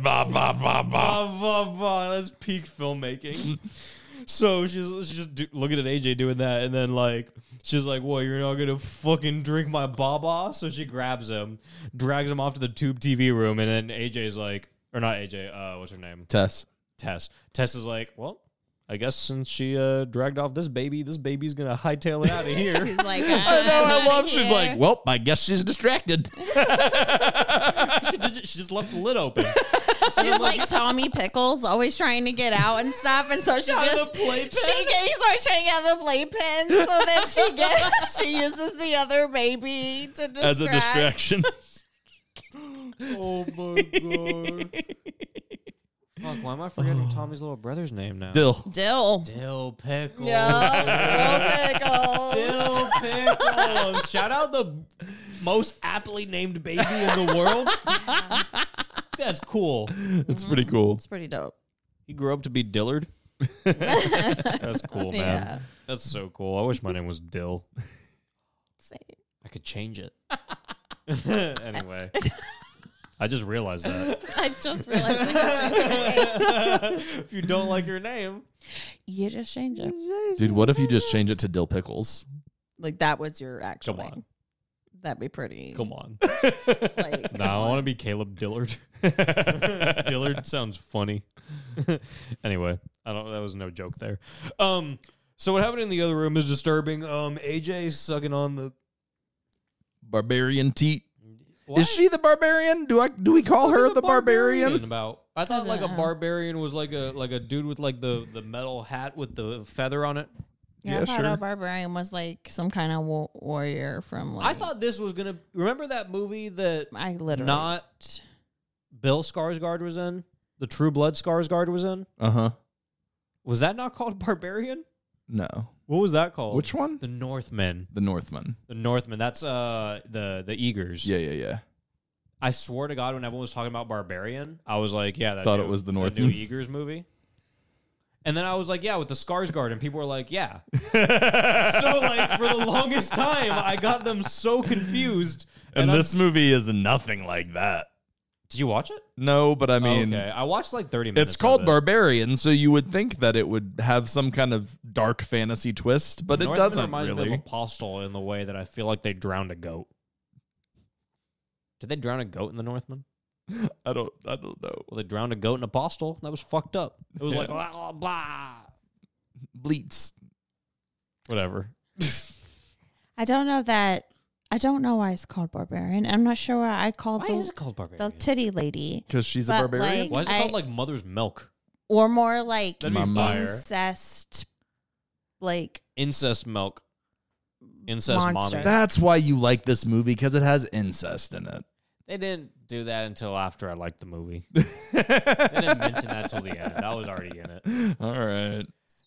Bah, bah, bah, bah.
Bah, bah, bah. That's peak filmmaking. so she's she's just do, looking at AJ doing that, and then like she's like, "Well, you're not gonna fucking drink my baba." So she grabs him, drags him off to the tube TV room, and then AJ's like, or not AJ, uh, what's her name?
Tess.
Tess. Tess is like, "Well." I guess since she uh, dragged off this baby, this baby's gonna hightail it out of here.
She's like,
I know,
"I'm
I
outta
love. She's
here."
like, well, I guess she's distracted.
she, did, ju- she just left the lid open.
she's like Tommy Pickles, always trying to get out and stuff, and so she
Out of
just
the playpen?
she get- he's always trying to get out of the playpen, so then she gets she uses the other baby to distract.
As a distraction.
oh my god! Fuck! Why am I forgetting Tommy's little brother's name now?
Dill.
Dill.
Dill Pickles.
Yeah, Dill Pickles.
Dill Pickles. Shout out the most aptly named baby in the world. That's cool.
It's pretty cool.
It's pretty dope.
He grew up to be Dillard. That's cool, man.
Yeah.
That's so cool. I wish my name was Dill.
Same.
I could change it. anyway. I just realized that.
I just realized I
if you don't like your name,
you just change it.
Dude, what if you just change it to Dill Pickles?
Like that was your actual.
Come on.
name. That'd be pretty.
come on.
Like,
No, I want to be Caleb Dillard. Dillard sounds funny. anyway, I don't. That was no joke there. Um, so what happened in the other room is disturbing. Um, AJ sucking on the.
Barbarian teat.
What?
Is she the barbarian? Do I do we call
What
her
is
the
a
barbarian?
About I thought like a
dunno.
barbarian was like a like a dude with like the the metal hat with the feather on it.
yeah,
Yeah,
I thought
sure.
our barbarian was like some kind of wa- warrior from. Like,
I thought this was gonna remember that movie that
I literally
not Bill Skarsgård was in. The True Blood Skarsgård was in.
Uh-huh.
Was that not called Barbarian?
No.
What was that called?
Which one?
The Northmen.
The Northman.
The Northmen. That's uh the the Eagers.
Yeah, yeah, yeah.
I swore to God, when everyone was talking about Barbarian, I was like, yeah, that
Thought
new-
it was the
new
Northmen.
Eagers movie. And then I was like, yeah, with the Skarsgård, and people were like, yeah. so like for the longest time, I got them so confused.
And,
I'm-
this movie is nothing like that.
did you watch it?
No, but I mean
okay, I watched like thirty minutes.
It's
of
called
it.
Barbarian, so you would think that it would have some kind of dark fantasy twist, but it
Northmen
doesn't
reminds
really.
me of Apostle in the way that I feel like they drowned a goat. Did they drown a goat in the Northmen?
I don't I don't know.
Well, they drowned a goat in Apostle. That was fucked up. It was like
Yeah.
blah blah blah.
Bleats.
Whatever.
I don't know that. I don't know why it's called barbarian. I'm not sure why I called
Why
the,
is it called barbarian?
the titty lady
Because she's a
But,
barbarian.
like-
Why is it called
I-
like mother's milk?
or more like
That'd
be My
fire.
incest, like
Incest milk. Incest
Monster.
mommy.
That's why you like this movie, because it has incest in it.
They didn't do that until after I liked the movie. they didn't mention that till the end. That was already in it.
All right.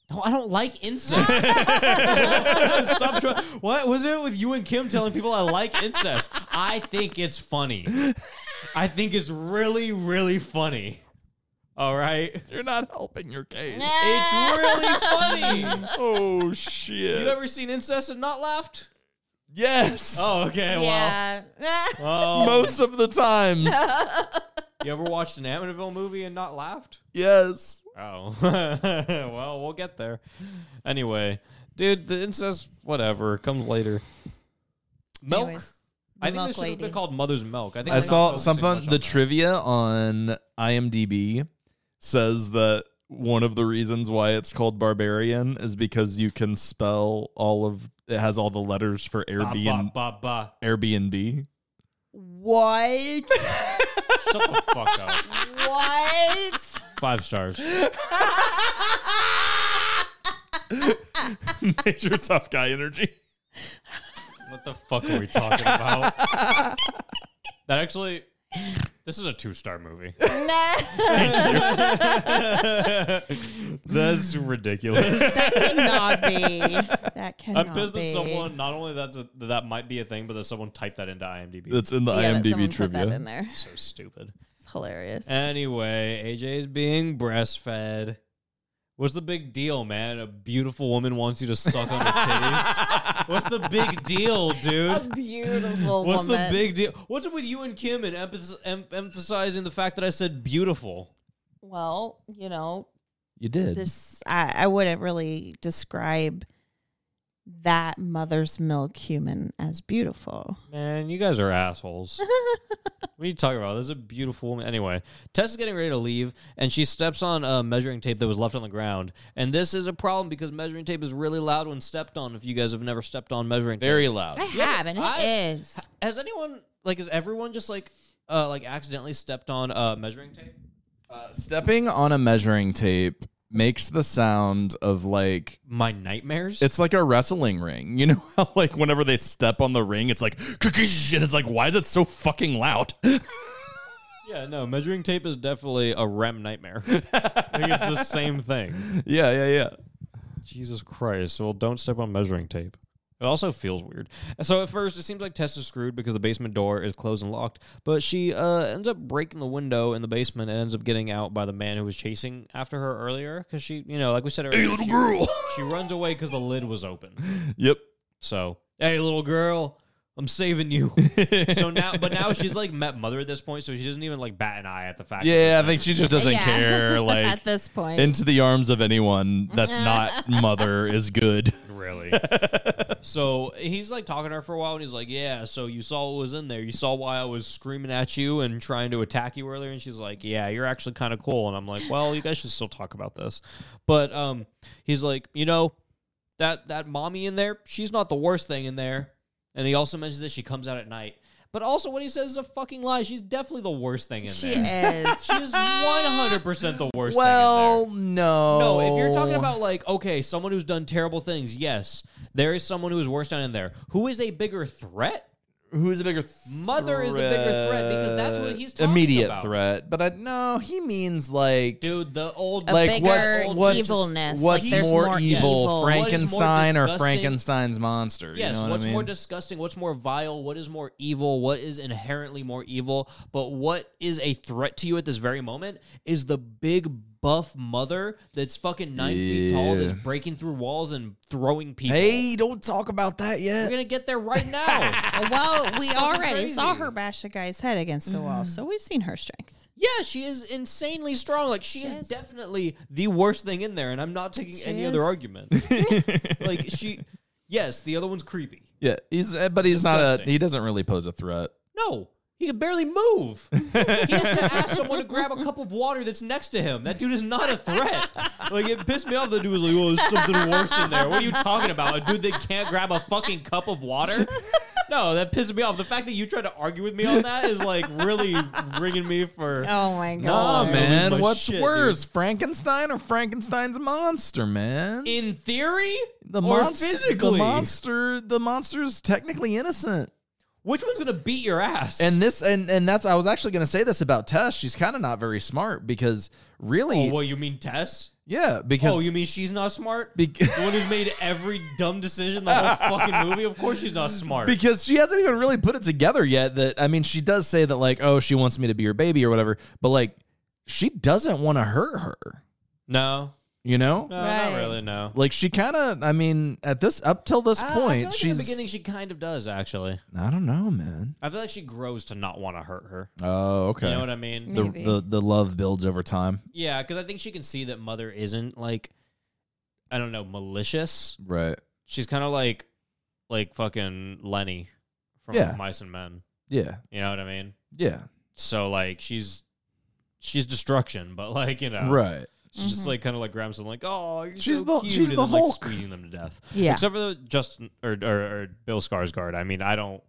No, I don't like incest. Stop trying. What was it with you and Kim telling people I like incest? I think it's funny. I think it's really, really funny. All right.
You're not helping your case.
It's really funny.
oh
You
shit.
ever seen incest and not laughed?
Yes.
Oh, okay.
yeah.
Well, oh.
Most of the times.
you ever watched an Amityville movie and not laughed?
yes.
Oh, well, we'll get there. Anyway, dude, the incest, whatever, comes later. Milk.
Anyways,
I think
milk
this should have been
lady.
called Mother's Milk. I think
I
we're not
oh,
saw
focusing much
something.
on
The
that.
trivia on IMDb says that one of the reasons why it's called barbarian is because you can spell all of it has all the letters for
Ba,
Airbnb.
ba, ba,
Airbnb.
what?
ba. Shut the fuck up.
what?
Five stars.
Major tough guy energy.
What the fuck are we talking about? that actually. This is a two star movie. That's ridiculous.
that cannot be. That cannot
I'm pissed
be.
that someone not only that's a, that might be a thing, but that someone typed that into IMDb.
That's in the
yeah, that someone
IMDb
put that in
trivia.
there.
so stupid.
It's hilarious.
Anyway, AJ's being breastfed. What's the big deal, man? A beautiful woman wants you to suck on the titties. What's the big deal, dude?
a beautiful
What's the
woman.
big deal? What's up with you and Kim and emphasis, em- emphasizing the fact that I said beautiful?
Well, you know,
You did.
this I, I wouldn't really describe that mother's milk human as beautiful.
Man, you guys are assholes. what are you talking about? This is a beautiful woman. Anyway, Tess is getting ready to leave, and she steps on a measuring tape that was left on the ground. And this is a problem because measuring tape is really loud when stepped on. If you guys have never stepped on measuring tape,
Very loud.
I
Yeah,
have, and it is.
I- has anyone like has everyone just like uh like accidentally stepped on a measuring tape?
Uh, stepping on a measuring tape makes the sound of like
My nightmares.
it's like a wrestling ring. You know how like whenever they step on the ring, it's like
And it's like, why is it so fucking loud?
yeah, no, measuring tape is definitely a REM nightmare. I think it's the same thing.
Yeah, yeah, yeah.
Jesus Christ. Well, don't step on measuring tape. It also feels weird. So at first, it seems like Tess is screwed because the basement door is closed and locked, but she uh, ends up breaking the window in the basement and ends up getting out by the man who was chasing after her earlier because she, you know, like we said earlier,
little
she,
girl.
she runs away because the lid was open.
Yep.
So, hey, little girl, I'm saving you. so now, but now she's like met mother at this point, so she doesn't even like bat an eye at the fact. that this
Yeah, I
man-
think she just doesn't
Yeah.
care.
at
Like
this point.
into the arms of anyone that's not mother is good.
Really? so he's like talking to her for a while, and he's like, "Yeah, so you saw what was in there. You saw why I was screaming at you and trying to attack you earlier." And she's like, "Yeah, you're actually kind of cool." And I'm like, "Well, you guys should still talk about this." But um, he's like, "You know, that that mommy in there, she's not the worst thing in there." And he also mentions that she comes out at night. But also, what he says is a fucking lie. She's definitely the worst thing in
she
there.
is.
She is 100% the worst thing in there.
well, no,
No, if you're
Oh.
talking about like okay, someone who's done terrible things, yes, there is someone who is worse down in there. Who is a bigger threat?
who's a bigger
Mother is the bigger threat because that's what he's talking
immediate
about.
threat. But I no, he means like
Dude, the old
A
like
bigger
what's what's
evilness,
what's
like there's
more,
more
evil,
evil.
What is more
Frankenstein or
disgusting-
Frankenstein's monster? you
Yes,
know what
what's
I mean?
more disgusting? What's more vile? What is more evil? What is inherently more evil? But what is a threat to you at this very moment is the big buff mother that's fucking nine feet tall that's breaking through walls and throwing people.
hey, don't talk about that
We're
yet.
gonna get there right now.
well, we already saw
crazy.
her bash a guy's head against the wall, so we've seen her strength.
Yeah, she is insanely strong. Like she, is,
is.
definitely the worst thing in there, and I'm not taking
She
any other
is.
argument. like she, yes, the other one's creepy.
Yeah, he's uh, but he's not
Disgusting.
a he doesn't really pose a threat.
No, he can barely move. he has to ask someone to grab a cup of water that's next to him. That dude is not a threat. Like it pissed me off. The dude was like, "Oh, there's something worse in there." What are you talking about? A dude that can't grab a fucking cup of water? No, that pissed me off. The fact that you tried to argue with me on that is like really ringing me for.
Oh my
Nah,
god.
I'm gonna lose
man,
my
what's
shit, dude.
worse, Frankenstein or Frankenstein's monster? Man,
In theory,
the
E- or
monster,
physically,
the monster, the monster's technically innocent.
which one's gonna beat your ass?
And this and and that's I was actually going to say this about Tess. She's kind of not very smart because really,
oh, well, you mean Tess?
yeah, because
Oh, you mean she's not smart?
bec-
the one who's made every dumb decision the whole fucking movie. Of course, she's not smart.
because she hasn't even really put it together yet. That I mean, she does say that like, oh, she wants me to be her baby or whatever, but like, she doesn't want to hurt her.
no,
You know,
no,
Right.
not really. No.
like she kind of. I mean, at this up till this
I- I feel
point,
like
she's.
in the beginning she kind of does actually.
I don't know, man.
I feel like she grows to not want to hurt her.
Oh, okay.
You know what I mean?
the,
Maybe.
the the love builds over time,
Yeah, because I think she can see that mother isn't like, I don't know, malicious.
right?
She's kind of like, like fucking Lenny from
Yeah.
Mice and Men.
Yeah,
You know what I mean?
yeah,
So like she's she's destruction, but like you know,
right.
She's
Mm-hmm.
just like kind of like grabs them, like, oh, you're
She's
so
the-
cute,"
she's
and
the
then, like
Hulk.
squeezing them to death.
Yeah.
Except for the Justin or, or or Bill Skarsgård. I mean, I don't.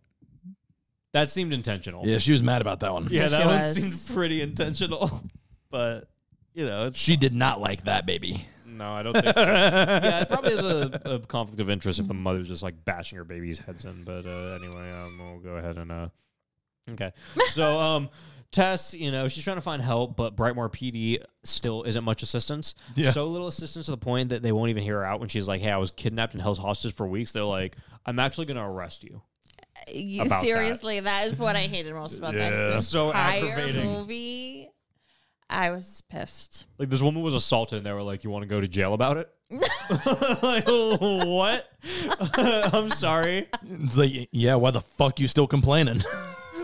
That seemed intentional.
Yeah, she was mad about that one.
Yeah,
Yes,
that
it
one
was.
seemed pretty intentional. But you know, it's,
She did not like that baby.
no, I don't think so. yeah, it probably is a, a conflict of interest if the mother's just like bashing her baby's heads in. But uh, anyway, um, we'll go ahead and uh, okay. So um, Tess, you know, she's trying to find help, but Brightmore PD still isn't much assistance. So little assistance to the point that they won't even hear her out when she's like, "Hey, I was kidnapped and held hostage for weeks." They're like, "I'm actually going to arrest you."
You-
about that.
Seriously, that is what I hated most about that.
Yeah.
this
So
entire
aggravating.
Movie, I was pissed.
Like this woman was assaulted, and they were like, "You want to go to jail about it?" like what? I'm sorry.
It's like, yeah, why the fuck you still complaining?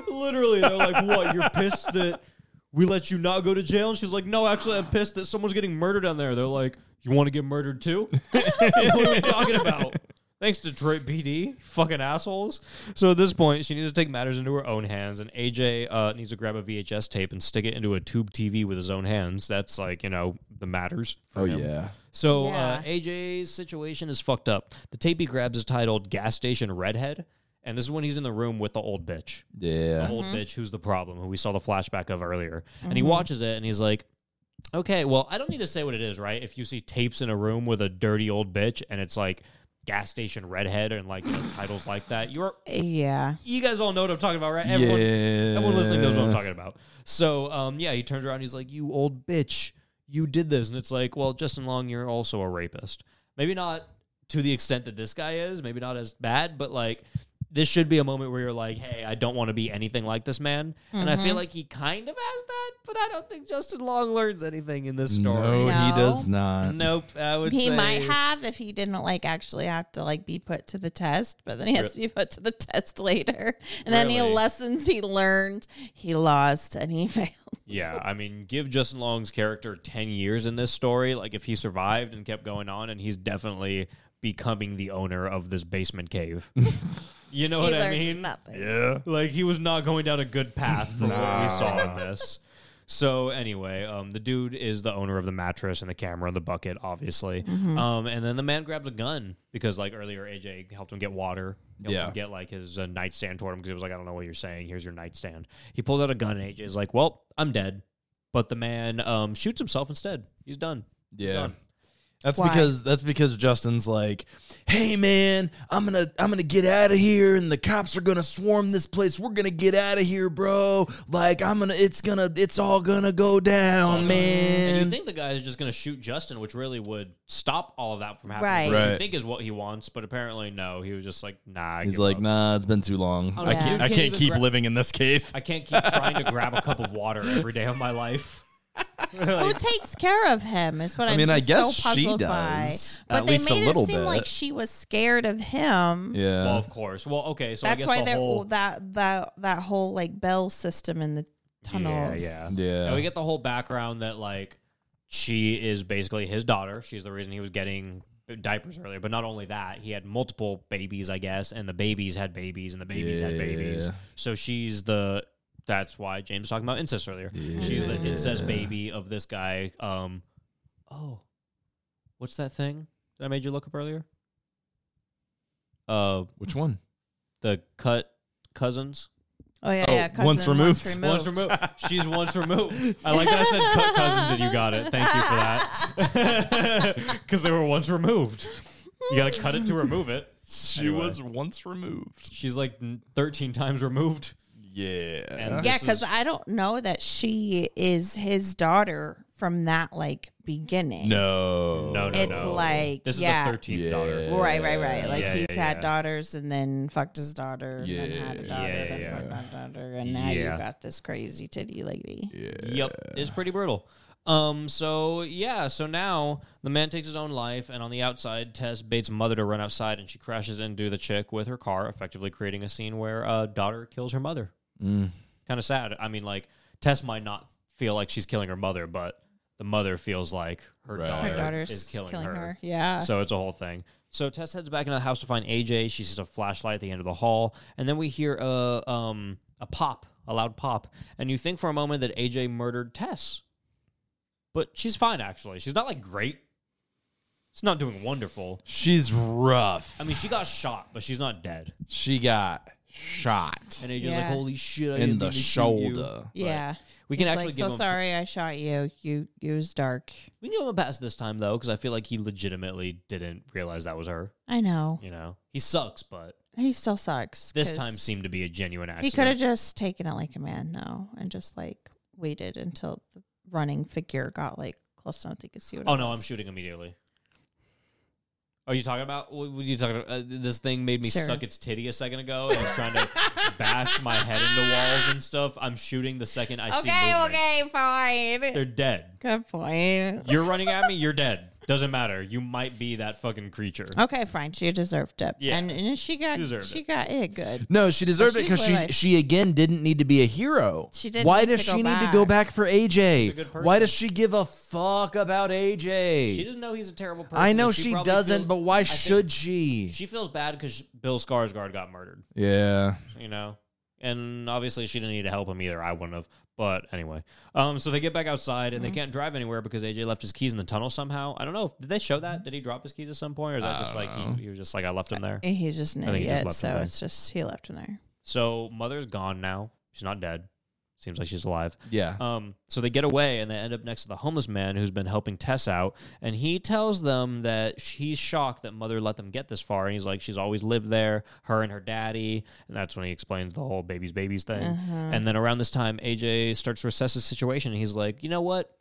Literally, they're like, "What? You're pissed that we let you not go to jail?" And she's like, "No, actually, I'm pissed that someone's getting murdered down there." They're like, "You want to get murdered too?" what are we talking about? Thanks Detroit PD, fucking assholes. So at this point, she needs to take matters into her own hands, and AJ uh, needs to grab a VHS tape and stick it into a tube TV with his own hands. That's like you know the matters.
Oh,
For him. So uh,
Yeah.
AJ's situation is fucked up. The tape he grabs is titled "Gas Station Redhead," and this is when he's in the room with the old bitch, the
Yeah.
old bitch who's the problem, who we saw the flashback of earlier. And he watches it and he's like, "Okay, well, I don't need to say what it is, right? If you see tapes in a room with a dirty old bitch and it's like gas station redhead and like you know, titles like that, you're
Yeah.
you guys all know what I'm talking about, right? Everyone, everyone listening knows what I'm talking about. So, um, yeah, he turns around. And he's like, "You old bitch, you did this," and it's like, "Well, Justin Long, you're also a rapist. Maybe not to the extent that this guy is. Maybe not as bad, but like." This should be a moment where you're like, "Hey, I don't want to be anything like this man," and I
Mm-hmm.
feel like he kind of has that, but I don't think Justin Long learns anything in this
No,
story.
he
No.
does not.
Nope, I would
He
say
might have if he didn't like actually have to like be put to the test, but then he has to be put to the test later. And any
Really?
lessons he learned, he lost and he failed.
Yeah, I mean, give Justin Long's character 10 years in this story. Like, if he survived and kept going on, and he's definitely becoming the owner of this basement cave. you know
He
what I
learned
mean?
nothing.
Yeah.
Like, he was not going down a good path from what we saw in this. So, anyway, um, the dude is the owner of the mattress and the camera and the bucket, obviously. Um, and then the man grabs a gun because, like, earlier AJ helped him get water. Helped
Yeah.
him get like his uh, nightstand toward him because it was like, I don't know what you're saying. Here's your nightstand. He pulls out a gun and AJ's like, Well, I'm dead. But the man um, shoots himself instead. He's done. He's
Yeah.
done.
That's
Why?
because that's because Justin's like, "Hey man, I'm going to I'm going to get out of here and the cops are going to swarm this place. We're going to get out of here, bro. Like I'm going to it's going to it's all going to go down,
And you
Oh, man."
think the guy is just going to shoot Justin, which really would stop all of that from
Right.
happening, which
Right.
you think is what he wants, but apparently no. He was just like, nah. I
He's
give
like,
up.
"Nah, it's been too long.
Oh,
I
yeah.
can't
You
I
can't
can't
even
keep
gra-
living in this cave."
I can't keep trying to grab a cup of water every day of my life.
Who takes care of him is what
I
I am
mean, I
just
guess
so
she
puzzled
does,
by. But
at
they
least a
made
little
it seem
bit.
like she was scared of him.
Yeah.
well, of course. Well, okay. So
That's
I guess
why
the
that
whole
that that that whole like bell system in the tunnels.
Yeah, yeah.
yeah.
And we get the whole background that like she is basically his daughter. She's the reason he was getting diapers earlier. But not only that, he had multiple babies, I guess, and the babies had babies, and the babies had babies.
Yeah.
So she's the. That's why James was talking about incest earlier. She's the incest baby of this guy. Um, oh, what's that thing that I made you look up earlier? Uh,
Which one?
the cut cousins.
Oh yeah,
Oh,
yeah. Cousin,
once removed.
Once
Once removed.
removed. She's once removed. I like that I said cut cousins and you got it. Thank you for that. Because they were once removed. You got to cut it to remove it.
She
Anyway.
was once removed.
She's like n- 13 times removed.
Yeah.
And
Yeah,
this
because
is-
I don't know that she is his daughter from that like beginning.
no.
No, no,
It's
no.
like,
This
yeah.
is the 13th
Yeah.
daughter.
Right, right, right. Like
Yeah,
he's
yeah,
had
yeah.
daughters and then fucked his daughter and then had a
Yeah.
daughter,
Yeah,
then
yeah,
fucked my daughter, and now
Yeah.
you got this crazy titty lady.
Yep, it's pretty brutal. Um, so yeah, so now the man takes his own life, and on the outside, Tess baits mother to run outside, and she crashes into the chick with her car, effectively creating a scene where uh, daughter kills her mother. Kind of sad. I mean, like Tess might not feel like she's killing her mother, but the mother feels like her daughter
Her daughter's
is killing, her.
Yeah.
So it's a whole thing. So Tess heads back into the house to find AJ. She sees a flashlight at the end of the hall, and then we hear a um a pop, a loud pop, and you think for a moment that AJ murdered Tess, but she's fine actually. She's not like great. She's not doing wonderful.
She's rough.
I mean, she got shot, but she's not dead.
She got shot
And he's just
Yeah.
like, holy shit, I didn't
in
mean
the
to shoot you."
shoulder.
Yeah.
We can
He's
actually
like,
give
so
him-
sorry I shot you. You you was dark.
We can give him a pass this time though, because
I feel like he legitimately didn't realize that was her.
I know.
You know,
he sucks, but
He still sucks.
this
'cause
time seemed to be a genuine
He
accident.
could have just taken it like a man though and just like waited until the running figure got like close enough they could see what
Oh
it
no,
was.
I'm shooting immediately.
are you talking about what what are you talking about? Uh, this thing made me
Sure.
suck its titty a second ago.
I was trying to bash my head into walls and stuff. I'm shooting the second I see
Okay,
movement.
okay, fine.
They're dead.
Good point.
You're running at me. You're dead. Doesn't matter. You might be that fucking creature.
Okay, fine. She deserved it.
Yeah.
And, and she got
Deserved
she
it.
got it good.
No, she deserved
But
it because
she's
she
Lele.
she again didn't need to be a hero.
She didn't
Why
need
does
to go
she need to go
back.
back for AJ?
a good person.
Why does she give a fuck about AJ?
She doesn't know he's a terrible person.
I know
and
she,
probably
doesn't,
feels-
but why
I think
should she?
she feels bad because Bill Skarsgård got murdered?
Yeah.
You know,
and obviously she didn't need to help him either. I wouldn't have. But anyway, um, so they get back outside and they can't drive anywhere because AJ left his keys in the tunnel somehow. I don't know. Did they show that? Did he drop his keys at some point, or is that just like he, he was just like I left him there?
And He's just an
think he just
idiot,
left
so
him there.
it's just he left him there.
So mother's gone now. She's not dead. Seems like she's alive.
Yeah.
Um, so they get away and they end up next to the homeless man who's been helping Tess out, and he tells them that sh- he's shocked that mother let them get this far, and he's like, she's always lived there, her and her daddy, and that's when he explains the whole babies babies thing.
Uh-huh.
And then around this time, AJ starts to assess the situation, and he's like, you know what,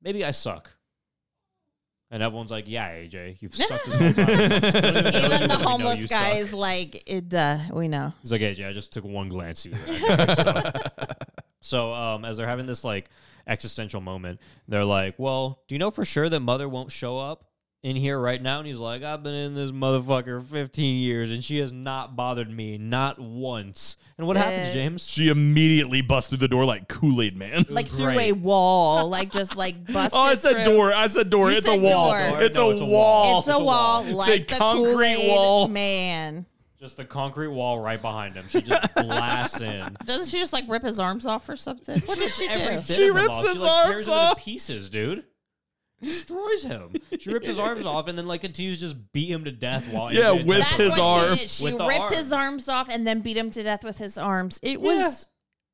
maybe I suck. And everyone's like, "Yeah, AJ, you've sucked this whole time."
Even the
know
homeless
you
guy
suck.
is like, it, duh, we know.
He's like, AJ, I just took one glance at you. so, so, um, as they're having this like existential moment, they're like, Well, do you know for sure that mother won't show up in here right now? And he's like, I've been in this motherfucker 15 years and she has not bothered me, not once. And what happens,
Uh,
James?
She immediately busts through the door like Kool Aid Man.
Like
was
through
great.
a wall, like just like busted.
Oh, I said
through.
door. I said door.
You
It's a
said
wall.
door.
It's,
No,
a
it's a
wall.
It's a wall,
It's a
like the
concrete
Kool-Aid
wall.
Man,
Just the concrete wall right behind him. She just blasts in.
doesn't she just like rip his arms off or something? What does she do?
Every bit
She
of him
rips
off. She,
his arms
like, tears him
off.
into pieces, dude. Destroys him. She rips his arms off and then like continues to just beat him to death while
Yeah,
AJ
with
That's
his
what
arm.
she did. She
With the
ripped his
arms.
arms off and then beat him to death with his arms. It was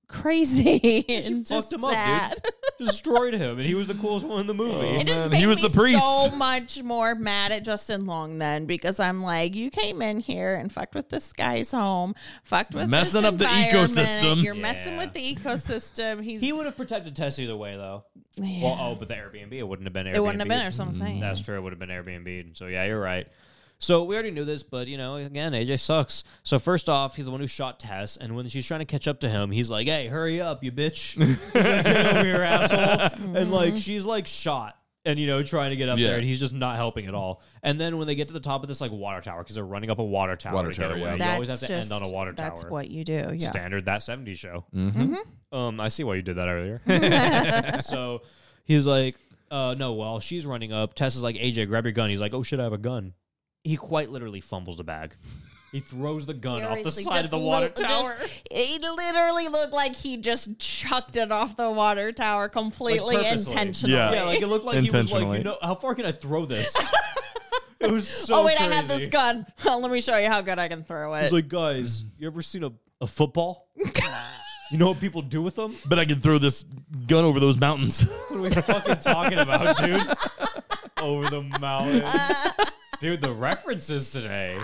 crazy. and
fucked
just
him up,
sad.
dude. destroyed him, and he was the coolest one in the movie.
It just
man.
made
He was
me
the priest.
so much more mad at Justin Long then because I'm like, you came in here and fucked with this guy's home, fucked with
Messing
this
up the
environment,
ecosystem.
You're messing with the ecosystem. He's,
He would have protected Tess either way, though.
Yeah.
Well, oh, but the Airbnb, it wouldn't have been Airbnb.
it wouldn't have been. That's what I'm saying.
mm, That's true. It would have been Airbnb. So yeah, you're right. So we already knew this, but you know, again, AJ sucks. So first off, he's the one who shot Tess, and when she's trying to catch up to him, he's like, "Hey, hurry up, you bitch! He's like, Get over here, asshole!" And
Mm-hmm.
like, she's like shot, and you know, trying to get up
Yeah.
there, and he's just not helping at all. And then when they get to the top of this like water tower, because they're running up a water tower,
Water
to get
tower,
away,
yeah.
you
That's
always have to
just,
end on a water tower.
That's what you do. Yeah.
standard that 70s show.
Mm-hmm.
Um, I see why you did that earlier. so he's like, uh, no, well, she's running up. Tess is like, AJ, grab your gun. He's like, oh shit, I have a gun. He quite literally fumbles the bag. He throws the gun off the
Seriously,
side of
just
the water
lit-
tower.
Just, it literally looked like he just chucked it off the water tower completely
purposely.
intentionally.
Yeah.
yeah, like it looked like he was like,
Intentionally.
you know, how far can I throw this? it was so
oh wait, I had
crazy.
this gun. Let me show you how good I can throw it.
He's like, guys, you ever seen a, a football? you know what people do with them?
But I can throw this gun over those mountains.
What are we fucking talking about, dude? Over the mountains. Dude, the references today.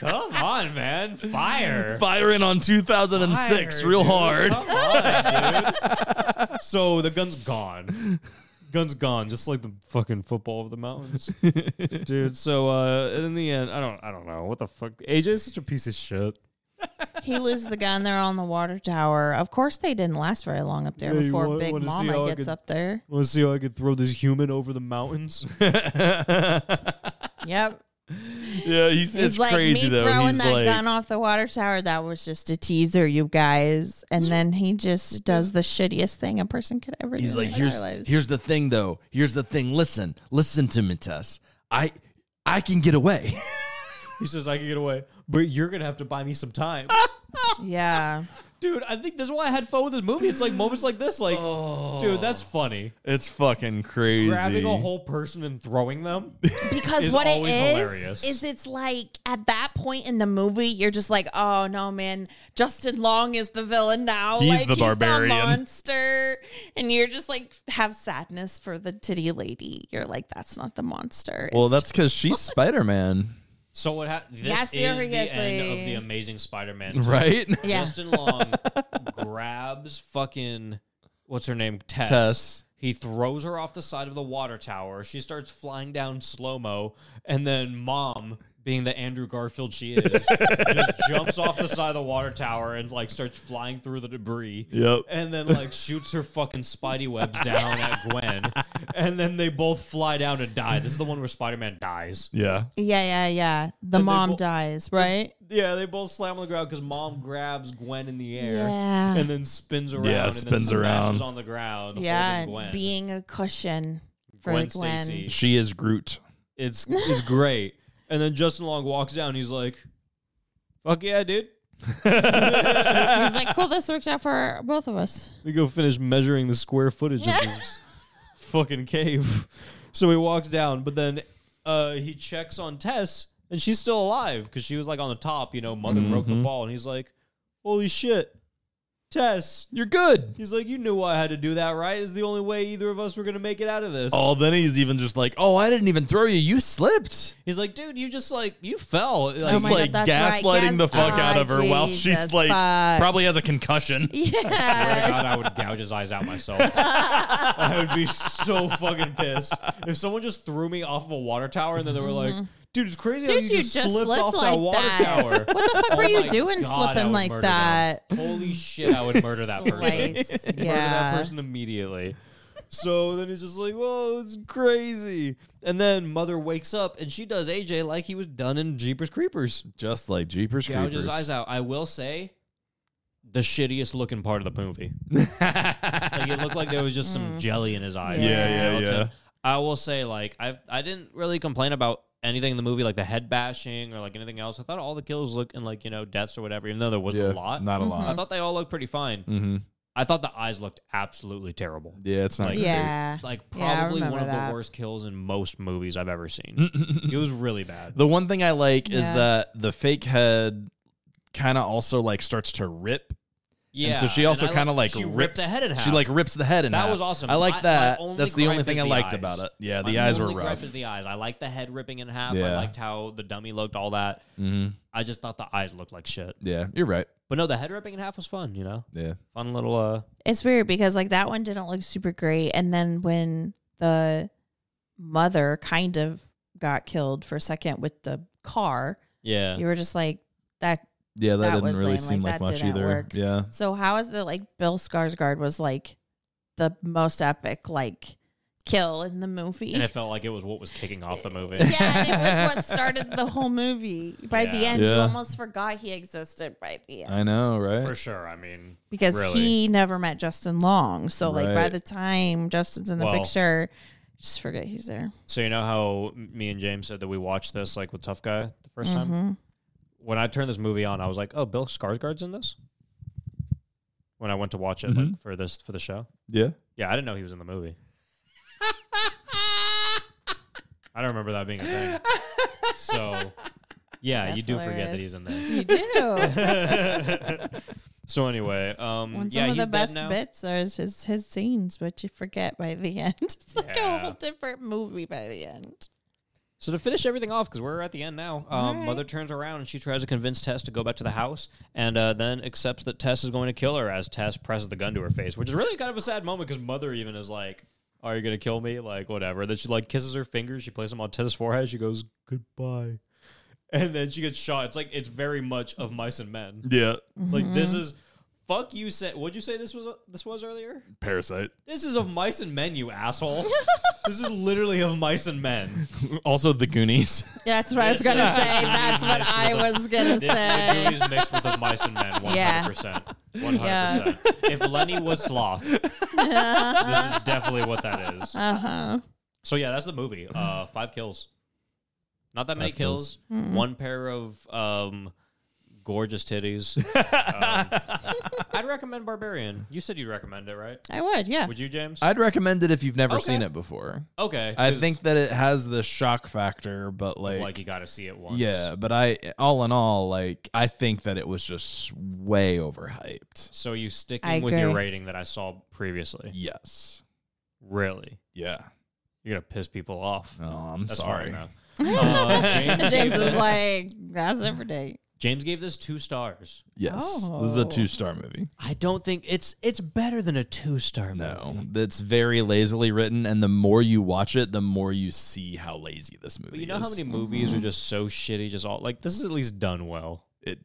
Come on, man. Fire.
Firing on 2006 real
dude.
hard.
Come on, dude. So the gun's gone. Gun's gone, just like the fucking football of the mountains. Dude, so uh and in the end, I don't I don't know. What the fuck? AJ's such a piece of shit.
he loses the gun. They're on the water tower. Of course, they didn't last very long up there
Yeah, you
before
wa-
Big
wanna see how
Mama
I
gets
could-
up there.
Wanna see how I could throw this human over the mountains?
Yep,
Yeah, he's,
it's,
it's
like
crazy
me
though.
throwing
he's
that
like,
gun off the water tower. That was just a teaser, you guys. And then he just does the shittiest thing a person could ever
He's
do.
like,
in
here's
their lives.
here's the thing though. Here's the thing. Listen, listen to me, Tess. I I can get away.
he says I can get away, but you're gonna have to buy me some time.
yeah.
Dude, I think this is why I had fun with this movie. It's like moments like this, like, dude, that's funny.
It's fucking crazy.
Grabbing a whole person and throwing them.
because
is
what it
always
is
hilarious.
is it's like at that point in the movie you're just like oh no man justin long is the villain now
He's
like
the barbarian.
monster and you're just like have sadness for the titty lady you're like that's not the monster
well,
It's
that's
just-
because she's Spider Man,
So what happened? This
Yes,
is the end
seriously.
of the Amazing Spider-Man. two.
right?
yeah
Justin Long grabs fucking what's her name Tess.
Tess.
He throws her off the side of the water tower. She starts flying down slow mo, and then mom, being the Andrew Garfield she is, just jumps off the side of the water tower and like starts flying through the debris.
Yep.
And then like shoots her fucking spidey webs down at Gwen, and then they both fly down and die. This is the one where Spider Man dies.
Yeah.
yeah yeah yeah the
they
mom
bo-
dies right
Yeah, they both slam on the ground because mom grabs Gwen in the air
Yeah.
and then spins around and
spins
then smashes
around.
on the ground.
yeah
holding Gwen.
being a cushion for
Gwen
gwen,
Stacy.
She is Groot.
it's it's great. And then Justin Long walks down. He's like, "Fuck yeah, dude!
he's like cool this worked out for both of us
We go finish measuring the square footage of this fucking cave." So he walks down, but then uh, he checks on Tess, and she's still alive because she was like on the top. You know, mother broke
Mm-hmm.
the fall, and he's like, "Holy shit, Tess!"
You're good.
He's like, you knew I had to do that, right? It's the only way either of us were gonna make it out of this.
Oh, then he's even just like, oh, I didn't even throw you. You slipped.
He's like, dude, you just like you fell. Like,
Just
Oh my
like
God, that's
gaslighting
right.
the
Gas-
fuck out of her
Oh,
while
Jesus,
she's like
fuck.
probably has a concussion.
yeah
God, I would gouge his eyes out myself. I would be so fucking pissed if someone just threw me off of a water tower and then they were like, dude, it's crazy how
Dude,
you,
you
just,
just
slipped,
slipped
off
like
that water
that."
tower.
what the fuck were
Oh
you
my
doing
God, I
slipping
would
like
murder
that
them. Holy shit, I would murder that person.
Slice,
murder that
yeah
person immediately. So then he's just like, whoa, it's crazy. And then mother wakes up and she does AJ like he was done in Jeepers Creepers.
Just like Jeepers
Gouges
Creepers.
his eyes out. I will say, the shittiest looking part of the movie. like it looked like there was just some jelly in his eyes. like
Yeah,
some
yeah,
gelatin.
yeah.
I will say, like I I didn't really complain about anything in the movie, like the head bashing or like anything else. I thought all the kills looked and like you know deaths or whatever, even though there wasn't
Yeah,
a lot.
Not a
Mm-hmm.
I
lot.
thought they all looked pretty fine.
Mhm.
I thought the eyes looked absolutely terrible.
Yeah, it's not.
Like,
yeah
Like
Yeah, I
probably one
remember
of
that.
the worst kills in most movies I've ever seen. it was really bad.
The one thing I like is
Yeah.
that the fake head kind of also like starts to rip.
Yeah.
and so she also
and I
kind of like
she
rips
ripped the head in half.
She like rips the head in
That
half.
was awesome.
I
I- my
like that.
only
That's the only
gripe is
thing I
the
liked
eyes.
about it. Yeah,
My
the eyes were
only gripe
rough.
is the eyes. I like the head ripping in half. I
Yeah.
liked how the dummy looked, all that.
Mhm.
I just thought the eyes looked like shit.
Yeah, you're right.
But no, the head ripping in half was fun, you know?
Yeah.
Fun little uh
it's weird because like that one didn't look super great and then when the mother kind of got killed for a second with the car
Yeah.
you were just like that
Yeah, that,
That was
didn't really
lame.
seem
Like,
like,
that
much
didn't
either.
work.
Yeah.
so how is the like bill skarsgård was like the most epic like kill in the movie
And it felt like it was what was kicking off the movie.
yeah, and it was what started the whole movie. By the
Yeah.
end, you
Yeah.
almost forgot he existed by the end.
I know, right?
For sure. I mean
because
really.
he never met Justin Long. So, like, by
Right.
the time Justin's in the
Well-
picture, just forget he's there.
So you know how me and James said that we watched this like with Tough Guy the 1st time? When I turned this movie on, I was like, Oh, Bill Skarsgård's in this? When I went to watch it
Mm-hmm.
like for this for the show.
Yeah.
Yeah, I didn't know he was in the movie. I don't remember that being a thing. So, yeah, you
That's
do forget that he's
hilarious.
in there.
You do.
So anyway, um,
One
yeah,
some of
he's
the best
dead now.
bits are his, his scenes, but you forget by the end. It's like a
Yeah.
whole different movie by the end.
So to finish everything off, because we're at the end now, um, Mother turns around and she tries to convince Tess to go back to the house, and uh, then accepts that Tess is going to kill her as Tess presses the gun to her face, which is really kind of a sad moment because Mother even is like, "Are you gonna kill me?" Like whatever. Then she like kisses her fingers, she places them on Tess's forehead, she goes goodbye, and then she gets shot. It's like it's very much of Mice and Men.
Yeah.
Like this is. Fuck you! Said what'd you say this was? uh, This was earlier.
Parasite.
This is of mice and men, you asshole. this is literally of mice and men.
Also, The Goonies.
That's what I was
This
going to
is-
say. That's what
this
I
is-
was going to
This
say.
is the Goonies mixed with of mice and men, one
Yeah.
hundred percent, one hundred percent. If Lenny was sloth, this is definitely what that is.
Uh huh.
So yeah, that's the movie. Uh, five kills, not that many
Five kills.
kills. One pair of um, gorgeous titties. Um, I'd recommend Barbarian. You said you'd recommend it, right?
I would, yeah.
Would you, James?
I'd recommend it if you've never
Okay.
seen it before.
okay.
I
'cause,
think that it has the shock factor, but like,
like you got to see it once.
yeah. But I, all in all, like, I think that it was just way overhyped.
So are you sticking
I
with your
agree.
rating that I saw previously?
Yes.
Really?
Yeah.
You're gonna piss people off.
No, Oh, I'm
That's
sorry.
fine, though. Uh, James,
James
gave
is
this,
like, that's every day.
James gave this two stars.
Yes. This is a
Oh.
two star movie.
I don't think it's it's better than a two star
No, that's very lazily written, and the more you watch it, the more you see how lazy this movie
But you know
is.
how many movies are just so shitty, just all like this is at least done well.
it,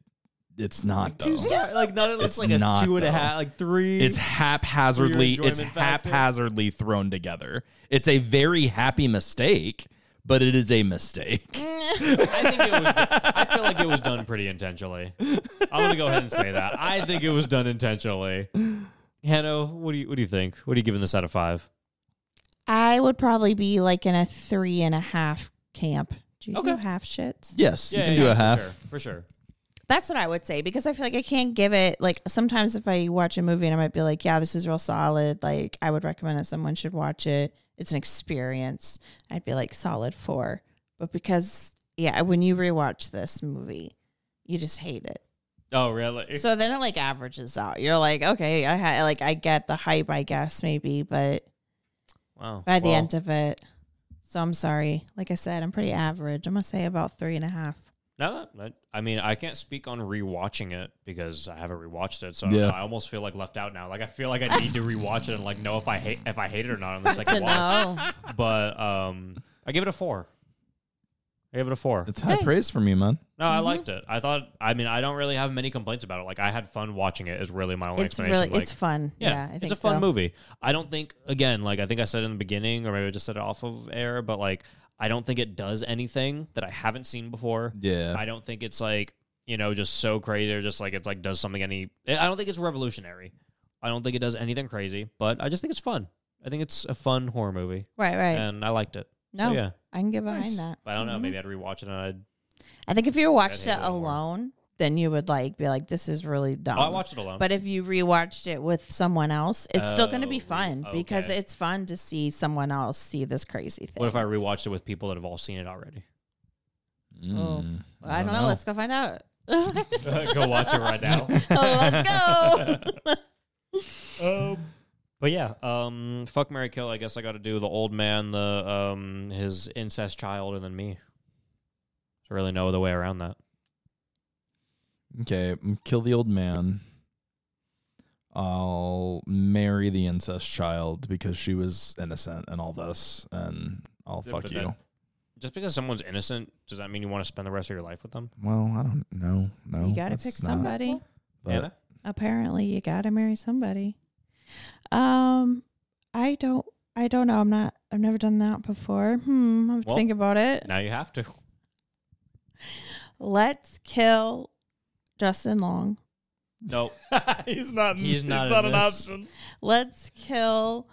it's not though.
Two star, like not at least
It's
like a
not,
two and a
though.
half, like three.
It's haphazardly.
For your
It's
enjoyment factor?
haphazardly thrown together. It's a very happy mistake, but it is a mistake.
I think it was. I feel like it was done pretty intentionally. I'm gonna go ahead and say that. I think it was done intentionally. Hanno, what do you what do you think? What are you giving this out of five?
I would probably be like in a three and a half camp. Do you do
Okay.
half shits?
Yes, you can do a half.
for sure. For sure.
That's what I would say because I feel like I can't give it like sometimes if I watch a movie and I might be like, yeah, this is real solid. Like I would recommend that someone should watch it. It's an experience. I'd be like solid four. But because yeah, when you rewatch this movie, you just hate it.
Oh really?
So then it like averages out. You're like, okay, I ha- like I get the hype, I guess maybe, but
wow.
by the
Well,
end of it. So I'm sorry. Like I said, I'm pretty average. I'm gonna say about three and a half.
No, that- I mean I can't speak on rewatching it because I haven't rewatched it. So I, don't
Yeah.
know, I almost feel like left out now. Like I feel like I need to rewatch it and like know if I hate if I hate it or not on the second watch. But um, I give it a four. I give it a four.
It's high praise from you, man.
No,
Mm-hmm.
I liked it. I thought. I mean, I don't really have many complaints about it. Like, I had fun watching it. Is really my only
It's
explanation.
really
like,
it's fun. Yeah, I think
it's a fun
so.
movie. I don't think. Again, like I think I said in the beginning, or maybe I just said it off of air, but like I don't think it does anything that I haven't seen before.
Yeah.
I don't think it's like you know just so crazy or just like it's like does something any. I don't think it's revolutionary. I don't think it does anything crazy, but I just think it's fun. I think it's a fun horror movie,
Right, right. Oh. Mm-hmm.
and I liked it. So,
no,
yeah.
I can get behind that.
But I don't know. Maybe I'd rewatch it and I'd.
I think if you watched
hate
it
it more.
alone, then you would like be like, this is really dumb.
Oh, I watched it alone.
Um, But if you rewatched it with someone else, it's still going to
Oh,
be fun because
okay.
it's fun to see someone else see this crazy thing.
What if I rewatched it with people that have all seen it already?
Oh,
Mm,
I, don't know. Let's go find out.
Go watch it right now.
let's go. Um,
But yeah, um, fuck Mary Kill. I guess I got to do the old man, the um, his incest child, and then me. There's really no other way around that.
Okay, mm, kill the old man. I'll marry the incest child because she was innocent and all this, and I'll
Yeah,
fuck
but
you.
that- Just because someone's innocent, does that mean you want to spend the rest of your life with them?
well, I don't know. No,
you got to
that's
pick
not,
somebody.
but-
Anna?
Apparently, you got to marry somebody. Um, I don't. I don't know. I'm not. I've never done that before. Hmm. I have to
Well,
think about it.
Now you have to.
Let's kill Justin Long.
Nope.
he's not.
He's
He's
not
not,
in
an
this.
option.
Let's kill.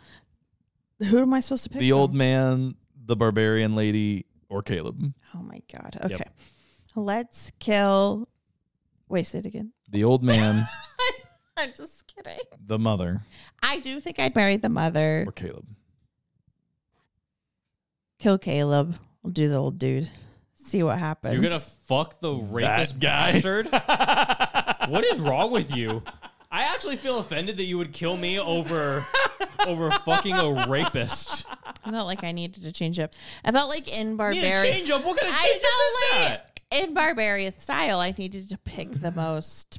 Who am I supposed to pick?
the old
from?
man, the barbarian lady, or Caleb.
Oh my god. Okay. Let's kill. Wait, say it again.
The old man,
I'm just kidding.
the mother,
I do think I'd marry the mother.
or Caleb.
Kill Caleb. We'll do the old dude. See what happens.
You're gonna fuck the rapist bastard. what is wrong with you? I actually feel offended that you would kill me over over fucking a rapist.
I felt like I needed to change up. I felt like in
Need a
barbarian.
change up. What kind of change up
I
is
felt
that?
like in barbarian style, I needed to pick the most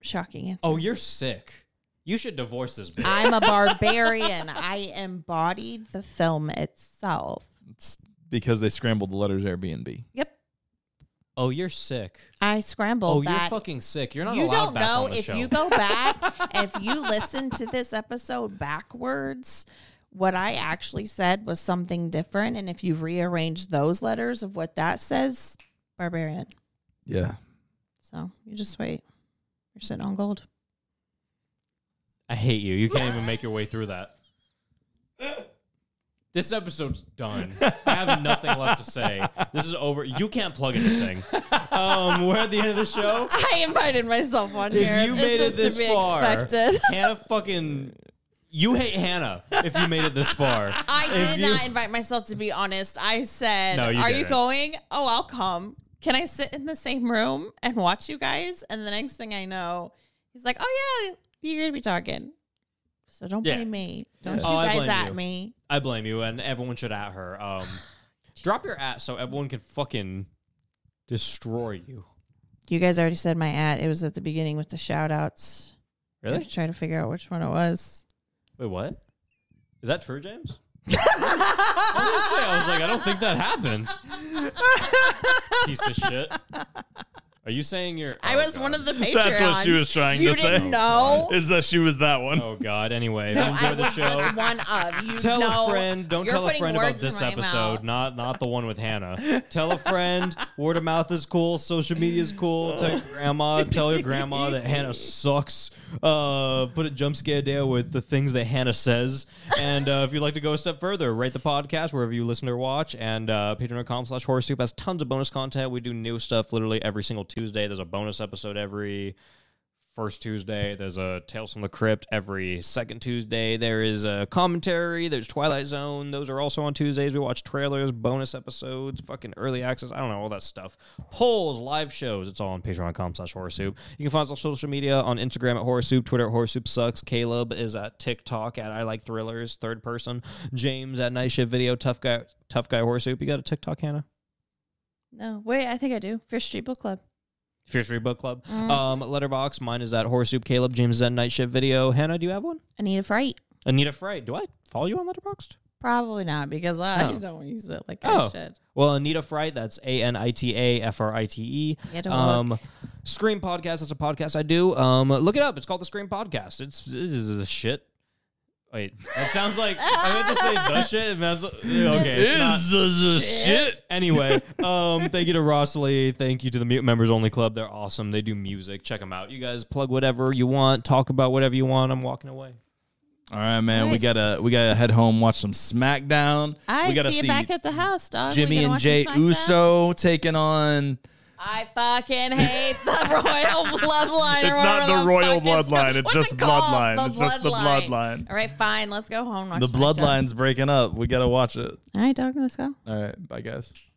shocking answer.
Oh, you're sick. You should divorce this bitch.
I'm a barbarian. I embodied the film itself.
It's because they scrambled the letters Airbnb.
Yep.
Oh, you're sick.
I
Oh,
scrambled
you're
that.
fucking sick. You're not
you
allowed
don't
back
know
on the
if
show.
you go back if you listen to this episode backwards what i actually said was something different and if you rearrange those letters of what that says barbarian
Yeah.
so you just wait you're sitting on gold
I hate you. You can't even make your way through that. This episode's done. I have nothing left to say. This is over. You can't plug anything. Um, we're at the end of the show.
I invited myself on
If
here.
you
this
made
is
it this
to be
far,
expected.
Hannah fucking. You hate Hannah if you made it this far.
I
If
did
you-
not invite myself to be honest. I said,
No, you
"Are you
didn't.
going? Oh, I'll come. Can I sit in the same room and watch you guys?" And the next thing I know, he's like, "Oh yeah, you're gonna be talking." So don't
Yeah.
blame me. Don't
Oh, I
you guys
blame
at
you.
me.
I blame you, and everyone should at her. Um, drop your at so everyone can fucking destroy you.
You guys already said my at. It was at the beginning with the shout outs.
Really?
Trying to figure out which one it was.
Wait, what? Is that true, James? I was, gonna say, I was like, I don't think that happened. Piece of shit. Are you saying you're?
I
oh,
was one
God.
of the Patreons.
That's what she was trying to
you
say.
didn't know.
Is that she was that one?
Oh God. Anyway,
No,
enjoy
I
the
was
show.
just one of you.
tell
know,
a friend. Don't
you're
tell a
putting
friend about
words in
this
my
episode.
mouth.
Not not the one with Hannah. tell a friend. Word of mouth is cool. Social media is cool. Tell your grandma. Tell your grandma that Hannah sucks. Uh, put a jump scare there with the things that Hannah says. And uh, if you'd like to go a step further, rate the podcast wherever you listen or watch, and uh, patreon.com slash horror soup has tons of bonus content. We do new stuff literally every single Tuesday. There's a bonus episode every first Tuesday. There's a Tales from the Crypt every second Tuesday. There is a commentary. There's Twilight Zone. Those are also on Tuesdays. We watch trailers, bonus episodes, fucking early access. I don't know all that stuff. Polls, live shows. It's all on patreon.com slash horror soup. You can find us on social media on Instagram at horror soup, Twitter at horror soup sucks. Caleb is at TikTok at I like thrillers, third person. James at night shift video, tough guy, tough guy horror soup. You got a TikTok, Hannah?
No, wait, I think I do. Fear Street Book Club.
Fierce Read Book Club.
Mm. Mm-hmm.
Um, letterbox. Mine is at horror soup. Caleb. James is at night shift video. Hannah, do you have one?
Anita Fright.
Anita Fright. Do I follow you on Letterboxd?
Probably not because I don't use it like I
Oh.
should.
Well, Anita Fright, that's A N I T A F R I T
Yeah,
E.
don't
Um, Scream Podcast, that's a podcast I do. Um, look it up. It's called The Scream Podcast. It's this is a shit. Wait, that sounds like I meant to say the shit, and that's okay. it's not-
shit.
Anyway, um, thank you to Ross Lee. Thank you to the Mute Members Only Club. They're awesome. They do music. Check them out. You guys plug whatever you want, talk about whatever you want. I'm walking away.
All right, man. We
Nice.
gotta we gotta head home, watch some SmackDown.
I
we gotta
see, you back at the house, dog. We
Jimmy
gonna
and
watch
Jay
some SmackDown?
Uso taking on.
I fucking hate the Royal Bloodline. or
It's not
whatever
the Royal
fuck
Bloodline,
it's called.
it's
What's
just
it called?
Bloodline, it's just the Bloodline.
All right, fine. Let's go home. and watch
The
SmackDown.
bloodline's breaking up. We gotta watch it.
All right, dog. Let's go.
All right, bye guys.